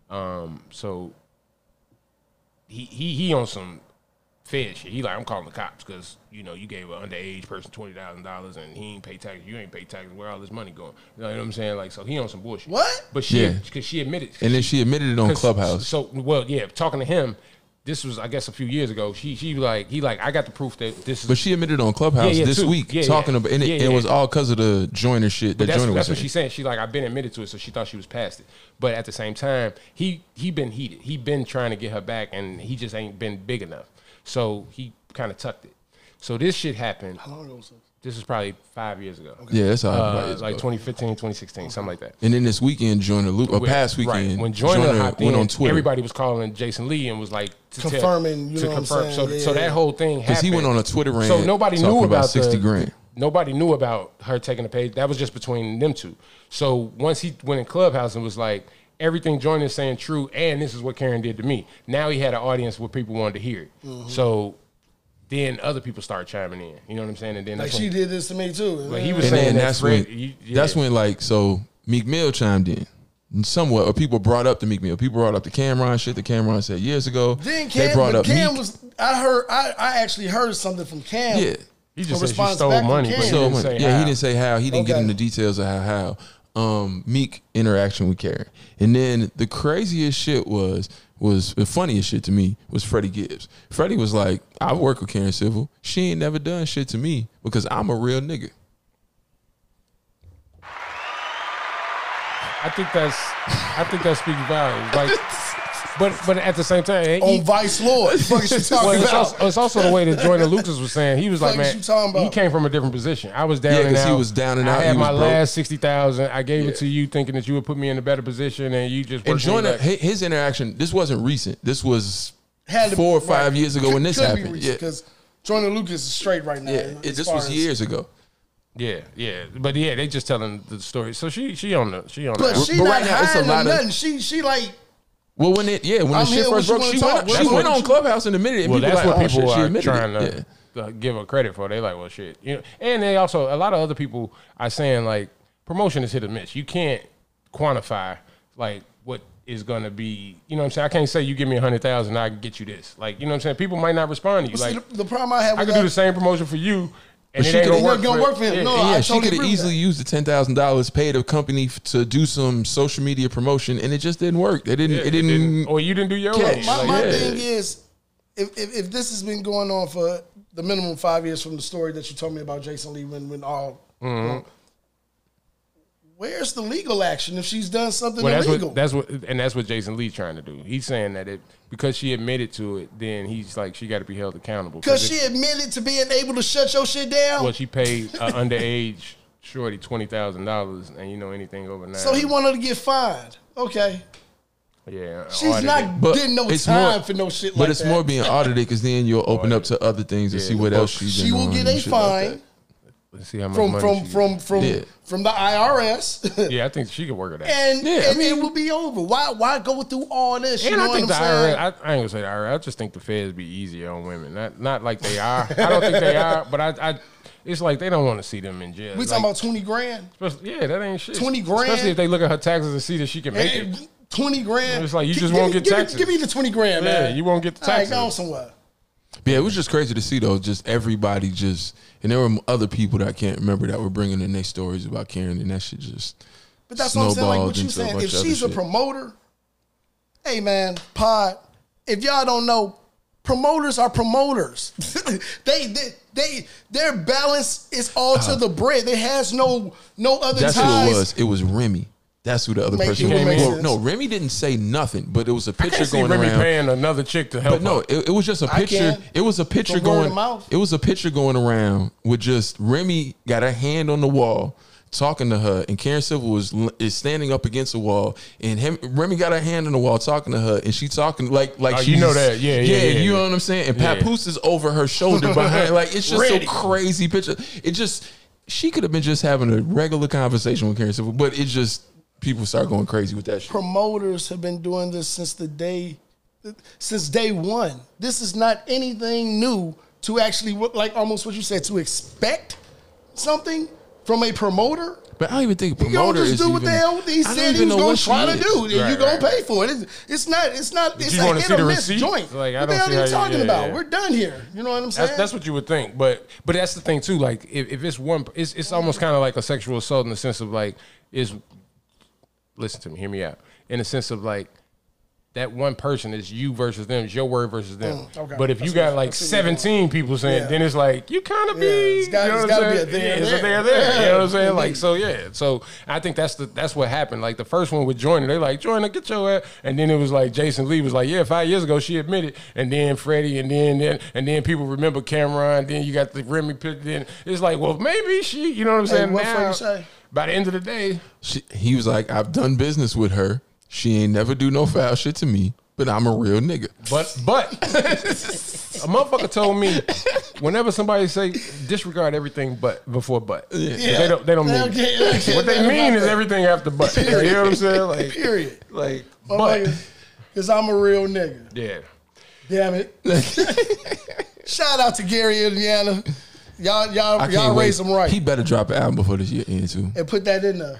Speaker 4: um, so he he he on some fed shit. He like, I'm calling the cops because you know you gave an underage person twenty thousand dollars and he ain't pay taxes. You ain't pay taxes. Where all this money going? You know what I'm saying? Like, so he on some bullshit. What? But she,
Speaker 2: Yeah.
Speaker 4: because she admitted,
Speaker 2: And then she admitted it on
Speaker 4: 'cause-
Speaker 2: Clubhouse.
Speaker 4: So well, yeah, talking to him. This was, I guess, a few years ago. She, she like, he like, I got the proof that this is.
Speaker 2: But she admitted on Clubhouse
Speaker 4: Yeah, yeah,
Speaker 2: this
Speaker 4: too.
Speaker 2: week
Speaker 4: Yeah, yeah.
Speaker 2: talking about, and it,
Speaker 4: Yeah,
Speaker 2: it
Speaker 4: yeah.
Speaker 2: was all because of the joiner shit that
Speaker 4: But that's,
Speaker 2: Joiner was
Speaker 4: that's what
Speaker 2: saying.
Speaker 4: she's saying. She like, I've been admitted to it, so she thought she was past it. But at the same time, he he been heated. He been trying to get her back, and he just ain't been big enough. So he kind of tucked it. So this shit happened. How
Speaker 3: long ago was this?
Speaker 4: This was probably five years ago.
Speaker 2: Yeah, that's how-
Speaker 4: uh,
Speaker 2: five years
Speaker 4: like
Speaker 2: ago.
Speaker 4: 2015, 2016, something like that.
Speaker 2: And then this weekend, Joiner Luke, or
Speaker 4: When-
Speaker 2: past
Speaker 4: right.
Speaker 2: weekend,
Speaker 4: when Joyner,
Speaker 2: Joyner
Speaker 4: hopped
Speaker 2: went
Speaker 4: in,
Speaker 2: on Twitter.
Speaker 4: everybody was calling Jason Lee and was like to tell-
Speaker 3: Confirming, you
Speaker 4: to
Speaker 3: know what I'm
Speaker 4: confirm.
Speaker 3: saying,
Speaker 4: So, so
Speaker 3: yeah.
Speaker 4: that whole thing
Speaker 2: 'Cause
Speaker 4: happened.
Speaker 2: he went on a Twitter rant
Speaker 4: So nobody
Speaker 2: talking
Speaker 4: knew
Speaker 2: about
Speaker 4: about
Speaker 2: 60
Speaker 4: the-
Speaker 2: grand.
Speaker 4: Nobody knew about her taking the page. That was just between them two. So once he went in clubhouse and was like, everything Joyner's saying true, and this is what Karen did to me. Now he had an audience where people wanted to hear. it.
Speaker 3: Mhm.
Speaker 4: So then other people started chiming in. You know what I'm saying? And then
Speaker 3: Like
Speaker 4: that's
Speaker 3: she
Speaker 4: when-
Speaker 3: did this to me too.
Speaker 4: But he was
Speaker 2: and
Speaker 4: saying
Speaker 2: then
Speaker 4: that
Speaker 2: that's
Speaker 4: Fred-
Speaker 2: when
Speaker 4: you-
Speaker 2: that's when like so Meek Mill chimed in. And Somewhat, or people brought up the Meek Mill. People brought up the Cameron shit. The Cameron said years ago.
Speaker 3: Then Cam,
Speaker 2: they brought
Speaker 3: but
Speaker 2: up
Speaker 3: Cam
Speaker 2: Meek.
Speaker 3: was. I heard. I, I actually heard something from Cam.
Speaker 2: Yeah.
Speaker 4: He
Speaker 3: A response back from Cam.
Speaker 2: So, yeah, he didn't say how. He didn't get
Speaker 3: Okay.
Speaker 2: into details of how. how. Um, Meek interaction with Karen, and then the craziest shit was was the funniest shit to me was Freddie Gibbs. Freddie was like, "I work with Karen Civil. She ain't never done shit to me because I'm a real nigga."
Speaker 4: I think that's I think that speaks volumes. Like, but but at the same time,
Speaker 3: On Vice Lord. The fuck Oh, is you talking
Speaker 4: it's,
Speaker 3: about?
Speaker 4: Also, it's also the way that Jordan Lucas was saying. He was
Speaker 3: Fuck
Speaker 4: like,
Speaker 3: is
Speaker 4: man,
Speaker 3: you talking about?
Speaker 4: he came from a different position. I was down
Speaker 2: Yeah,
Speaker 4: and
Speaker 2: 'cause
Speaker 4: out.
Speaker 2: he was down and
Speaker 4: I
Speaker 2: out.
Speaker 4: had
Speaker 2: He was
Speaker 4: my
Speaker 2: broke.
Speaker 4: last sixty thousand. I gave
Speaker 2: Yeah.
Speaker 4: it to you, thinking that you would put me in a better position, and you just
Speaker 2: And
Speaker 4: worked me
Speaker 2: Joyner,
Speaker 4: back.
Speaker 2: hi- his interaction, this wasn't recent. This was
Speaker 3: Had to-
Speaker 2: four or five
Speaker 3: right.
Speaker 2: years ago when this
Speaker 3: Could be
Speaker 2: happened.
Speaker 3: reached,
Speaker 2: Yeah,
Speaker 3: 'cause uh, Joyner Lucas is straight right now.
Speaker 2: yeah. It, this was years ago.
Speaker 4: Yeah, yeah, but yeah, they just telling the story. So she she on the she on.
Speaker 3: But
Speaker 4: the
Speaker 3: she
Speaker 2: But
Speaker 3: not
Speaker 2: right now, it's a
Speaker 3: hiding
Speaker 2: lot of-
Speaker 3: nothing. She she like
Speaker 2: Well, when it yeah, when
Speaker 3: I'm
Speaker 2: the shit
Speaker 3: here when
Speaker 2: first
Speaker 3: you
Speaker 2: broke,
Speaker 3: wanna
Speaker 2: she
Speaker 3: talk.
Speaker 2: went, she
Speaker 3: That's
Speaker 2: went
Speaker 3: what-
Speaker 2: on Clubhouse in a minute. And
Speaker 4: well,
Speaker 2: people
Speaker 4: that's
Speaker 2: like,
Speaker 4: what
Speaker 2: oh,
Speaker 4: people
Speaker 2: shit, she
Speaker 4: are
Speaker 2: admitted it.
Speaker 4: trying
Speaker 2: Yeah.
Speaker 4: to uh, give her credit for. They like, well, shit, you know. And they also a lot of other people are saying like promotion is hit or miss. You can't quantify like what is going to be. You know what I'm saying? I can't say you give me a hundred thousand, I can get you this. Like you know what I'm saying? People might not respond to you.
Speaker 3: But see,
Speaker 4: Like
Speaker 3: the, the problem I have.
Speaker 4: I
Speaker 3: with
Speaker 4: could do
Speaker 3: that-
Speaker 4: the same promotion for you, and
Speaker 2: But
Speaker 4: it
Speaker 2: she
Speaker 4: ain't
Speaker 2: coulda-
Speaker 4: gonna work,
Speaker 3: It gonna work for him.
Speaker 4: Yeah.
Speaker 3: No,
Speaker 2: yeah,
Speaker 3: Oh, I
Speaker 2: she
Speaker 3: totally
Speaker 2: could have
Speaker 3: agree with
Speaker 2: easily used the ten thousand dollars paid a company f- to do some social media promotion, and it just didn't work. They didn't.
Speaker 4: Yeah,
Speaker 2: it
Speaker 4: it
Speaker 2: didn't.
Speaker 4: didn't- or you didn't do your
Speaker 2: catch.
Speaker 3: My, my
Speaker 2: Yeah.
Speaker 3: thing is, if, if if this has been going on for the minimum five years from the story that you told me about Jason Lee, when when all
Speaker 4: Mhm.
Speaker 3: where's the legal action if she's done something
Speaker 4: Well, that's
Speaker 3: illegal?
Speaker 4: what that's what and that's what Jason Lee trying to do. He's saying that it because she admitted to it, then he's like she got to be held accountable
Speaker 3: Because
Speaker 4: if-
Speaker 3: she admitted to being able to shut your shit down.
Speaker 4: Well, she paid an underage shorty twenty thousand dollars, and you know anything over nine.
Speaker 3: so he wanted to get fined. Okay.
Speaker 4: yeah,
Speaker 3: She's
Speaker 4: audited.
Speaker 3: not
Speaker 2: But
Speaker 3: getting no
Speaker 2: it's
Speaker 3: time
Speaker 2: more-
Speaker 3: for no shit
Speaker 2: But
Speaker 3: like
Speaker 2: it's
Speaker 3: that.
Speaker 2: more being audited because then you'll open up to other things and see what else she's.
Speaker 3: She
Speaker 2: been
Speaker 3: will
Speaker 2: on
Speaker 3: get
Speaker 2: and
Speaker 3: a
Speaker 2: shit like
Speaker 3: fine
Speaker 2: that.
Speaker 4: Let's see how much
Speaker 3: from
Speaker 4: money
Speaker 3: from
Speaker 4: she-
Speaker 3: from from
Speaker 4: Yeah.
Speaker 3: from the IRS.
Speaker 4: yeah, I think she could work it out.
Speaker 3: And, and it will be over. Why why go through all this? You
Speaker 4: And
Speaker 3: know
Speaker 4: I think
Speaker 3: what
Speaker 4: the
Speaker 3: I'm saying?
Speaker 4: IRS, I, I ain't gonna say the IRS. I just think the feds be easier on women. Not not like they are. I don't think they are, but I, I it's like they don't want to see them in jail.
Speaker 3: we
Speaker 4: Like,
Speaker 3: talking about twenty grand.
Speaker 4: yeah, that ain't shit.
Speaker 3: Twenty grand.
Speaker 4: especially if they look at her taxes and see that she can make
Speaker 3: And
Speaker 4: it.
Speaker 3: 20 grand.
Speaker 4: It's like you
Speaker 3: Gi-
Speaker 4: just
Speaker 3: give
Speaker 4: won't
Speaker 3: me-
Speaker 4: get
Speaker 3: give me-
Speaker 4: taxes.
Speaker 3: Give me the 20 grand,
Speaker 4: Yeah,
Speaker 3: man.
Speaker 4: you won't get the
Speaker 3: All right,
Speaker 4: taxes.
Speaker 3: go on somewhere.
Speaker 2: Yeah, it was just crazy to see though. Just everybody just, and there were other people that I can't remember that were bringing in their stories about Karen, and that shit just.
Speaker 3: But that's what I'm saying. Like
Speaker 2: snowballed
Speaker 3: what you
Speaker 2: into a
Speaker 3: saying.
Speaker 2: bunch
Speaker 3: If
Speaker 2: of other
Speaker 3: she's a
Speaker 2: shit.
Speaker 3: promoter, hey man, pod. If y'all don't know, promoters are promoters. they, they they their balance is all
Speaker 4: Uh-huh.
Speaker 3: to the bread. There has no no other
Speaker 2: That's
Speaker 3: ties.
Speaker 2: who it was. It was Remy. That's who the other
Speaker 3: Make-
Speaker 2: person
Speaker 3: it would
Speaker 2: was.
Speaker 3: make
Speaker 2: Well,
Speaker 3: sense.
Speaker 2: no, Remy didn't say nothing, but it was a
Speaker 4: I
Speaker 2: picture
Speaker 4: can't see
Speaker 2: going
Speaker 4: Remy
Speaker 2: around.
Speaker 4: paying another chick to help.
Speaker 2: But no,
Speaker 4: her.
Speaker 2: it, it was just a
Speaker 4: I
Speaker 2: picture.
Speaker 4: can.
Speaker 2: It was a picture
Speaker 4: From word
Speaker 2: going.
Speaker 4: of mouth.
Speaker 2: It was a picture going around with just Remy got her hand on the wall talking to her, and Karen Civil was l- is standing up against the wall, and him Remy got her hand on the wall talking to her, and she talking like like
Speaker 4: Oh,
Speaker 2: she
Speaker 4: you know that. Yeah, yeah, yeah,
Speaker 2: you
Speaker 4: yeah.
Speaker 2: know what I'm saying. And
Speaker 4: Yeah.
Speaker 2: Papoose is over her shoulder behind. Like it's just
Speaker 4: Ready.
Speaker 2: so crazy picture. It just she could have been just having a regular conversation with Karen Civil, but it just people start going crazy with that shit.
Speaker 3: promoters have been doing this since the day since day one this is not anything new to actually what- like almost what you said to expect something from a promoter
Speaker 2: But I don't even think
Speaker 3: you don't
Speaker 2: promoter
Speaker 3: just
Speaker 2: is
Speaker 3: do
Speaker 2: even,
Speaker 3: what the hell he
Speaker 2: I don't
Speaker 3: said he
Speaker 2: even
Speaker 3: was
Speaker 2: know
Speaker 3: going
Speaker 2: what
Speaker 3: to
Speaker 2: she
Speaker 3: try to
Speaker 2: is.
Speaker 3: do and
Speaker 2: Right,
Speaker 3: you're going
Speaker 2: right.
Speaker 3: to pay for it it's, it's not it's not it's
Speaker 4: you
Speaker 3: a
Speaker 4: wanna
Speaker 3: hit
Speaker 4: see
Speaker 3: or
Speaker 4: the
Speaker 3: miss
Speaker 4: receipt?
Speaker 3: joint
Speaker 4: Like, I don't
Speaker 3: what the hell
Speaker 4: see
Speaker 3: are you
Speaker 4: how-
Speaker 3: talking
Speaker 4: yeah,
Speaker 3: about
Speaker 4: yeah.
Speaker 3: we're done here you know what i'm saying
Speaker 4: That's, that's what you would think, but but that's the thing too. Like if, if it's one, it's it's almost kind of like a sexual assault in the sense of like is. Listen to me, hear me out. In the sense of like that one person is you versus them, it's your word versus them.
Speaker 3: Mm, okay.
Speaker 4: But if you
Speaker 3: That's
Speaker 4: got
Speaker 3: what-
Speaker 4: like
Speaker 3: that's what you're doing.
Speaker 4: seventeen people saying,
Speaker 3: Yeah.
Speaker 4: then it's like you kind of be.
Speaker 3: it's got-
Speaker 4: you know
Speaker 3: it's
Speaker 4: what
Speaker 3: gotta
Speaker 4: I'm
Speaker 3: be
Speaker 4: saying?
Speaker 3: a there
Speaker 4: Yeah, it's a
Speaker 3: there.
Speaker 4: there there. You know what I'm
Speaker 3: Yeah,
Speaker 4: saying? Like
Speaker 3: indeed.
Speaker 4: so, yeah. So I think that's the that's what happened. Like the first one with Joyner, they like Joyner, get your ass. And then it was like Jason Lee was like, yeah, five years ago she admitted, and then Freddie, and then then and then people remember Cameron. And then you got the Remy picture. Then it's like, well, maybe she. You know what I'm
Speaker 3: Hey,
Speaker 4: saying?
Speaker 3: what
Speaker 4: now,
Speaker 3: Freddie say?
Speaker 4: by the end of the day,
Speaker 2: she, he was like, I've done business with her. She ain't never do no foul shit to me, but I'm a real nigga.
Speaker 4: But but a motherfucker told me whenever somebody say disregard everything but before but 'Cause they don't they don't mean
Speaker 3: Okay,
Speaker 4: it.
Speaker 3: okay,
Speaker 4: what they
Speaker 3: nothing
Speaker 4: mean
Speaker 3: about
Speaker 4: is
Speaker 3: that.
Speaker 4: everything after but you know what I'm saying like
Speaker 3: period
Speaker 4: like
Speaker 3: but
Speaker 4: but
Speaker 3: because i'm a real nigga
Speaker 4: yeah
Speaker 3: Damn it. Shout out to Gary, Indiana. Y'all, y'all, y'all raise him right
Speaker 2: He better drop an album before this year ends too.
Speaker 3: and put that in there.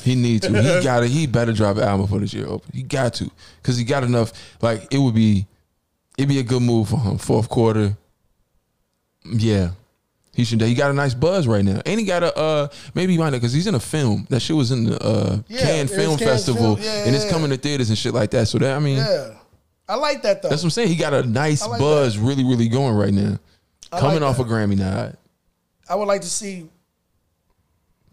Speaker 2: He needs to. He got to He better drop an album before this year open. He got to because he got enough. Like it would be, it'd be a good move for him. Fourth quarter. Yeah, he should. He got a nice buzz right now, and he got a uh maybe mind because he's in a film. That shit was in the uh,
Speaker 3: Yeah,
Speaker 2: Cannes
Speaker 3: it was
Speaker 2: Film
Speaker 3: Cannes
Speaker 2: Festival,
Speaker 3: Film. Yeah,
Speaker 2: and it's
Speaker 3: yeah.
Speaker 2: coming to theaters and shit like that. So that I mean,
Speaker 3: Yeah. I like that though.
Speaker 2: That's what I'm saying. He got a nice
Speaker 3: I like
Speaker 2: buzz, really, really going right now.
Speaker 3: I
Speaker 2: Coming
Speaker 3: like
Speaker 2: off a Grammy nod.
Speaker 3: I would like to see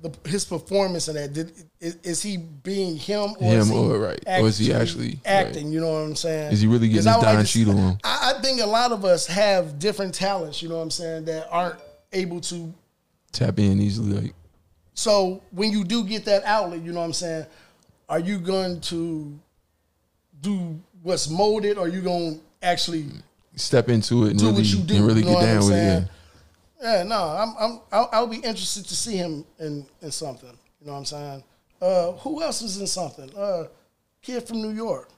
Speaker 3: the, his performance in that. Did, is, is he being him or is
Speaker 2: Him
Speaker 3: he
Speaker 2: or, right. Or is he actually-
Speaker 3: acting? You know what I'm saying?
Speaker 2: Is he really getting
Speaker 3: 'Cause
Speaker 2: his
Speaker 3: I would like
Speaker 2: Don
Speaker 3: to see-
Speaker 2: Cheadle on?
Speaker 3: I, I think a lot of us have different talents. You know what I'm saying? That aren't able to
Speaker 2: Tap in easily. Like,
Speaker 3: So when you do get that outlet, you know what I'm saying? Are you going to do what's molded or are you going to actually
Speaker 2: step into it and
Speaker 3: do
Speaker 2: really,
Speaker 3: what you do?
Speaker 2: and really
Speaker 3: you know
Speaker 2: get
Speaker 3: what I'm
Speaker 2: down with
Speaker 3: saying?
Speaker 2: it.
Speaker 3: Yeah, no, I'm, I'm, I'll, I'll be interested to see him in, in something. You know what I'm saying? Uh, who else is in something? Uh, kid from New York.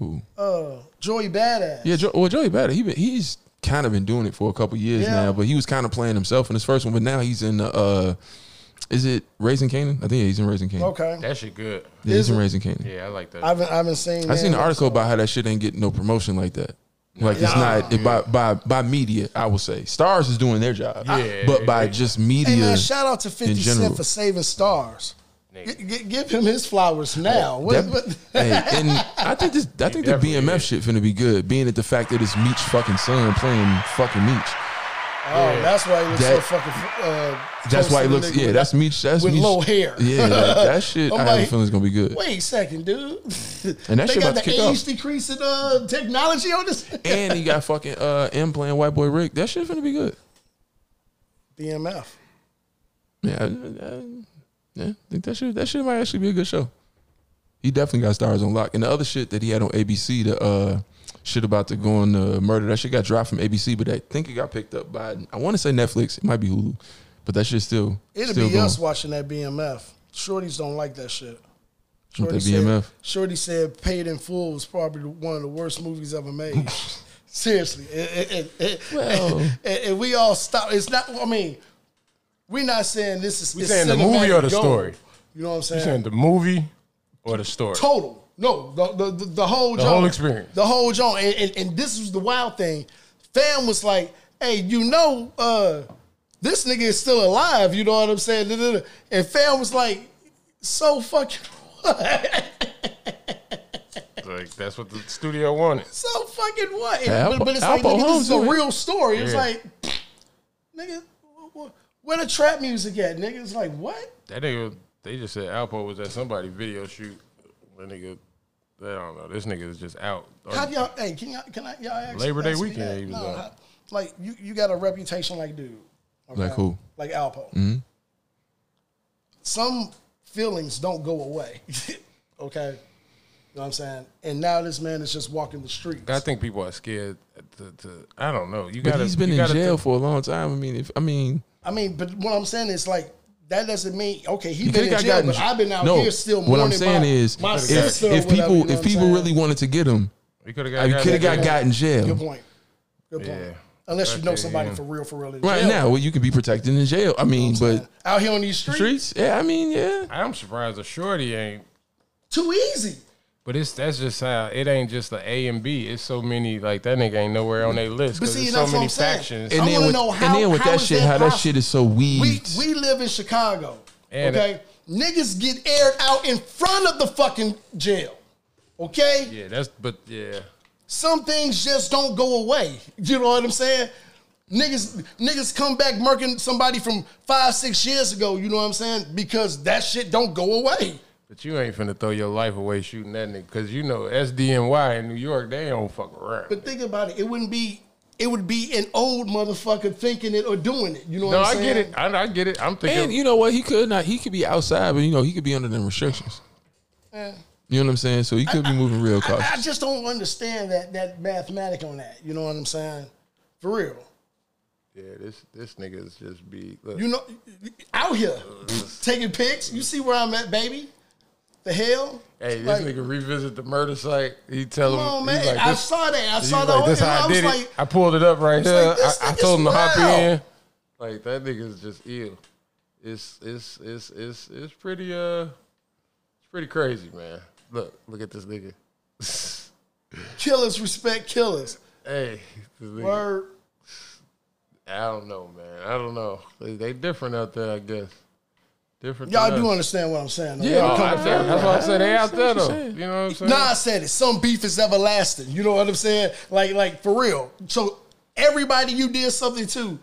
Speaker 2: Who?
Speaker 3: Uh, Joey Badass.
Speaker 2: Yeah, jo- well, Joey Bada, he been, he's kind of been doing it for a couple years
Speaker 3: Yeah.
Speaker 2: now, but he was kind of playing himself in his first one. But now he's in the, uh, is it Raising Canaan? I think yeah, he's in Raising Canaan.
Speaker 3: Okay.
Speaker 4: that shit good
Speaker 2: Yeah, he's in Raising Canaan.
Speaker 4: yeah I like that
Speaker 3: I haven't, I haven't seen
Speaker 2: I seen
Speaker 3: that.
Speaker 2: an article about how that shit ain't getting no promotion like that. Like it's
Speaker 3: Nah.
Speaker 2: not it, by by by media. I would say stars is doing their job,
Speaker 4: Yeah.
Speaker 2: but by just media.
Speaker 3: Hey, man, shout out to 50
Speaker 2: uh, in general.
Speaker 3: Cent for saving stars. G- g- give him his flowers now. What,
Speaker 2: Oh, That-
Speaker 3: what-
Speaker 2: hey, and I think this, I think the BMF shit finna be good, being at the fact that it's Meech's fucking son playing fucking Meech.
Speaker 3: Oh, that's why he looks so
Speaker 2: That-
Speaker 3: fucking. Uh,
Speaker 2: That's
Speaker 3: close
Speaker 2: why
Speaker 3: to
Speaker 2: it
Speaker 3: the
Speaker 2: looks.
Speaker 3: nigga
Speaker 2: Yeah,
Speaker 3: with
Speaker 2: that's
Speaker 3: that-
Speaker 2: Meech. That's
Speaker 3: with
Speaker 2: Meech.
Speaker 3: low hair.
Speaker 2: Yeah, that, that shit.
Speaker 3: I'm
Speaker 2: I have a
Speaker 3: like,
Speaker 2: feeling it's gonna be good.
Speaker 3: Wait a second, dude.
Speaker 2: And that
Speaker 3: they
Speaker 2: shit
Speaker 3: got
Speaker 2: about to
Speaker 3: the
Speaker 2: kick
Speaker 3: age
Speaker 2: off.
Speaker 3: decreasing uh, technology on this.
Speaker 2: And he got fucking uh, M playing White Boy Rick. That shit finna be good.
Speaker 3: BMF.
Speaker 2: Yeah, I, I- yeah. I think that shit that shit might actually be a good show. He definitely got stars on lock. And the other shit that he had on ABC, the uh, shit about the going to murder, that shit got dropped from ABC, but I think it got picked up by I want to say Netflix. It might be Hulu, but that shit still
Speaker 3: It'll
Speaker 2: still
Speaker 3: be
Speaker 2: going.
Speaker 3: us watching that BMF. Shorties don't like that shit.
Speaker 2: With that
Speaker 3: said,
Speaker 2: BMF.
Speaker 3: Shorty said "Paid in Full" was probably the- one of the worst movies ever made. Seriously, It- it- it- it-
Speaker 2: Well-
Speaker 3: and, and we all stop. It's not. I mean, we're not saying this is.
Speaker 4: We
Speaker 3: it's
Speaker 4: saying the movie
Speaker 3: cinematic
Speaker 4: or the
Speaker 3: gold.
Speaker 4: story?
Speaker 3: You know what I'm
Speaker 4: you
Speaker 3: saying?
Speaker 4: saying the movie or the story
Speaker 3: Total. No, the the, the, the whole
Speaker 4: The
Speaker 3: joint.
Speaker 4: whole experience.
Speaker 3: The whole joint. And, and, and this was the wild thing. fam was like, hey, you know, uh, this nigga is still alive. You know what I'm saying? Da, da, da. And fam was like, so fucking what?
Speaker 4: Like that's what the studio wanted.
Speaker 3: so fucking what? And-
Speaker 4: Yeah,
Speaker 3: but, but it's
Speaker 4: Alpo-
Speaker 3: like, nigga,
Speaker 4: Alpo
Speaker 3: this is a
Speaker 4: Holmes,
Speaker 3: real story. It's
Speaker 4: yeah.
Speaker 3: like, nigga, wh- wh- where the trap music at, nigga? It's like, what?
Speaker 4: That nigga, they just said Alpo was at somebody video shoot. That nigga, I don't know. This nigga is just out.
Speaker 3: How y'all? Hey, can y'all? Can I? Y'all ask,
Speaker 4: Labor Day
Speaker 3: ask me
Speaker 4: weekend
Speaker 3: that?
Speaker 4: he was
Speaker 3: No,
Speaker 4: out.
Speaker 3: how- like you, you got a reputation like dude.
Speaker 2: Like who?
Speaker 3: Like Alpo.
Speaker 2: Mhm.
Speaker 3: Some feelings don't go away. okay, you know what I'm saying. And now this man is just walking the street.
Speaker 4: I think people are scared to. to I don't know. You
Speaker 2: but
Speaker 4: got.
Speaker 2: he's been
Speaker 4: you
Speaker 2: in
Speaker 4: gotta
Speaker 2: jail
Speaker 4: thi-
Speaker 2: for a long time. I mean, if I mean,
Speaker 3: I mean, but what I'm saying is like that doesn't mean okay he
Speaker 2: you
Speaker 3: been
Speaker 2: think
Speaker 3: in
Speaker 2: I
Speaker 3: jail,
Speaker 2: got
Speaker 3: but I've been out
Speaker 2: no,
Speaker 3: here still.
Speaker 2: What I'm
Speaker 3: mourning
Speaker 2: saying
Speaker 3: my-
Speaker 2: is,
Speaker 3: my
Speaker 2: if,
Speaker 3: sister or
Speaker 2: if
Speaker 3: whatever, you
Speaker 2: people if
Speaker 3: know what I'm
Speaker 2: people
Speaker 3: saying?
Speaker 2: really wanted to get him,
Speaker 4: He coulda got
Speaker 2: I
Speaker 4: Oh, got
Speaker 2: could have
Speaker 4: in
Speaker 2: got
Speaker 4: jail.
Speaker 2: got in jail.
Speaker 3: Good point. Good point.
Speaker 4: Yeah.
Speaker 3: Unless you know
Speaker 4: Okay,
Speaker 3: somebody
Speaker 4: yeah.
Speaker 3: for real, for real. in
Speaker 2: Right
Speaker 3: jail.
Speaker 2: now, well, you could be protected in jail. I mean, but
Speaker 3: out here on these streets,
Speaker 2: streets, yeah, I mean, yeah.
Speaker 4: I'm surprised the shorty ain't.
Speaker 3: Too easy.
Speaker 4: But it's that's just how it ain't just the A and B. It's so many like that nigga ain't nowhere on their list
Speaker 3: But
Speaker 4: because
Speaker 3: see,
Speaker 4: there's
Speaker 3: and
Speaker 4: so
Speaker 3: that's what
Speaker 4: many
Speaker 3: I'm saying.
Speaker 4: factions.
Speaker 2: And then
Speaker 3: wanna
Speaker 2: with,
Speaker 3: know
Speaker 2: and
Speaker 3: how-
Speaker 2: then with
Speaker 3: how
Speaker 2: that
Speaker 3: is
Speaker 2: shit,
Speaker 3: that
Speaker 2: how that
Speaker 3: possible?
Speaker 2: shit is so
Speaker 3: We
Speaker 2: weaved.
Speaker 3: we live in Chicago.
Speaker 4: And-
Speaker 3: okay. Niggas get aired out in front of the fucking jail. Okay?
Speaker 4: yeah, that's but yeah.
Speaker 3: Some things just don't go away. You know what I'm saying? Niggas niggas come back murking somebody from five, six years ago, you know what I'm saying? Because that shit don't go away.
Speaker 4: But you ain't finna throw your life away shooting that nigga because you know SDNY in New York they don't fuck around.
Speaker 3: But think about it, it wouldn't be it would be an old motherfucker thinking it or doing it. You know
Speaker 4: no,
Speaker 3: what
Speaker 4: I
Speaker 3: I'm saying?
Speaker 4: get it. I, I get it. I'm thinking.
Speaker 2: And you know what? He could not. He could be outside, but you know, he could be under them restrictions.
Speaker 3: Yeah.
Speaker 2: You know what I'm saying? So he could be moving real cautious.
Speaker 3: I just don't understand that that mathematic on that. You know what I'm saying? For real.
Speaker 4: yeah, this this nigga's just be. Look,
Speaker 3: You know, out here taking pics. You see where I'm at, baby? The hell?
Speaker 4: Hey, this
Speaker 3: Like-
Speaker 4: nigga revisit the murder site. He tell
Speaker 3: Come
Speaker 4: him,
Speaker 3: on,
Speaker 4: he
Speaker 3: man.
Speaker 4: like,
Speaker 3: I
Speaker 4: this-
Speaker 3: saw that. I
Speaker 4: he
Speaker 3: saw the
Speaker 4: like, this
Speaker 3: whole-
Speaker 4: how I
Speaker 3: I was
Speaker 4: did it.
Speaker 3: like-
Speaker 4: I pulled it up right
Speaker 3: I was
Speaker 4: here.
Speaker 3: like, this
Speaker 4: I, I
Speaker 3: nigga's
Speaker 4: told him to hop
Speaker 3: wild.
Speaker 4: in. Like that nigga's just ill. It's it's it's it's it's pretty uh, it's pretty crazy, man. Look, look at this nigga.
Speaker 3: Killers respect killers.
Speaker 4: Hey, this nigga.
Speaker 3: Word.
Speaker 4: I don't know, man. I don't know. They, they different out there, I guess. Different. than
Speaker 3: Y'all do
Speaker 4: us.
Speaker 3: understand what I'm saying? though.
Speaker 4: Yeah,
Speaker 3: Y'all
Speaker 4: no,
Speaker 3: come
Speaker 4: I
Speaker 3: from-
Speaker 4: said- that's what I said. They out there though. You know what I'm saying?
Speaker 3: Nah, I said it. Some beef is everlasting. You know what I'm saying? Like, like for real. So everybody you did something to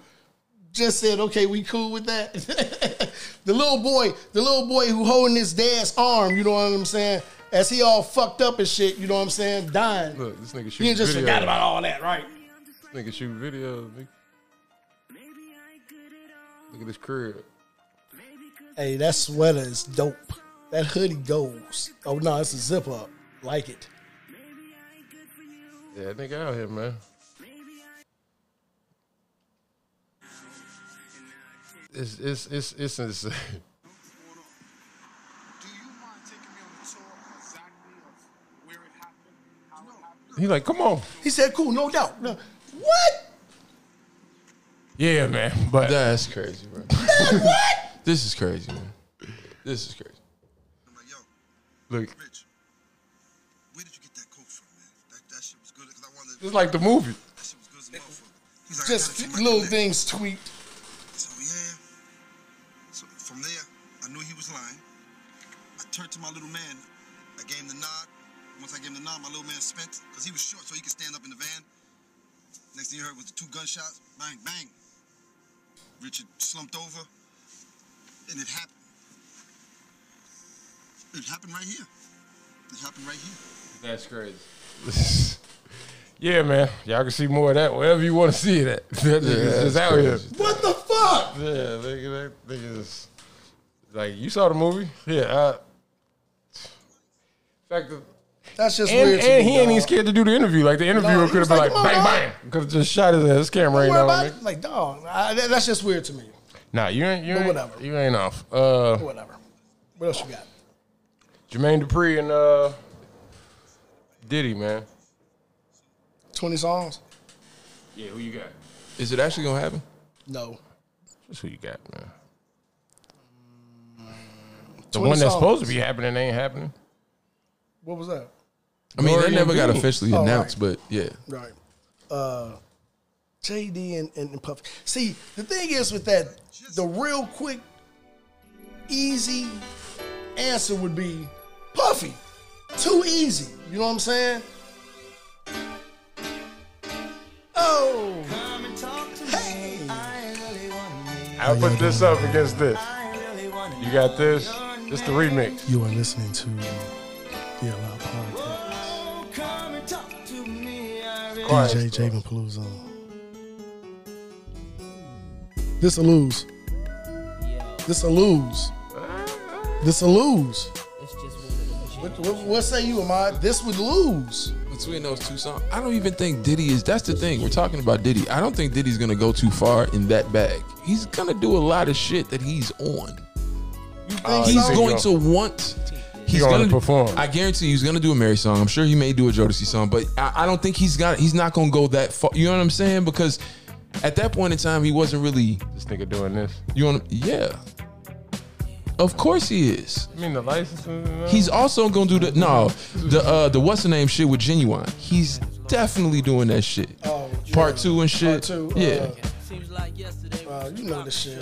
Speaker 3: just said, okay, we cool with that. the little boy, the little boy who holding his dad's arm, you know what I'm saying? As he all fucked up and shit, you know what I'm saying? Dying.
Speaker 4: Look, this nigga
Speaker 3: You
Speaker 4: shooting
Speaker 3: just
Speaker 4: video.
Speaker 3: forgot about all that, right?
Speaker 4: Nigga shoot videos. Nigga. Look at this crib.
Speaker 3: Hey, that sweater is dope. That hoodie goes. Oh no, it's a zip up. Like it.
Speaker 4: Yeah, that nigga out here, man. It's it's it's it's insane. He like, come on.
Speaker 3: He said, cool, no doubt. No. What?
Speaker 4: Yeah, man. But
Speaker 2: that's crazy, bro. This is crazy, man. This is crazy.
Speaker 4: Look.
Speaker 3: Mm.
Speaker 4: It's like the movie.
Speaker 3: Just little things tweaked.
Speaker 13: So yeah. So from there, I knew he was lying. I turned to my little man. I gave him the nod. Once I gave him the nod, my little man spent because he was short, so he could stand up in the van. Next thing you heard was the two gunshots. Bang, bang. Richard slumped over, and it happened. It happened right here. It happened right here.
Speaker 4: That's crazy. Yeah, man. Y'all can see more of that wherever you want to see it at. That nigga's
Speaker 2: Yeah,
Speaker 4: just
Speaker 2: that's
Speaker 4: out here.
Speaker 2: crazy.
Speaker 3: What the fuck?
Speaker 4: Yeah, nigga, that nigga's like you saw the movie. Yeah, I, fact that
Speaker 3: That's just
Speaker 4: and,
Speaker 3: weird. to
Speaker 4: and
Speaker 3: me,
Speaker 4: he ain't even
Speaker 3: dog.
Speaker 4: scared to do the interview. Like the interviewer
Speaker 3: No, he
Speaker 4: could have been
Speaker 3: was like,
Speaker 4: like,
Speaker 3: "Come on,
Speaker 4: bang
Speaker 3: dog."
Speaker 4: bang, could have just shot his ass. His camera
Speaker 3: Don't
Speaker 4: ain't
Speaker 3: worry
Speaker 4: on.
Speaker 3: about
Speaker 4: nigga.
Speaker 3: it. Like, dog, I, that- that's just weird to me.
Speaker 4: Nah, you ain't. You
Speaker 3: But
Speaker 4: ain't,
Speaker 3: whatever.
Speaker 4: You ain't off. Uh,
Speaker 3: Whatever. What else you got?
Speaker 4: Jermaine Dupree and uh, Diddy, man.
Speaker 3: 20 songs?
Speaker 4: Yeah, who you got?
Speaker 2: Is it actually gonna happen?
Speaker 3: No.
Speaker 4: That's who you got, man. The
Speaker 3: 20
Speaker 4: one that's supposed to
Speaker 3: songs.
Speaker 4: be happening ain't happening.
Speaker 3: What was that?
Speaker 2: I mean,
Speaker 4: Nori
Speaker 2: they
Speaker 4: and
Speaker 2: never got
Speaker 4: Diddy.
Speaker 2: officially
Speaker 3: Oh, right.
Speaker 2: announced, but yeah.
Speaker 3: Right. Uh, JD and, and, and Puffy. See, the thing is with that, the real quick, easy answer would be Puffy. Too easy. You know what I'm saying? Oh. Hey.
Speaker 4: I put this up against this. You got this. It's the remix.
Speaker 3: You are listening to the Allowed Podcast.
Speaker 4: Quiet.
Speaker 3: DJ Javen Palooza. This a lose. This a lose. This a lose. What, what, what say you, Ahmad? This would lose.
Speaker 2: Between those two songs. I don't even think Diddy is. That's the thing. We're talking about Diddy. I don't think Diddy's gonna go too far in that bag. He's gonna do a lot of shit that he's on.
Speaker 3: think
Speaker 2: he's
Speaker 3: so?
Speaker 2: going to want. He's
Speaker 4: gonna perform.
Speaker 2: I guarantee you, he's gonna do a Mary song. I'm sure he may do a Jodeci song, but I, I don't think he's got. He's not gonna go that far. You know what I'm saying? Because at that point in time, he wasn't really.
Speaker 4: This nigga doing this.
Speaker 2: You want? Yeah. Of course he is.
Speaker 4: I mean the license.
Speaker 2: He's also gonna do the no the uh the what's the name shit with genuine. He's definitely doing that shit. Part two and shit.
Speaker 3: Two,
Speaker 2: yeah.
Speaker 3: uh, uh, you know this shit.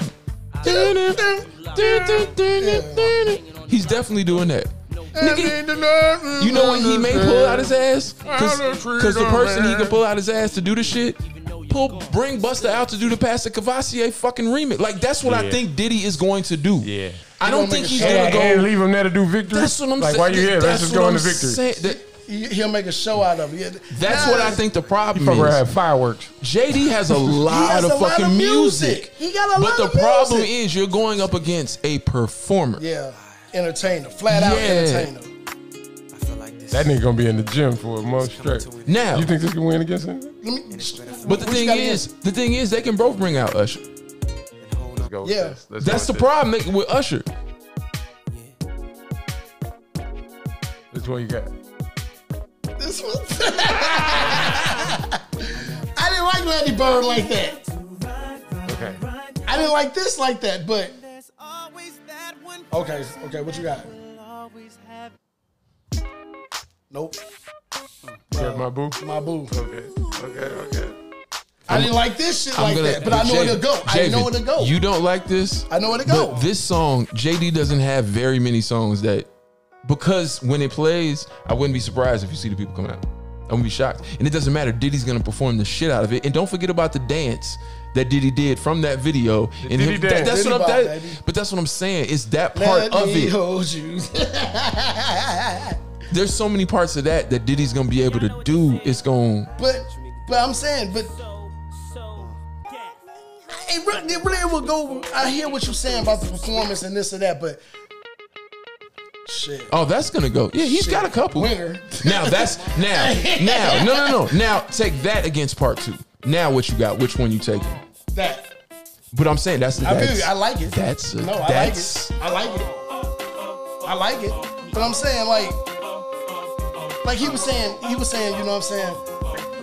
Speaker 2: He's definitely doing that.
Speaker 3: Nigga,
Speaker 2: You know when he may pull out his ass? Because the person he can pull out his ass to do the shit, pull bring Buster out to do the Pastor Cavassier fucking remix. Like that's what I
Speaker 4: Yeah.
Speaker 2: think Diddy is going to do.
Speaker 4: Yeah.
Speaker 2: I don't think he's gonna
Speaker 4: and,
Speaker 2: go
Speaker 4: and leave him there to do victory.
Speaker 2: That's what I'm
Speaker 4: like,
Speaker 2: saying.
Speaker 4: Why you here? Let's
Speaker 2: That's
Speaker 4: just
Speaker 2: what
Speaker 4: go into
Speaker 2: I'm
Speaker 4: victory.
Speaker 2: saying. That-
Speaker 3: He- He'll make a show out of it. Yeah.
Speaker 2: That's
Speaker 3: Nah,
Speaker 2: what I think the problem
Speaker 4: You fucker
Speaker 2: is.
Speaker 4: had fireworks.
Speaker 2: JD has a
Speaker 3: He
Speaker 2: lot
Speaker 3: has
Speaker 2: of
Speaker 3: a lot
Speaker 2: fucking
Speaker 3: of music.
Speaker 2: music.
Speaker 3: He got a
Speaker 2: but
Speaker 3: lot
Speaker 2: the
Speaker 3: of
Speaker 2: problem
Speaker 3: music.
Speaker 2: is you're going up against a performer.
Speaker 3: Yeah. Entertainer. Flat out
Speaker 2: Yeah.
Speaker 3: entertainer.
Speaker 4: That nigga gonna be in the gym for a month straight.
Speaker 2: Now-
Speaker 4: you think this can win against him?
Speaker 2: But the
Speaker 3: What you
Speaker 2: thing
Speaker 3: gotta
Speaker 2: is, the thing is, they can both bring out Usher.
Speaker 4: Let's go. with
Speaker 3: Yeah.
Speaker 4: this. Let's go
Speaker 2: That's the
Speaker 4: with
Speaker 2: problem they- with Usher.
Speaker 4: This. Which one you got?
Speaker 3: This was. I didn't like Lady Bird like that.
Speaker 4: Okay.
Speaker 3: I didn't like this like that, but. Okay, okay, what you got? Nope.
Speaker 4: Yeah, my boo.
Speaker 3: My boo.
Speaker 4: Okay. Okay. Okay.
Speaker 3: I didn't like this shit like that, but I know where to go. I know where to go.
Speaker 2: You don't like this.
Speaker 3: I know where to
Speaker 2: But
Speaker 3: go.
Speaker 2: this song, JD doesn't have very many songs that, because when it plays, I wouldn't be surprised if you see the people come out. I wouldn't be shocked. And it doesn't matter. Diddy's gonna perform the shit out of it. And don't forget about the dance that Diddy did from that video. and
Speaker 4: Diddy
Speaker 2: him-
Speaker 4: dance.
Speaker 2: that's
Speaker 3: Diddy
Speaker 2: what I'm.
Speaker 3: bop,
Speaker 2: that-
Speaker 3: baby.
Speaker 2: but that's what I'm saying. It's that part
Speaker 3: Let
Speaker 2: of
Speaker 3: me
Speaker 2: it.
Speaker 3: hold you.
Speaker 2: There's so many parts of that that Diddy's gonna be able to do. It's gonna.
Speaker 3: But but I'm saying, but it really, it really will go. I hear what you're saying about the performance and this and that, but shit.
Speaker 2: Oh, that's gonna go. Yeah, he's
Speaker 3: Shit.
Speaker 2: got a couple.
Speaker 3: Winner.
Speaker 2: Now that's now now no no no now take that against part two. Now what you got? Which one you taking?
Speaker 3: That
Speaker 2: But I'm saying that's the.
Speaker 3: I feel
Speaker 2: that's-
Speaker 3: you. I like it.
Speaker 2: That's a,
Speaker 3: no, I
Speaker 2: that's
Speaker 3: like it. I like it. I like it. But I'm saying like, like he was saying, he was saying, you know what I'm saying.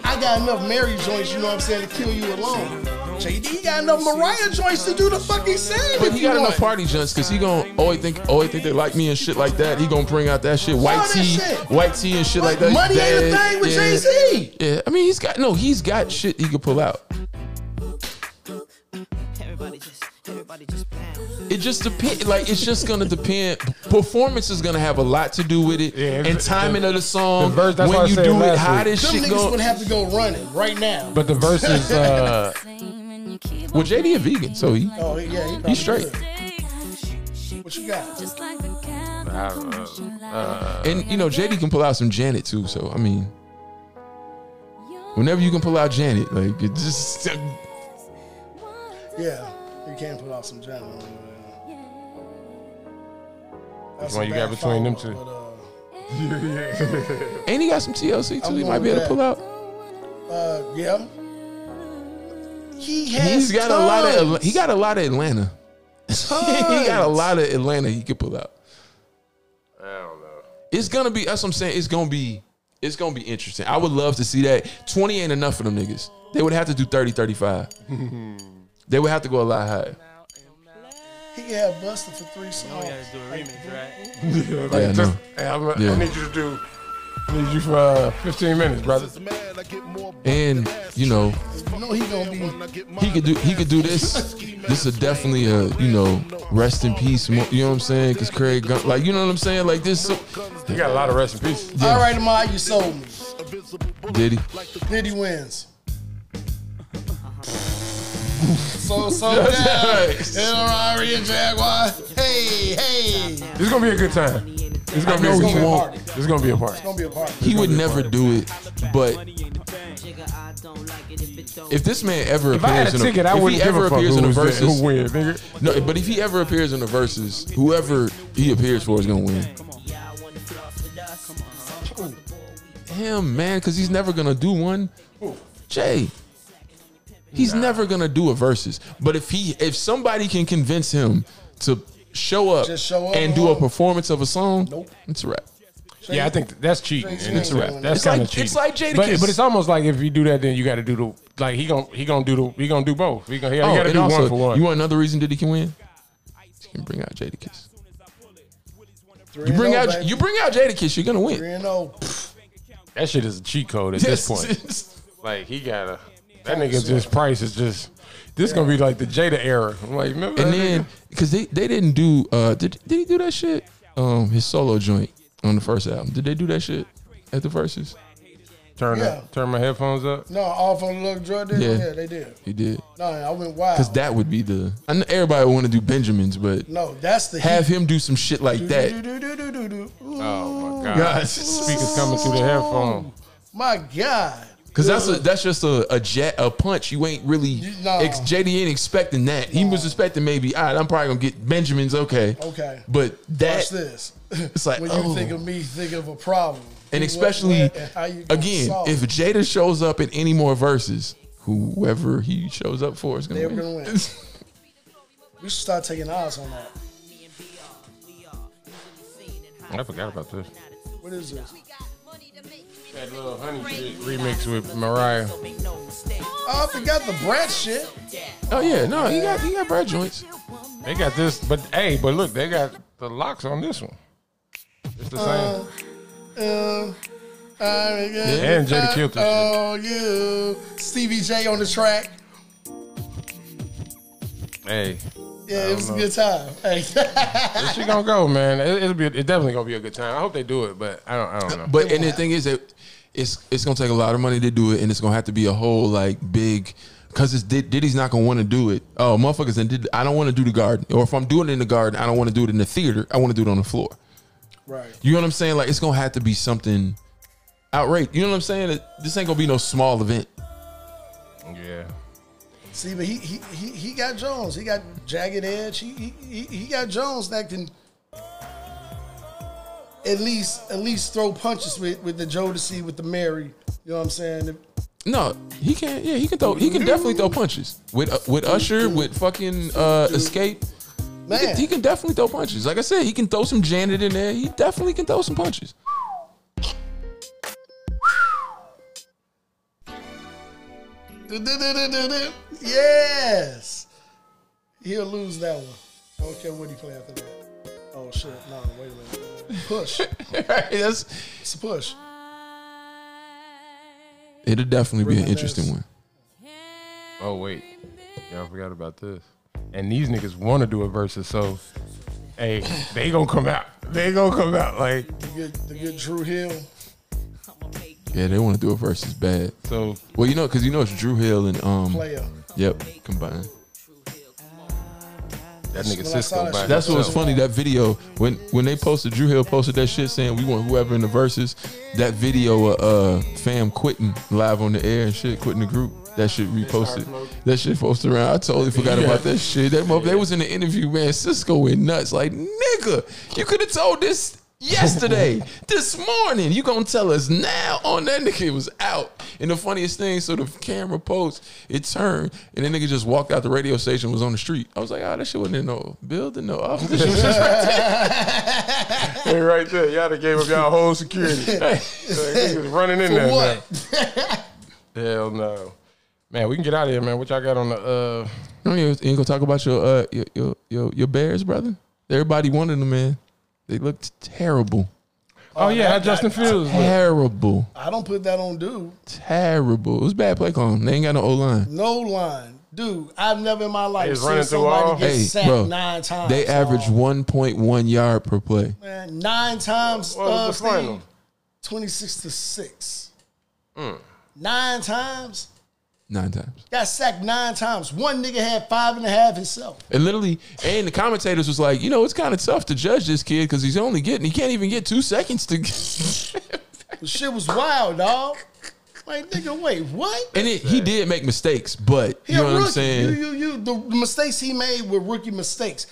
Speaker 3: I got enough Mary joints, you know what I'm saying, to kill you alone. JD got enough Mariah joints to do the fucking same.
Speaker 2: But
Speaker 3: if
Speaker 2: he
Speaker 3: you
Speaker 2: got enough
Speaker 3: want.
Speaker 2: party junks because he gonna always think always think they like me and shit like that. He gonna bring out that shit, white
Speaker 3: that
Speaker 2: tea,
Speaker 3: shit.
Speaker 2: white tea and shit like that.
Speaker 3: Money ain't a
Speaker 2: Dad,
Speaker 3: thing with
Speaker 2: yeah.
Speaker 3: Jay Z.
Speaker 2: Yeah, I mean he's got no, he's got shit he could pull out. It just depend. Like it's just gonna depend. Performance is gonna have a lot to do with it,
Speaker 4: Yeah,
Speaker 2: and
Speaker 4: it's-
Speaker 2: timing of the song.
Speaker 4: the verse- that's what
Speaker 2: when
Speaker 4: I
Speaker 2: you
Speaker 4: said
Speaker 2: do it,
Speaker 4: last
Speaker 2: how
Speaker 4: week.
Speaker 2: this
Speaker 3: Them
Speaker 2: shit
Speaker 3: niggas
Speaker 2: go.
Speaker 3: would have to go running right now.
Speaker 4: But the verse is uh,
Speaker 2: Well, JD a vegan, so he
Speaker 3: oh yeah, he probably
Speaker 2: he's straight.
Speaker 3: good. What you got?
Speaker 4: uh, uh,
Speaker 2: And you know, JD can pull out some Janet too. So I mean, whenever you can pull out Janet, like it just
Speaker 3: Yeah, you can't put out some Janet. That's
Speaker 4: Which one
Speaker 3: a
Speaker 4: you
Speaker 3: bad
Speaker 4: got between them
Speaker 3: follow-up,
Speaker 4: two?
Speaker 2: and he got some TLC too.
Speaker 3: I'm
Speaker 2: He
Speaker 3: going
Speaker 2: might be able to
Speaker 3: with
Speaker 2: pull
Speaker 3: that.
Speaker 2: out.
Speaker 3: but, uh, uh, yeah. He has
Speaker 2: He's got a lot of Atla-
Speaker 3: tons.
Speaker 2: he got a lot of Atlanta. he got a lot of Atlanta he could pull out.
Speaker 4: I don't know.
Speaker 2: It's gonna be. That's what I'm saying. It's gonna be. It's gonna be interesting. I would love to see that. 20 ain't enough for them niggas. They would have to do 30, 35. they would have to go a lot higher.
Speaker 3: He can have Buster Oh, for three songs.
Speaker 4: Yeah, like
Speaker 2: I
Speaker 4: just,
Speaker 2: know.
Speaker 4: hey, I'm,
Speaker 2: Yeah.
Speaker 4: I need you to do Need you for uh, 15 minutes, brother.
Speaker 2: And you know,
Speaker 3: You know he gonna be.
Speaker 2: he could do he could do this. This is definitely a you know rest in peace. mo- You know what I'm saying? Because Craig, Gun- like you know what I'm saying? Like this.
Speaker 4: You got a lot of rest in peace.
Speaker 3: All right, Amaya, you sold me.
Speaker 2: Did he?
Speaker 3: Diddy wins. so so down. Ferrari and Jaguar. Hey hey.
Speaker 4: This is gonna be a good time. It's gonna be
Speaker 2: I
Speaker 4: a
Speaker 2: know
Speaker 4: good
Speaker 2: he
Speaker 4: time.
Speaker 2: won't.
Speaker 4: It's gonna be a party.
Speaker 3: It's gonna be a party.
Speaker 2: He would never do it, but if this man ever
Speaker 4: If I had
Speaker 2: appears
Speaker 4: a
Speaker 2: in
Speaker 4: ticket, I
Speaker 2: if he
Speaker 4: wouldn't give
Speaker 2: ever
Speaker 4: a fuck
Speaker 2: appears
Speaker 4: who
Speaker 2: in a
Speaker 4: was there-
Speaker 2: versus,
Speaker 4: who win, nigga.
Speaker 2: No, but if he ever appears in a versus, whoever he appears for is gonna win. Him, man, because he's never gonna do one. Jay, he's never gonna do a versus. But if he, if somebody can convince him to show up,
Speaker 3: Just show up.
Speaker 2: and do a performance of a song, it's a wrap.
Speaker 4: Yeah, I think that's cheating. And
Speaker 2: It's
Speaker 4: it's
Speaker 2: a wrap.
Speaker 4: That's
Speaker 2: It's like-
Speaker 4: kind of cheating.
Speaker 2: it's like Jadakiss.
Speaker 4: But, but it's almost like if you do that, then you got to do the like he gonna he gonna do the he gonna do both. He gonna he got to
Speaker 2: Oh, and
Speaker 4: do
Speaker 2: also,
Speaker 4: one for one.
Speaker 2: You want another reason Diddy can win? You can bring out Jadakiss.
Speaker 3: Three
Speaker 2: You
Speaker 3: and
Speaker 2: bring
Speaker 3: oh,
Speaker 2: out
Speaker 3: baby.
Speaker 2: you bring out Jadakiss, you're gonna win.
Speaker 3: Three and oh.
Speaker 4: that shit is a cheat code at
Speaker 2: Yes,
Speaker 4: this point. like he gotta that nigga just price is just this
Speaker 2: Yeah.
Speaker 4: gonna be like the Jada era. I'm like remember
Speaker 2: And
Speaker 4: that
Speaker 2: then because they, they didn't do uh did, did he do that shit? Um his solo joint on the first album. Did they do that shit at the verses?
Speaker 4: nigga? turn
Speaker 3: Yeah.
Speaker 4: up, turn my headphones up.
Speaker 3: No, all from the little drug deal. Yeah. they did.
Speaker 2: He did.
Speaker 3: No, I went
Speaker 2: Cause
Speaker 3: wild.
Speaker 2: that would be the I know everybody would want to do Benjamins, but
Speaker 3: No, that's the
Speaker 2: have
Speaker 3: heat.
Speaker 2: him do some shit like that.
Speaker 4: Oh my god.
Speaker 2: God.
Speaker 4: Speakers coming through the headphone.
Speaker 3: My God.
Speaker 2: Cause that's a, that's just a a, jet, a punch. You ain't really
Speaker 3: nah.
Speaker 2: ex, JD ain't expecting that. He was expecting maybe. All right, I'm probably gonna get Benjamins. Okay,
Speaker 3: Okay.
Speaker 2: but that
Speaker 3: Watch this.
Speaker 2: it's like
Speaker 3: when you
Speaker 2: oh.
Speaker 3: think of me, think of a problem.
Speaker 2: And
Speaker 3: What-
Speaker 2: especially
Speaker 3: what- and how you gonna
Speaker 2: again,
Speaker 3: solve
Speaker 2: if
Speaker 3: it?
Speaker 2: Jada shows up in any more verses, whoever he shows up for is gonna
Speaker 3: they're
Speaker 2: win.
Speaker 3: gonna win. we should start taking odds on that.
Speaker 4: I forgot about this.
Speaker 3: What is this?
Speaker 4: That little honey shit remix with Mariah.
Speaker 3: Oh, I forgot the Brad shit.
Speaker 2: Oh yeah, no, he got he got bread joints.
Speaker 4: They got this, but hey, but look, they got the locks on this one. It's the same.
Speaker 3: Uh, I forgot
Speaker 4: Yeah, and Jada killed this shit.
Speaker 3: Oh, you. Stevie J on the track.
Speaker 4: Hey,
Speaker 3: Yeah,
Speaker 4: I
Speaker 3: it was
Speaker 4: don't
Speaker 3: a good time. Hey.
Speaker 4: this shit gonna go, man. It, it'll be, it definitely gonna be a good time. I hope they do it, but I don't, I don't know.
Speaker 2: But and the thing is that it's it's gonna take a lot of money to do it, and it's gonna have to be a whole like big. Cause it's Did- Diddy's not gonna want to do it. Oh, motherfuckers! And did I don't want to do the garden, or if I'm doing it in the garden, I don't want to do it in the theater. I want to do it on the floor.
Speaker 3: Right.
Speaker 2: You know what I'm saying? Like it's gonna have to be something outright. You know what I'm saying? It- This ain't gonna be no small event.
Speaker 4: yeah,
Speaker 3: See, but he he he, he got Jones. He got jagged edge. He he he, he got Jones that can at least at least throw punches with with the Jodeci with the Mary. You know what I'm saying? If-
Speaker 2: No, he can. Yeah, he can throw. He can definitely throw punches with uh, with Usher, with fucking uh, Escape. Man. He, can, he can definitely throw punches. Like I said, he can throw some Janet in there. He definitely can throw some punches.
Speaker 3: du-du-du-du-du-du. Yes, he'll lose that one. I don't care what he play after that. Oh shit! No, wait a minute. Push.
Speaker 2: That's
Speaker 3: it's a push.
Speaker 2: It'll definitely be an
Speaker 4: Reminisce.
Speaker 2: interesting one.
Speaker 4: Oh wait, y'all forgot about this. And these niggas want to do a versus, so hey, they gonna come out. They gonna come out like
Speaker 3: The good, the good Drew Hill.
Speaker 2: Yeah, they want to do a versus bad.
Speaker 4: So
Speaker 2: well, you know, because you know it's Drew Hill and um.
Speaker 3: Player.
Speaker 2: Yep, combined.
Speaker 4: that
Speaker 3: When I
Speaker 4: nigga
Speaker 3: saw
Speaker 4: Cisco.
Speaker 3: that
Speaker 4: by
Speaker 3: shit,
Speaker 2: That's what was
Speaker 4: himself.
Speaker 2: funny. That video when when they posted Drew Hill posted that shit saying we want whoever in the verses. That video of uh, fam quitting live on the air and shit, quitting the group. That shit reposted. That shit posted around. I totally forgot about that shit. That mo- they was in the interview, man. Cisco went nuts. Like nigga, you could have told this yesterday, this morning. You gonna tell us now on that nigga was out. And the funniest thing, so the camera posts, it turned, and the nigga just walked out the radio station, was on the street. I was like, oh, that shit wasn't in no building, no office. That shit was just right
Speaker 4: Hey, right there, y'all done gave up y'all whole security. Like, niggas running in
Speaker 3: For
Speaker 4: there.
Speaker 3: what?
Speaker 4: Man. Hell no, man. We can get out of here, man. What y'all got on the? uh
Speaker 2: No, you ain't gonna talk about your uh your your your, your bears, brother. Everybody wanted them, man. They looked terrible.
Speaker 4: Oh, yeah,
Speaker 3: that-
Speaker 4: how Justin
Speaker 3: that-
Speaker 4: Fields. look.
Speaker 2: Terrible.
Speaker 3: I don't put that on dude.
Speaker 2: Terrible. It was bad play calling. They ain't got no O line.
Speaker 3: No line. Dude, I've never in my life
Speaker 4: He's
Speaker 3: seen
Speaker 4: running through
Speaker 3: somebody
Speaker 4: all-
Speaker 3: get
Speaker 2: Hey,
Speaker 3: sacked
Speaker 2: bro.
Speaker 3: nine times.
Speaker 2: They
Speaker 3: dog.
Speaker 2: averaged 1.1 yard per play.
Speaker 3: Man, nine times.
Speaker 4: What was the
Speaker 3: uh, Steve,
Speaker 4: final?
Speaker 3: 26 to 6.
Speaker 4: Mm.
Speaker 3: Nine times.
Speaker 2: Nine times.
Speaker 3: Got sacked nine times. One nigga had five and a half himself.
Speaker 2: And literally, and the commentators was like, you know, it's kind of tough to judge this kid because he's only getting, he can't even get two seconds to.
Speaker 3: The shit was wild, dog. Like, nigga, wait, what?
Speaker 2: and it, he did make mistakes, but
Speaker 3: He
Speaker 2: you
Speaker 3: a
Speaker 2: know what I'm
Speaker 3: rookie.
Speaker 2: saying?
Speaker 3: You, you, you. The mistakes he made were rookie mistakes.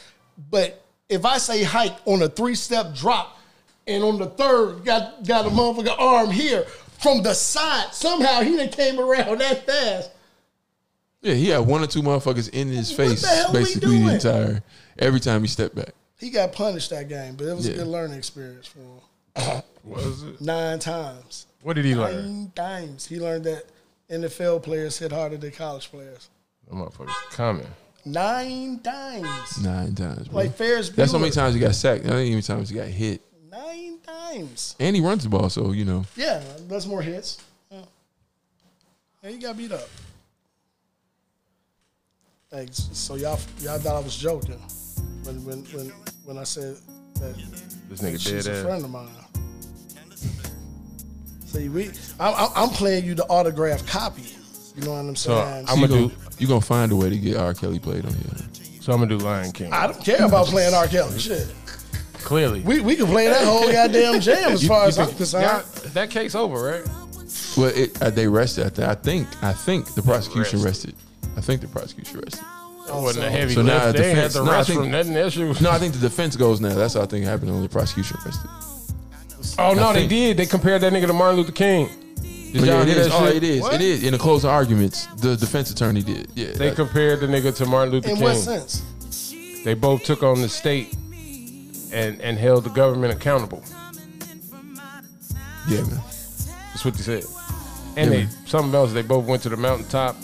Speaker 3: But if I say hike on a three step drop, and on the third got got a motherfucker arm here from the side, somehow he done came around that fast.
Speaker 2: Yeah, he had one or two motherfuckers in his face
Speaker 3: the hell we
Speaker 2: basically the
Speaker 3: doing?
Speaker 2: entire every time he stepped back.
Speaker 3: He got punished that game, but it was
Speaker 2: Yeah.
Speaker 3: a good learning experience for him.
Speaker 4: Was it?
Speaker 3: Nine times.
Speaker 4: What did he
Speaker 3: Nine
Speaker 4: learn?
Speaker 3: times. He learned that NFL players hit harder than college players.
Speaker 4: That motherfucker's coming.
Speaker 3: Nine times.
Speaker 2: Nine times. Bro.
Speaker 3: Like Ferris
Speaker 2: That's how many
Speaker 3: Bueller.
Speaker 2: times he got sacked. Not even times he got hit.
Speaker 3: Nine times.
Speaker 2: And he runs the ball, so you know.
Speaker 3: Yeah, that's more hits. Yeah. Yeah, he got beat up. Hey, so y'all y'all thought I was joking when when when, when I said that
Speaker 4: This nigga
Speaker 3: she's
Speaker 4: dead
Speaker 3: a
Speaker 4: ass.
Speaker 3: friend of mine. See, we I'm, I'm- I'm playing you the autograph copy. You know what I'm
Speaker 2: So
Speaker 3: saying?
Speaker 2: I'm gonna do. You gonna find a way to get R. Kelly played on here.
Speaker 4: So I'm gonna do Lion King.
Speaker 3: I don't care about playing R. Kelly. Shit,
Speaker 4: Clearly,
Speaker 3: we we can play that whole goddamn jam as
Speaker 4: You-
Speaker 3: far
Speaker 4: you
Speaker 3: as I'm
Speaker 4: think-
Speaker 3: concerned.
Speaker 4: y'all- that case over, right?
Speaker 2: Well, it, uh, they rested. At that. I think. I think the prosecution rested. I think the prosecution rested.
Speaker 4: That wasn't a heavy
Speaker 2: So
Speaker 4: lift.
Speaker 2: now the
Speaker 4: they ain't
Speaker 2: defense.
Speaker 4: had to
Speaker 2: no, I
Speaker 4: rest
Speaker 2: think-
Speaker 4: from nothing. That shit was-
Speaker 2: no, I think the defense goes now. That's how I think it happened. Only the prosecution rested.
Speaker 4: Oh no,
Speaker 2: I
Speaker 4: they
Speaker 2: think-
Speaker 4: did. They compared that nigga to Martin Luther King. Did
Speaker 2: Oh, yeah,
Speaker 4: y'all
Speaker 2: it
Speaker 4: hear
Speaker 2: is.
Speaker 4: that
Speaker 2: Oh,
Speaker 4: shit?
Speaker 2: it is. It is. In the closing arguments, the defense attorney did. Yeah.
Speaker 4: They
Speaker 2: that-
Speaker 4: compared the nigga to Martin Luther
Speaker 3: In
Speaker 4: King.
Speaker 3: what sense?
Speaker 4: They both took on the state and and held the government accountable.
Speaker 2: Yeah, man.
Speaker 4: That's what they said. And
Speaker 2: Yeah,
Speaker 4: they
Speaker 2: man.
Speaker 4: something else. They both went to the mountaintop.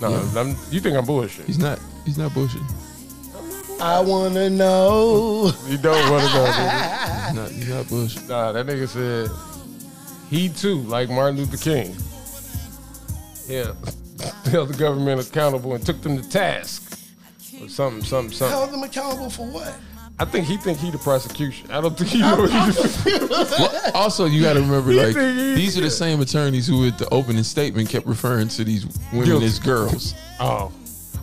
Speaker 4: No,
Speaker 2: Yeah.
Speaker 4: I'm- you think I'm bullshit?
Speaker 2: He's not. He's not bullshit.
Speaker 3: I wanna know.
Speaker 4: You don't want to know. nigga.
Speaker 2: He's not. He's not bullshit.
Speaker 4: Nah, that nigga said he too, like Martin Luther King. Yeah, held the government accountable and took them to task. Or something, something, something.
Speaker 3: Held them accountable for what?
Speaker 4: I think he think he the prosecution. I don't think he know.
Speaker 2: Well, also, you got to remember,
Speaker 4: You
Speaker 2: like
Speaker 4: think he-
Speaker 2: these are the same attorneys who, at the opening statement, kept referring to these women
Speaker 4: Guilty.
Speaker 2: as girls.
Speaker 4: oh,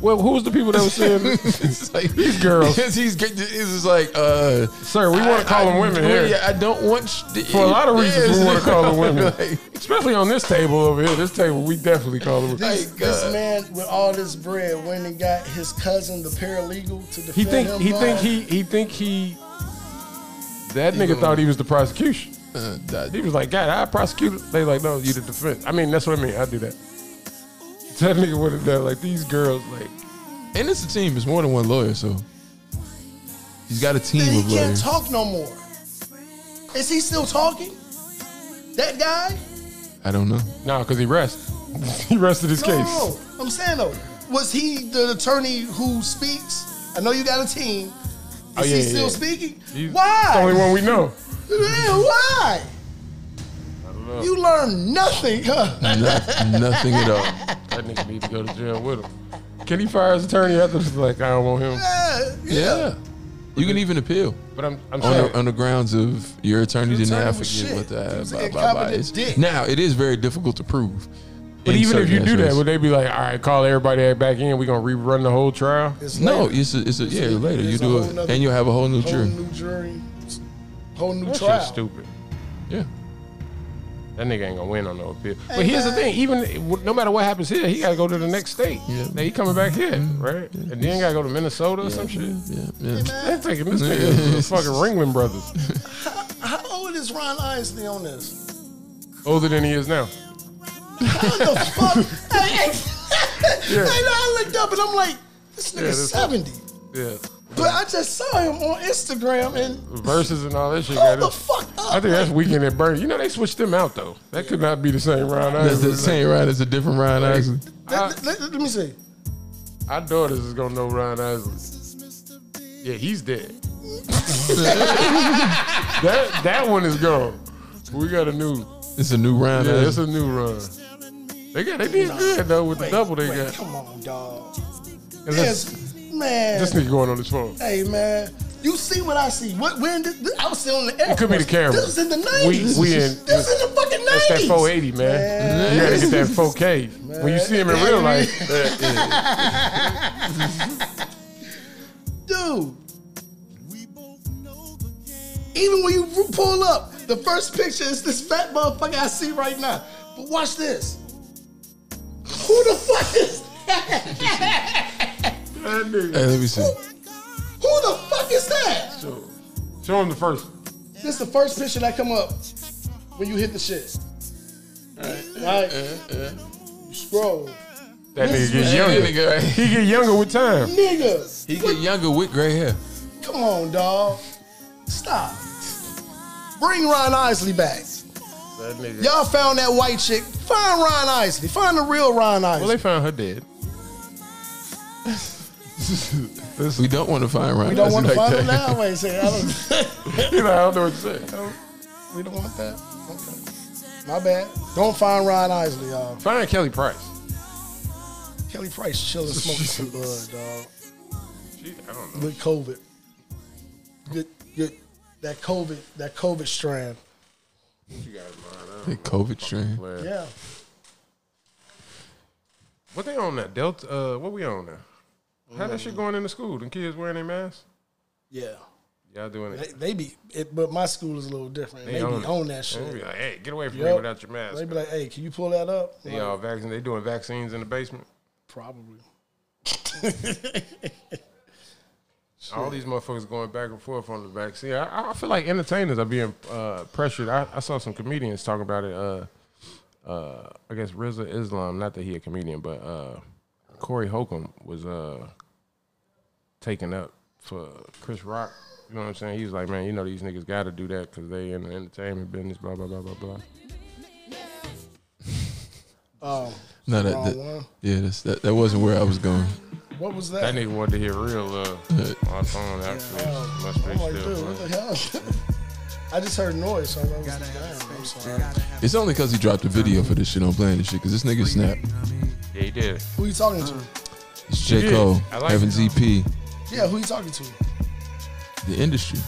Speaker 4: well, who was the people that was saying
Speaker 2: It's like-
Speaker 4: these girls?
Speaker 2: Yes, he's good. It's just like, uh,
Speaker 4: Sir, we want to call them women here.
Speaker 2: really, I don't want sh-
Speaker 4: For a lot of reasons,
Speaker 2: Yes.
Speaker 4: we want to call them women,
Speaker 2: Like,
Speaker 4: especially on this table over here. This table, we definitely call them. women.
Speaker 3: This, this man with all this bread went and got his cousin, the paralegal, to defend
Speaker 4: He think
Speaker 3: him.
Speaker 4: he
Speaker 3: dog.
Speaker 4: think he he think he. That
Speaker 2: He
Speaker 4: nigga
Speaker 2: gonna-
Speaker 4: thought he was the prosecution.
Speaker 2: uh, that-
Speaker 4: He was like, God, I prosecuted. They like, no, you the defense. I mean, that's what I mean. I do that. That nigga would have done like these girls, like
Speaker 2: and it's a team. It's more than one lawyer, so he's got a
Speaker 3: Then
Speaker 2: team
Speaker 3: he
Speaker 2: of
Speaker 3: can't
Speaker 2: lawyers.
Speaker 3: talk no more. Is he still talking? That guy?
Speaker 2: I don't know.
Speaker 4: nah, cause he rested. he rested his
Speaker 3: No,
Speaker 4: case.
Speaker 3: no, no. I'm saying though, was he the attorney who speaks? I know you got a team. Is
Speaker 4: Oh,
Speaker 3: he
Speaker 4: yeah,
Speaker 3: still
Speaker 4: yeah.
Speaker 3: speaking?
Speaker 4: He's
Speaker 3: why?
Speaker 4: The only one we know.
Speaker 3: Man, why? You learn nothing, huh?
Speaker 2: No- nothing at all.
Speaker 4: That nigga need to go to jail with him. Can he fire his attorney after this? Like, I don't want him.
Speaker 3: Uh, Yeah,
Speaker 2: Yeah, you can even appeal
Speaker 4: But I'm,
Speaker 2: on
Speaker 4: I'm saying,
Speaker 2: the, on the grounds of your attorney did not
Speaker 3: attorney
Speaker 2: I
Speaker 3: was
Speaker 2: forget
Speaker 3: shit.
Speaker 2: what
Speaker 3: He was
Speaker 2: the
Speaker 3: an
Speaker 2: blah blah blah.
Speaker 3: incompetent
Speaker 2: is.
Speaker 3: dick.
Speaker 2: Now it is very difficult to prove.
Speaker 4: but
Speaker 2: in
Speaker 4: even if you do that,
Speaker 2: circumstances.
Speaker 4: would they be like, all right, call everybody back in. We gonna rerun the whole trial.
Speaker 3: It's
Speaker 2: No,
Speaker 3: later.
Speaker 2: it's a, it's a yeah
Speaker 3: a-
Speaker 2: later you
Speaker 3: it's a
Speaker 2: do
Speaker 3: whole
Speaker 2: it
Speaker 3: nother-
Speaker 2: and you'll have a whole new
Speaker 3: whole
Speaker 2: jury.
Speaker 3: new jury, whole new
Speaker 4: That
Speaker 3: trial.
Speaker 4: shit's stupid.
Speaker 2: Yeah,
Speaker 4: That nigga ain't gonna win on no appeal. But here's the thing: even no matter what happens here, he gotta go to the next state.
Speaker 2: Yeah. Mm-hmm.
Speaker 4: Now he coming back here, right? And then gotta go to Minnesota or some shit.
Speaker 2: yeah, yeah.
Speaker 4: They taking this nigga to the fucking Ringling Brothers,
Speaker 3: How old is Ron Isley on this?
Speaker 4: older than he is now.
Speaker 3: What the fuck? Hey, hey,
Speaker 4: Yeah.
Speaker 3: I know I looked up and I'm like, this
Speaker 4: Yeah,
Speaker 3: nigga's
Speaker 4: this-
Speaker 3: 70.
Speaker 4: Yeah,
Speaker 3: But I just saw him on Instagram and
Speaker 4: verses and all that shit. Got
Speaker 3: hold the
Speaker 4: it.
Speaker 3: fuck up.
Speaker 4: I think that's weekend at Bernie. You know they switched them out though. That could not be the same round.
Speaker 2: That's the same Ryan. It's a different Ryan Isley.
Speaker 3: Let, let- let- let me see.
Speaker 4: Our daughters is gonna know Ron Isley. Yeah, he's dead. that that one is gone. We got a new.
Speaker 2: It's a new rhyme.
Speaker 4: Yeah,
Speaker 2: man.
Speaker 4: it's a new run. They got they did good though with the
Speaker 3: Wait,
Speaker 4: double they
Speaker 3: wait,
Speaker 4: got.
Speaker 3: Come on, dog.
Speaker 4: And
Speaker 3: Yes,
Speaker 4: this,
Speaker 3: man.
Speaker 4: this nigga going on his phone.
Speaker 3: Hey man, you see what I see? What when did this, I was still in the air?
Speaker 4: It could be
Speaker 3: Force.
Speaker 4: the camera.
Speaker 3: This is in the nineties.
Speaker 4: We- we in-
Speaker 3: this is in the fucking
Speaker 4: That's
Speaker 3: nineties.
Speaker 4: that 480, man. You gotta get that 4K. When you see him in real life, that is-
Speaker 3: dude. Even when you pull up, the first picture is this fat motherfucker I see right now. But watch this. Who the fuck is that?
Speaker 4: that nigga.
Speaker 2: Hey, let me see.
Speaker 3: Who the fuck is that?
Speaker 4: Show him the first.
Speaker 3: This is the first picture that come up when you hit the shit. Right? You Scroll.
Speaker 4: That
Speaker 3: This
Speaker 4: nigga get
Speaker 3: is-
Speaker 4: younger.
Speaker 2: nigga.
Speaker 4: He get younger with time.
Speaker 3: Nigga,
Speaker 2: He get younger with gray hair.
Speaker 3: come on, dog. Stop. Bring Ron Isley back.
Speaker 4: That nigga.
Speaker 3: Y'all found that white chick. Find Ron Isley. Find the real Ron Isley.
Speaker 4: Well, they found her dead.
Speaker 2: We don't want to find Ryan.
Speaker 3: we don't want to
Speaker 2: Leslie like
Speaker 3: find him
Speaker 2: that.
Speaker 3: now. Wait, say, I don't,
Speaker 4: He's like, I don't know what to say.
Speaker 3: we don't want that. Okay. My bad. Don't find Ron Isley, y'all.
Speaker 4: Find Kelly Price.
Speaker 3: Kelly Price chilling, smoking some bud, dog.
Speaker 4: She, I don't know.
Speaker 3: With COVID. Good, good. That COVID, that COVID strand.
Speaker 4: She got mine.
Speaker 2: That COVID strain.
Speaker 3: Yeah.
Speaker 4: What they on now? Delta. Uh, what we on now? How that shit going into school? The kids wearing their masks?
Speaker 3: Yeah.
Speaker 4: Y'all doing
Speaker 3: They,
Speaker 4: it?
Speaker 3: they be, it, but my school is a little different. They, be
Speaker 4: it.
Speaker 3: on that shit.
Speaker 4: They be like, hey, get away from me
Speaker 3: Yup.
Speaker 4: without your mask.
Speaker 3: They be like, hey, can you pull that up?
Speaker 4: They all vaccinated. They doing vaccines in the basement.
Speaker 3: Probably.
Speaker 4: All these motherfuckers going back and forth on the vaccine. I, I feel like entertainers are being uh, pressured. I, I saw some comedians talking about it. Uh, uh, I guess Riza Islam, not that he a comedian, but uh, Corey Holcomb was uh, taken up for Chris Rock. You know what I'm saying? He's like, man, you know these niggas got to do that because they in the entertainment business. Blah blah blah blah blah.
Speaker 3: Um,
Speaker 2: No, that,
Speaker 3: wrong
Speaker 2: that
Speaker 3: one.
Speaker 2: yeah, that's, that that wasn't where I was going.
Speaker 3: What was that?
Speaker 4: That nigga wanted to hear real love on phone. Actually, must be
Speaker 3: I'm like,
Speaker 4: still.
Speaker 3: dude, what the
Speaker 4: playing.
Speaker 3: hell? I just heard noise, so I was like, damn, I'm sorry.
Speaker 2: It's only because he dropped a video for this shit on playing this shit. Because this nigga snap.
Speaker 4: Yeah, he did.
Speaker 3: Who you talking to?
Speaker 2: It's J
Speaker 4: Yeah,
Speaker 2: Cole,
Speaker 4: I like
Speaker 2: Evans EP,
Speaker 3: Yeah, who you talking to?
Speaker 2: the industry.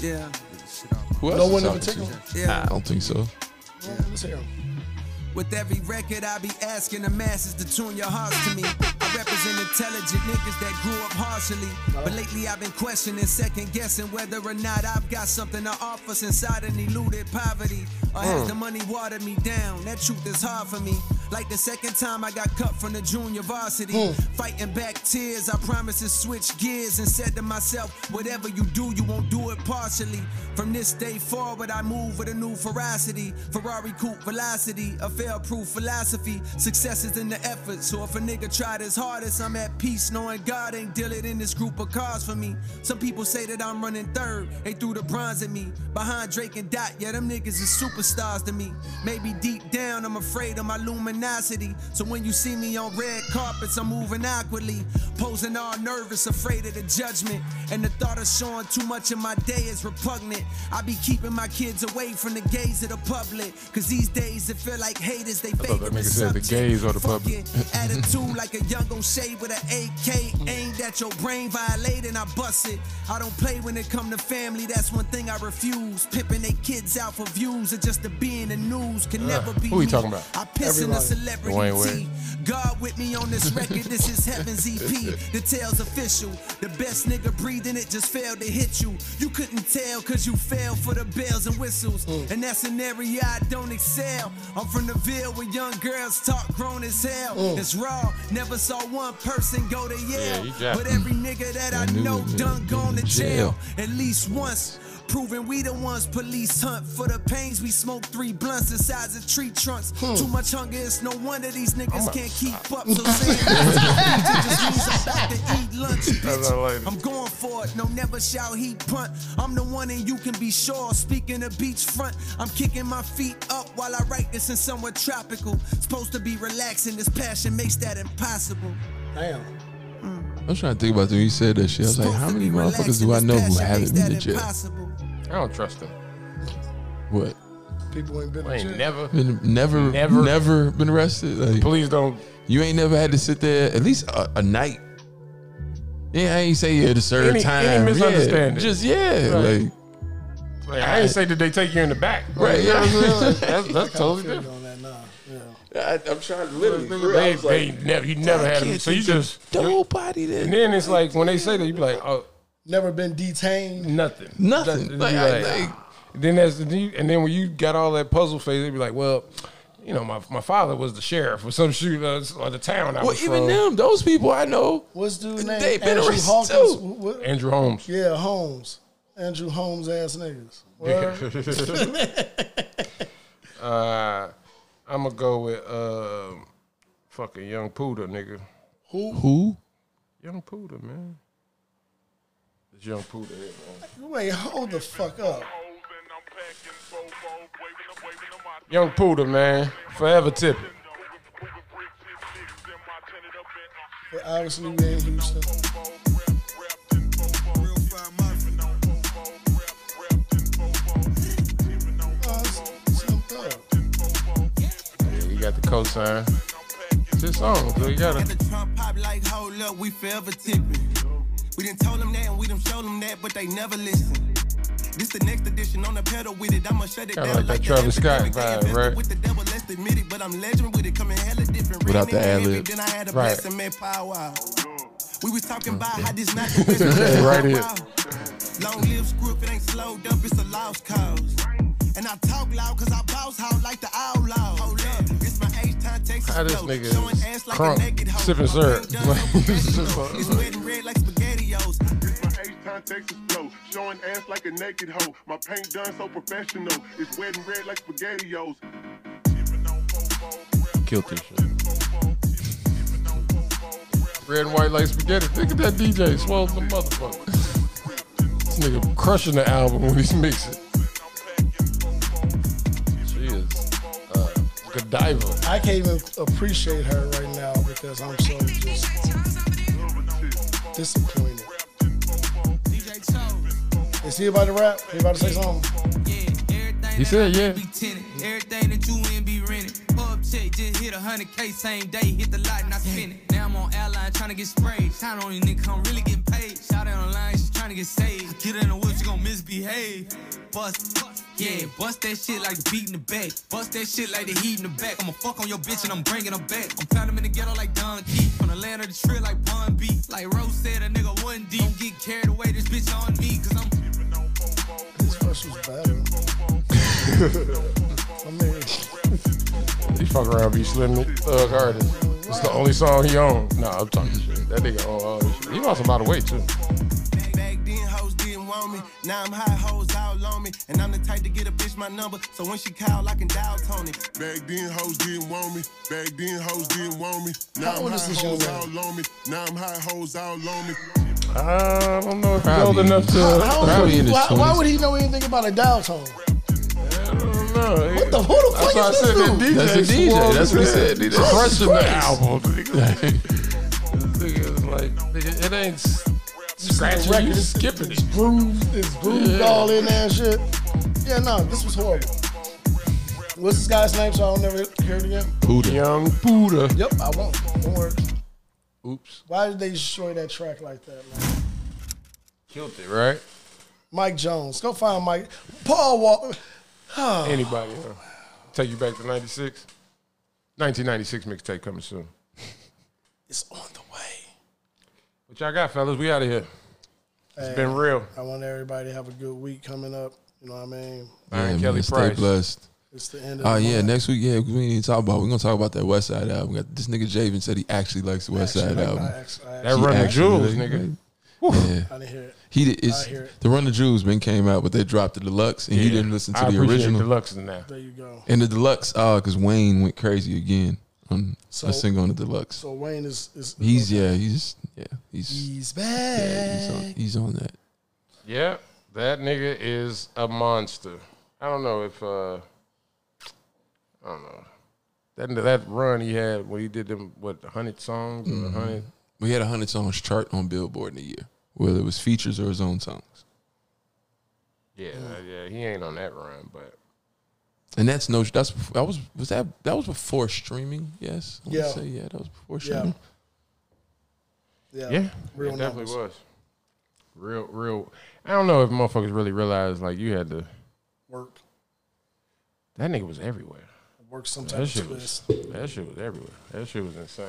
Speaker 14: Yeah.
Speaker 2: Who else
Speaker 3: No
Speaker 2: is
Speaker 3: one
Speaker 2: talking to?
Speaker 3: in particular?
Speaker 14: Yeah.
Speaker 2: I don't think so.
Speaker 3: Well, let's hear him.
Speaker 14: With every record, I be asking the masses to tune your hearts to me. I represent intelligent niggas that grew up harshly. But lately, I've been questioning, second guessing whether or not I've got something to offer since I done eluded poverty. Or has
Speaker 15: Mm.
Speaker 14: the money watered me down? That truth is hard for me. Like the second time I got cut from the junior varsity. Fighting back tears, I promised to switch gears and said to myself, whatever you do, you won't do it partially. From this day forward, I move with a new ferocity. Ferrari coupe velocity, a fail proof philosophy. Success is in the effort, so if a nigga tried his hardest, I'm at peace knowing God ain't dealing in this group of cars for me. Some people say that I'm running third, they threw the bronze at me. Behind Drake and Dot, yeah, them niggas is superstars to me. Maybe deep down, I'm afraid of my luminosity. So when you see me on red carpets, I'm moving awkwardly. Posing all nervous, afraid of the judgment. And the thought of showing too much in my day is repugnant. I be keeping my kids away from the gaze of the public. Cause these days it feel like haters, they
Speaker 4: I thought that
Speaker 14: favor
Speaker 4: nigga said the gays or the public.
Speaker 14: Attitude like a young O'Shea with an AK aimed at your brain, violate and I bust it. I don't play when it come to family, that's one thing I refuse. Pimping they kids out for views or just to be in the news can
Speaker 4: Ugh,
Speaker 14: never be.
Speaker 4: who we
Speaker 14: me.
Speaker 4: talking about?
Speaker 14: I piss in a
Speaker 4: Everybody. Dwayne Wade.
Speaker 14: celebrity. God with me on this record, this is Heaven's EP. The tale's official. The best nigga breathing it just failed to hit you. You couldn't tell cause you fell for the bells and whistles.
Speaker 15: Mm.
Speaker 14: And that's an area I don't excel. I'm from the Ville where young girls talk grown as hell.
Speaker 15: Mm.
Speaker 14: It's raw. Never saw one person go to Yale.
Speaker 15: you jacked.
Speaker 14: but every nigga that I,
Speaker 15: I knew
Speaker 14: know
Speaker 15: it, man.
Speaker 14: done gone to
Speaker 15: Been to
Speaker 14: jail
Speaker 15: jail.
Speaker 14: at least once. Proving we the ones police hunt for the pains. We smoke three blunts the size of tree trunks. Too much hunger, it's no wonder these niggas can't keep up. So saying that just means I'm about to eat lunch,
Speaker 4: That's all right.
Speaker 14: bitch. I'm going for it. No, never shall he punt. I'm the one and you can be sure. Speaking of beachfront, I'm kicking my feet up while I write this in somewhere tropical. Supposed to be relaxing, this passion makes that impossible.
Speaker 3: Damn.
Speaker 2: I was trying to think about when you said that shit. I was like, how many motherfuckers do I know who haven't been to jail?
Speaker 4: I don't trust him.
Speaker 2: What?
Speaker 3: People ain't been
Speaker 4: I ain't never.
Speaker 2: Been, never, never,
Speaker 4: Never.
Speaker 2: never been arrested. Like,
Speaker 4: Please don't.
Speaker 2: You ain't never had to sit there at least a, a night. Yeah, I ain't say you had to serve
Speaker 4: Any- any
Speaker 2: time. Yeah,
Speaker 4: misunderstanding.
Speaker 2: just yeah,
Speaker 4: Right.
Speaker 2: like
Speaker 4: Like, I ain't say that they take you in the back.
Speaker 2: Right,
Speaker 4: Like, you know what I'm
Speaker 2: yeah.
Speaker 4: saying? Like, that's that's totally different.
Speaker 2: I, I'm trying to literally.
Speaker 4: They, they never, you never had them. So you just
Speaker 2: nobody there.
Speaker 4: And then it's like when they say that, you be like, oh,
Speaker 3: Never been detained.
Speaker 4: nothing,
Speaker 2: Nothing.
Speaker 4: You "Ah, be
Speaker 2: Like, I- like-
Speaker 4: then that's then you- and then when you got all that puzzle phase, they be like, well, you know, my, my father was the sheriff or some shoot uh, or the town I
Speaker 2: Well,
Speaker 4: was
Speaker 2: even
Speaker 4: from.
Speaker 2: them, those people I know.
Speaker 3: What's dude name?
Speaker 2: They been
Speaker 3: Andrew
Speaker 2: arrested
Speaker 3: Hawkins?
Speaker 2: too.
Speaker 3: Wh- what-
Speaker 4: Andrew Holmes.
Speaker 3: Yeah, Holmes. Andrew Holmes ass niggas. Word?
Speaker 4: uh, I'm gonna go with uh, fucking young Pooter, nigga.
Speaker 3: Who?
Speaker 2: Who?
Speaker 4: Young Pooter, man. It's young Pooter, here, man.
Speaker 3: Wait, hold the fuck up.
Speaker 4: Young Pooter, man. Forever tipping.
Speaker 3: But obviously we ain't Houston.
Speaker 4: Yeah, you got the cosign. It's his song, so you gotta.
Speaker 14: Trump pop like, hold up, we forever tipping. We done told them that and we done showed them that, but they never listen. This the next edition on the pedal with it. I'ma shut it
Speaker 4: Kinda
Speaker 14: down
Speaker 4: like that Travis Scott vibe, right?
Speaker 14: with the devil, let's admit it. But I'm legend with it, coming hella different.
Speaker 4: Without the
Speaker 14: Rain in
Speaker 4: ad-lib.
Speaker 14: heavy, Then I had a
Speaker 4: Right. Mm-hmm.
Speaker 14: blessing, man, powwow. We was talking about how this not the business.
Speaker 4: Right here.
Speaker 14: Long live script, it ain't slowed up, it's a lost cause. And I talk loud cause I bounce hard like the outlaw. Hold up, it's my age time Texas
Speaker 4: How this
Speaker 14: flow.
Speaker 4: nigga
Speaker 14: Showing
Speaker 4: is
Speaker 14: ass like a
Speaker 4: crunk,
Speaker 14: naked hoe.
Speaker 4: sipping syrup.
Speaker 14: It's red and red like spaghettios.
Speaker 15: It's my H-Town Texas flow, showing ass like a naked hoe. My paint done so professional, it's red and red like spaghettios.
Speaker 4: Guilty shit. Red and white like spaghetti. Look at that DJ swells the motherfucker. This nigga crushing the album when he's mixing. She is uh, Godiva.
Speaker 3: I can't even appreciate her right now because I'm so just disappointed. Is he about to rap? He about to say something?
Speaker 4: He said, yeah.
Speaker 16: be tenant. Everything that you in be rented. Pub check, just hit a hundred K same day, hit the lot and I spin it. Now I'm on airline trying to get sprayed. Time on these niggas, I'm really getting paid. Shout out online, she's trying to get saved. I get her in the whip, she gon' misbehave. Bust, yeah, bust that shit like the beat in the back. Bust that shit like the heat in the back. I'ma fuck on your bitch and I'm bringing her back. I'm pounding in the ghetto like Don Key. From the land of the trill like Pun B. Like Rose said, a nigga one deep. Don't get carried away, this bitch on me, cause I'm.
Speaker 3: His first was better. I mean,
Speaker 4: He fuck around be slim thug artist. It's the only song he own. Nah, I'm talking shit. That nigga own all this shit. He lost a lot of weight too.
Speaker 14: Back then, hoes didn't want me. Now I'm high, hoes all on me. And I'm the type to get a bitch my number. So when she call, I can dial Tony.
Speaker 15: Back then, hoes didn't want me. Back then, hoes didn't want me.
Speaker 3: How
Speaker 15: Now I'm
Speaker 3: old is
Speaker 15: high,
Speaker 3: this
Speaker 15: hoes
Speaker 3: young
Speaker 15: all on me. Now I'm high, hoes all on me.
Speaker 4: I don't know if he's
Speaker 2: Probably-
Speaker 4: old enough to.
Speaker 2: How-
Speaker 3: uh,
Speaker 2: how old Probably in his
Speaker 3: why, why
Speaker 2: 20s.
Speaker 3: would he know anything about a dial tone?
Speaker 4: No,
Speaker 3: What the, who the fuck
Speaker 4: why I
Speaker 3: is this
Speaker 4: said that
Speaker 3: dude?
Speaker 4: DJ
Speaker 2: That's a DJ.
Speaker 4: swole
Speaker 2: That's
Speaker 4: as
Speaker 2: what he
Speaker 4: hell.
Speaker 2: said. He just
Speaker 4: Crushing
Speaker 2: crushed.
Speaker 4: the album. nigga. This nigga is like, nigga, it ain't s- scratching. You skipping it.
Speaker 3: grooved, it's grooved
Speaker 4: Yeah.
Speaker 3: all in there and shit. Yeah, no, this was horrible. What's this guy's name so I'll never hear it again?
Speaker 2: Buddha.
Speaker 4: Young Buddha.
Speaker 3: Yep, I won't. Don't worry.
Speaker 4: Oops.
Speaker 3: Why did they destroy that track like that, man?
Speaker 4: Killed it, right?
Speaker 3: Mike Jones. Go find Mike. Paul Walker.
Speaker 4: Anybody. huh? Take you back to 96. 1996 mixtape coming soon.
Speaker 3: It's on the way.
Speaker 4: What y'all got, fellas? We out of here. It's
Speaker 3: Hey,
Speaker 4: been real.
Speaker 3: I want everybody to have a good week coming up. You know what I mean?
Speaker 4: Byron
Speaker 2: Yeah,
Speaker 4: Kelly
Speaker 2: man, stay
Speaker 4: Price.
Speaker 2: blessed.
Speaker 3: It's the end of
Speaker 2: Oh
Speaker 3: the
Speaker 2: yeah,
Speaker 3: month.
Speaker 2: next week. Yeah, 'cause we need to talk about. We're gonna talk about that West Side album. Got- This nigga Javen said he actually likes the West Side
Speaker 3: Actually, like,
Speaker 2: album.
Speaker 3: I actu- I
Speaker 4: That
Speaker 2: He
Speaker 4: Run the
Speaker 2: actually
Speaker 4: Jewels,
Speaker 2: like-
Speaker 4: nigga.
Speaker 2: Yeah.
Speaker 3: I didn't hear it.
Speaker 2: He
Speaker 3: I
Speaker 2: did, it's,
Speaker 3: hear it.
Speaker 2: the Run the Jewels been came out, but they dropped the deluxe, and he
Speaker 4: Yeah.
Speaker 2: didn't listen to
Speaker 4: I
Speaker 2: the
Speaker 4: appreciate
Speaker 2: original
Speaker 4: deluxe now.
Speaker 3: There you go.
Speaker 2: And the deluxe, uh, because Wayne went crazy again on
Speaker 3: So-
Speaker 2: a single on the deluxe.
Speaker 3: So Wayne is. is
Speaker 2: He's yeah, he's yeah, he's
Speaker 3: He's
Speaker 2: Yeah, he's on,
Speaker 3: back.
Speaker 2: he's on that.
Speaker 4: Yeah, that nigga is a monster. I don't know if uh I don't know. That that run he had when he did them what hundred songs or
Speaker 2: Mhm.
Speaker 4: hundred
Speaker 2: We had a hundred songs chart on Billboard in a year, whether it was features or his own songs.
Speaker 4: Yeah, uh, yeah, he ain't on that run, but
Speaker 2: And that's no. That's I was was that that was before streaming. Yes. I wanna
Speaker 3: Yeah.
Speaker 2: Say, yeah, that was before
Speaker 3: Yeah.
Speaker 2: streaming.
Speaker 3: Yeah.
Speaker 4: yeah,
Speaker 3: Real
Speaker 4: it definitely
Speaker 3: numbers.
Speaker 4: was. Real, real. I don't know if motherfuckers really realize like you had to.
Speaker 3: Work.
Speaker 4: That nigga was everywhere.
Speaker 3: Work some type
Speaker 4: That
Speaker 3: of
Speaker 4: shit was. That shit was everywhere. That shit was insane.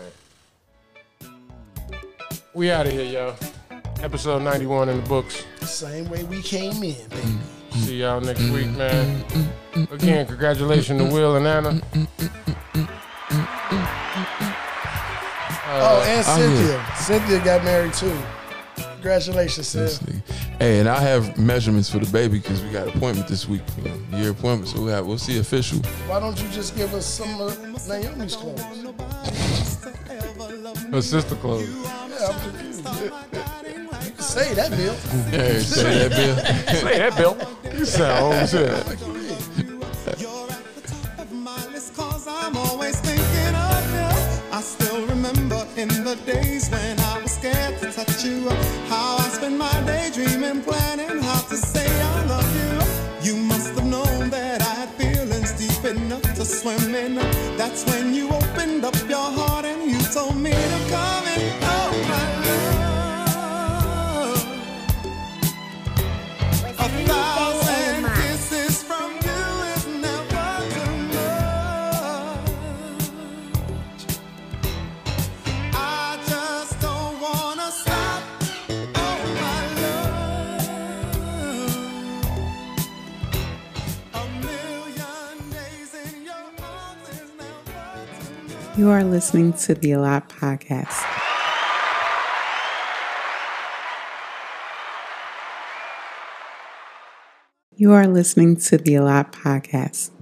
Speaker 4: We out of here, y'all. Episode ninety one in the books.
Speaker 3: Same way we came in, baby.
Speaker 2: Mm.
Speaker 4: See y'all next week, man. Again, congratulations to Will and Anna. Uh,
Speaker 3: oh, and
Speaker 2: I'm
Speaker 3: Cynthia.
Speaker 2: here.
Speaker 3: Cynthia got married too. Congratulations, Cynthia.
Speaker 2: Hey, and I have measurements for the baby because we got appointment this week. You know, year appointment, so we have, we'll see official.
Speaker 3: Why don't you just give us some of Naomi's clothes?
Speaker 4: Her sister clothes.
Speaker 3: Yeah, I'm confused. You can say that, Bill.
Speaker 2: Hey, say that, Bill.
Speaker 4: Say that, Bill. You sound old as hell.
Speaker 17: I'm always thinking of you. I still remember in the days when I was scared to touch you. How I spent my day dreaming, planning how to say I love you. You must have known that I had feelings deep enough to swim in. That's when you opened up your heart and you told me to come in. Oh, my love. A thousand kisses from you is never too much. I just don't wanna stop. Oh my love, a million days in your arms is never too much.
Speaker 18: You are listening to the Allot Podcast. You are listening to the Allot Podcast.